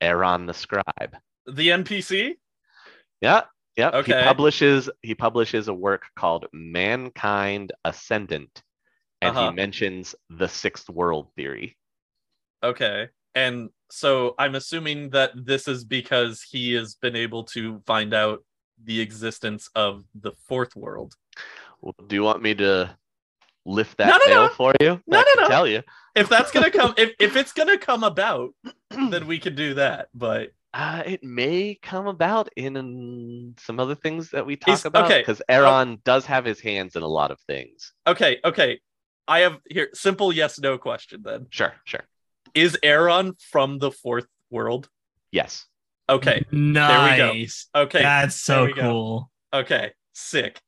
S1: aaron the scribe
S2: the NPC.
S1: yeah yeah
S2: Okay.
S1: he publishes he publishes a work called mankind ascendant and
S2: Uh-huh.
S1: he mentions the sixth world theory
S2: Okay. And so I'm assuming that this is because he has been able to find out the existence of the fourth world.
S1: do you want me to lift that
S2: No, no,
S1: veil
S2: no.
S1: for you
S2: No,
S1: I
S2: no,
S1: can
S2: no.
S1: tell you
S2: If that's going to come if, if it's going to come about, then we can do that. But
S1: Uh, it may come about in um, some other things that we talk
S2: Is-
S1: about
S2: okay,
S1: because Aaron does have his hands in a lot of things.
S2: okay, okay. I have here simple yes no question then.
S1: Sure, sure.
S2: Is Aaron from the fourth world?
S1: Yes.
S2: Okay.
S3: nice.
S2: go. Okay.
S3: That's so
S2: there we go.
S3: cool.
S2: Okay. Sick.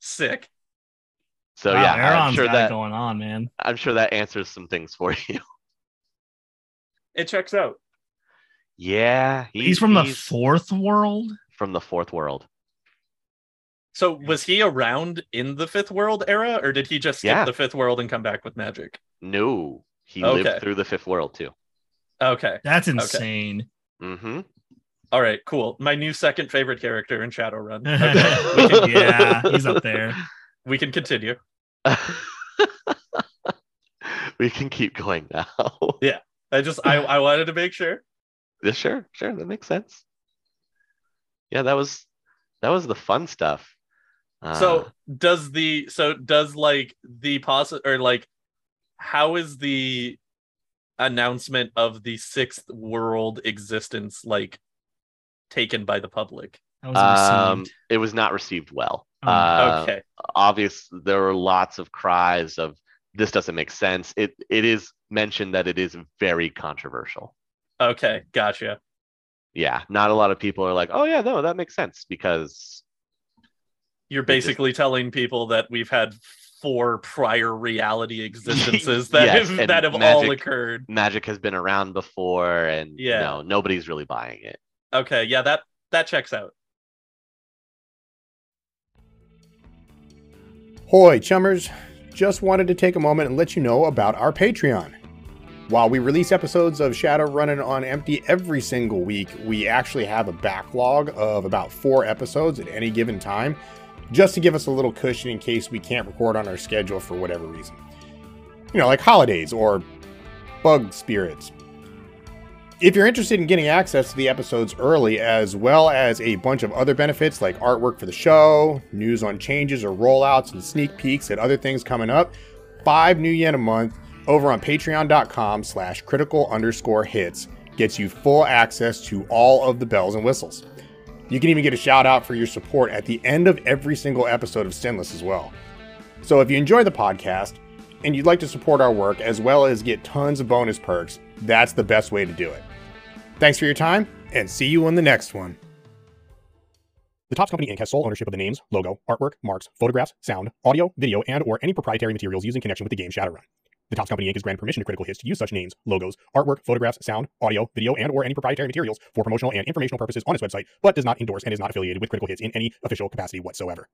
S2: Sick.
S1: So
S3: Wow,
S1: yeah, I'm
S3: Aaron's
S1: sure
S3: got it
S1: that
S3: going on, man.
S1: I'm sure that answers some things for you.
S2: It checks out.
S1: yeah, he-
S3: He's from the
S1: he's
S3: fourth world.
S1: from the fourth world.
S2: So was he around in the fifth world era or did he just skip
S1: Yeah.
S2: the fifth world and come back with magic?
S1: No, he
S2: Okay.
S1: lived through the fifth world too.
S2: Okay.
S3: That's insane.
S1: Mm-hmm.
S2: All right, cool. My new second favorite character in Shadowrun. Okay, we, can,
S3: yeah, he's up there.
S2: we can continue.
S1: we can keep going now.
S2: I just I, I wanted to make sure.
S1: Yeah, sure, sure. That makes sense. Yeah, that was that was the fun stuff. Uh,
S2: so does the so does like the possi or like how is the announcement of the sixth world existence like taken by the public?
S3: That was
S1: um,
S3: received.
S1: it was not received well.
S3: Oh,
S1: Uh,
S2: okay.
S1: obvious there were lots of cries of this doesn't make sense it it is mentioned that it is very controversial
S2: Okay. Gotcha.
S1: yeah not a lot of people are like oh yeah no that makes sense because
S2: You're
S1: It just-
S2: basically telling people that we've had four prior reality existences that
S1: Yes,
S2: have,
S1: and
S2: that have all
S1: magic-
S2: occurred.
S1: magic has been around before and
S2: Yeah.
S1: no nobody's really buying it
S2: Okay. Yeah. That that checks out.
S6: Hoy, chummers! Just wanted to take a moment and let you know about our Patreon. While we release episodes of Shadow Running on Empty every single week, we actually have a backlog of about four episodes at any given time, just to give us a little cushion in case we can't record on our schedule for whatever reason. You know, like holidays or bug spirits. If you're interested in getting access to the episodes early, as well as a bunch of other benefits like artwork for the show, news on changes or rollouts, and sneak peeks at other things coming up, five new yen a month over on patreon.com slash critical underscore hits gets you full access to all of the bells and whistles. You can even get a shout out for your support at the end of every single episode of Stinless as well. So if you enjoy the podcast and you'd like to support our work as well as get tons of bonus perks, that's the best way to do it. Thanks for your time and see you on the next one. The Tops Company Inc. has sole ownership of the names, logo, artwork, marks, photographs, sound, audio, video, and or any proprietary materials used in connection with the game Shadowrun. The Tops Company Inc. is granted permission to Critical Hits to use such names, logos, artwork, photographs, sound, audio, video, and or any proprietary materials for promotional and informational purposes on its website, but does not endorse and is not affiliated with Critical Hits in any official capacity whatsoever.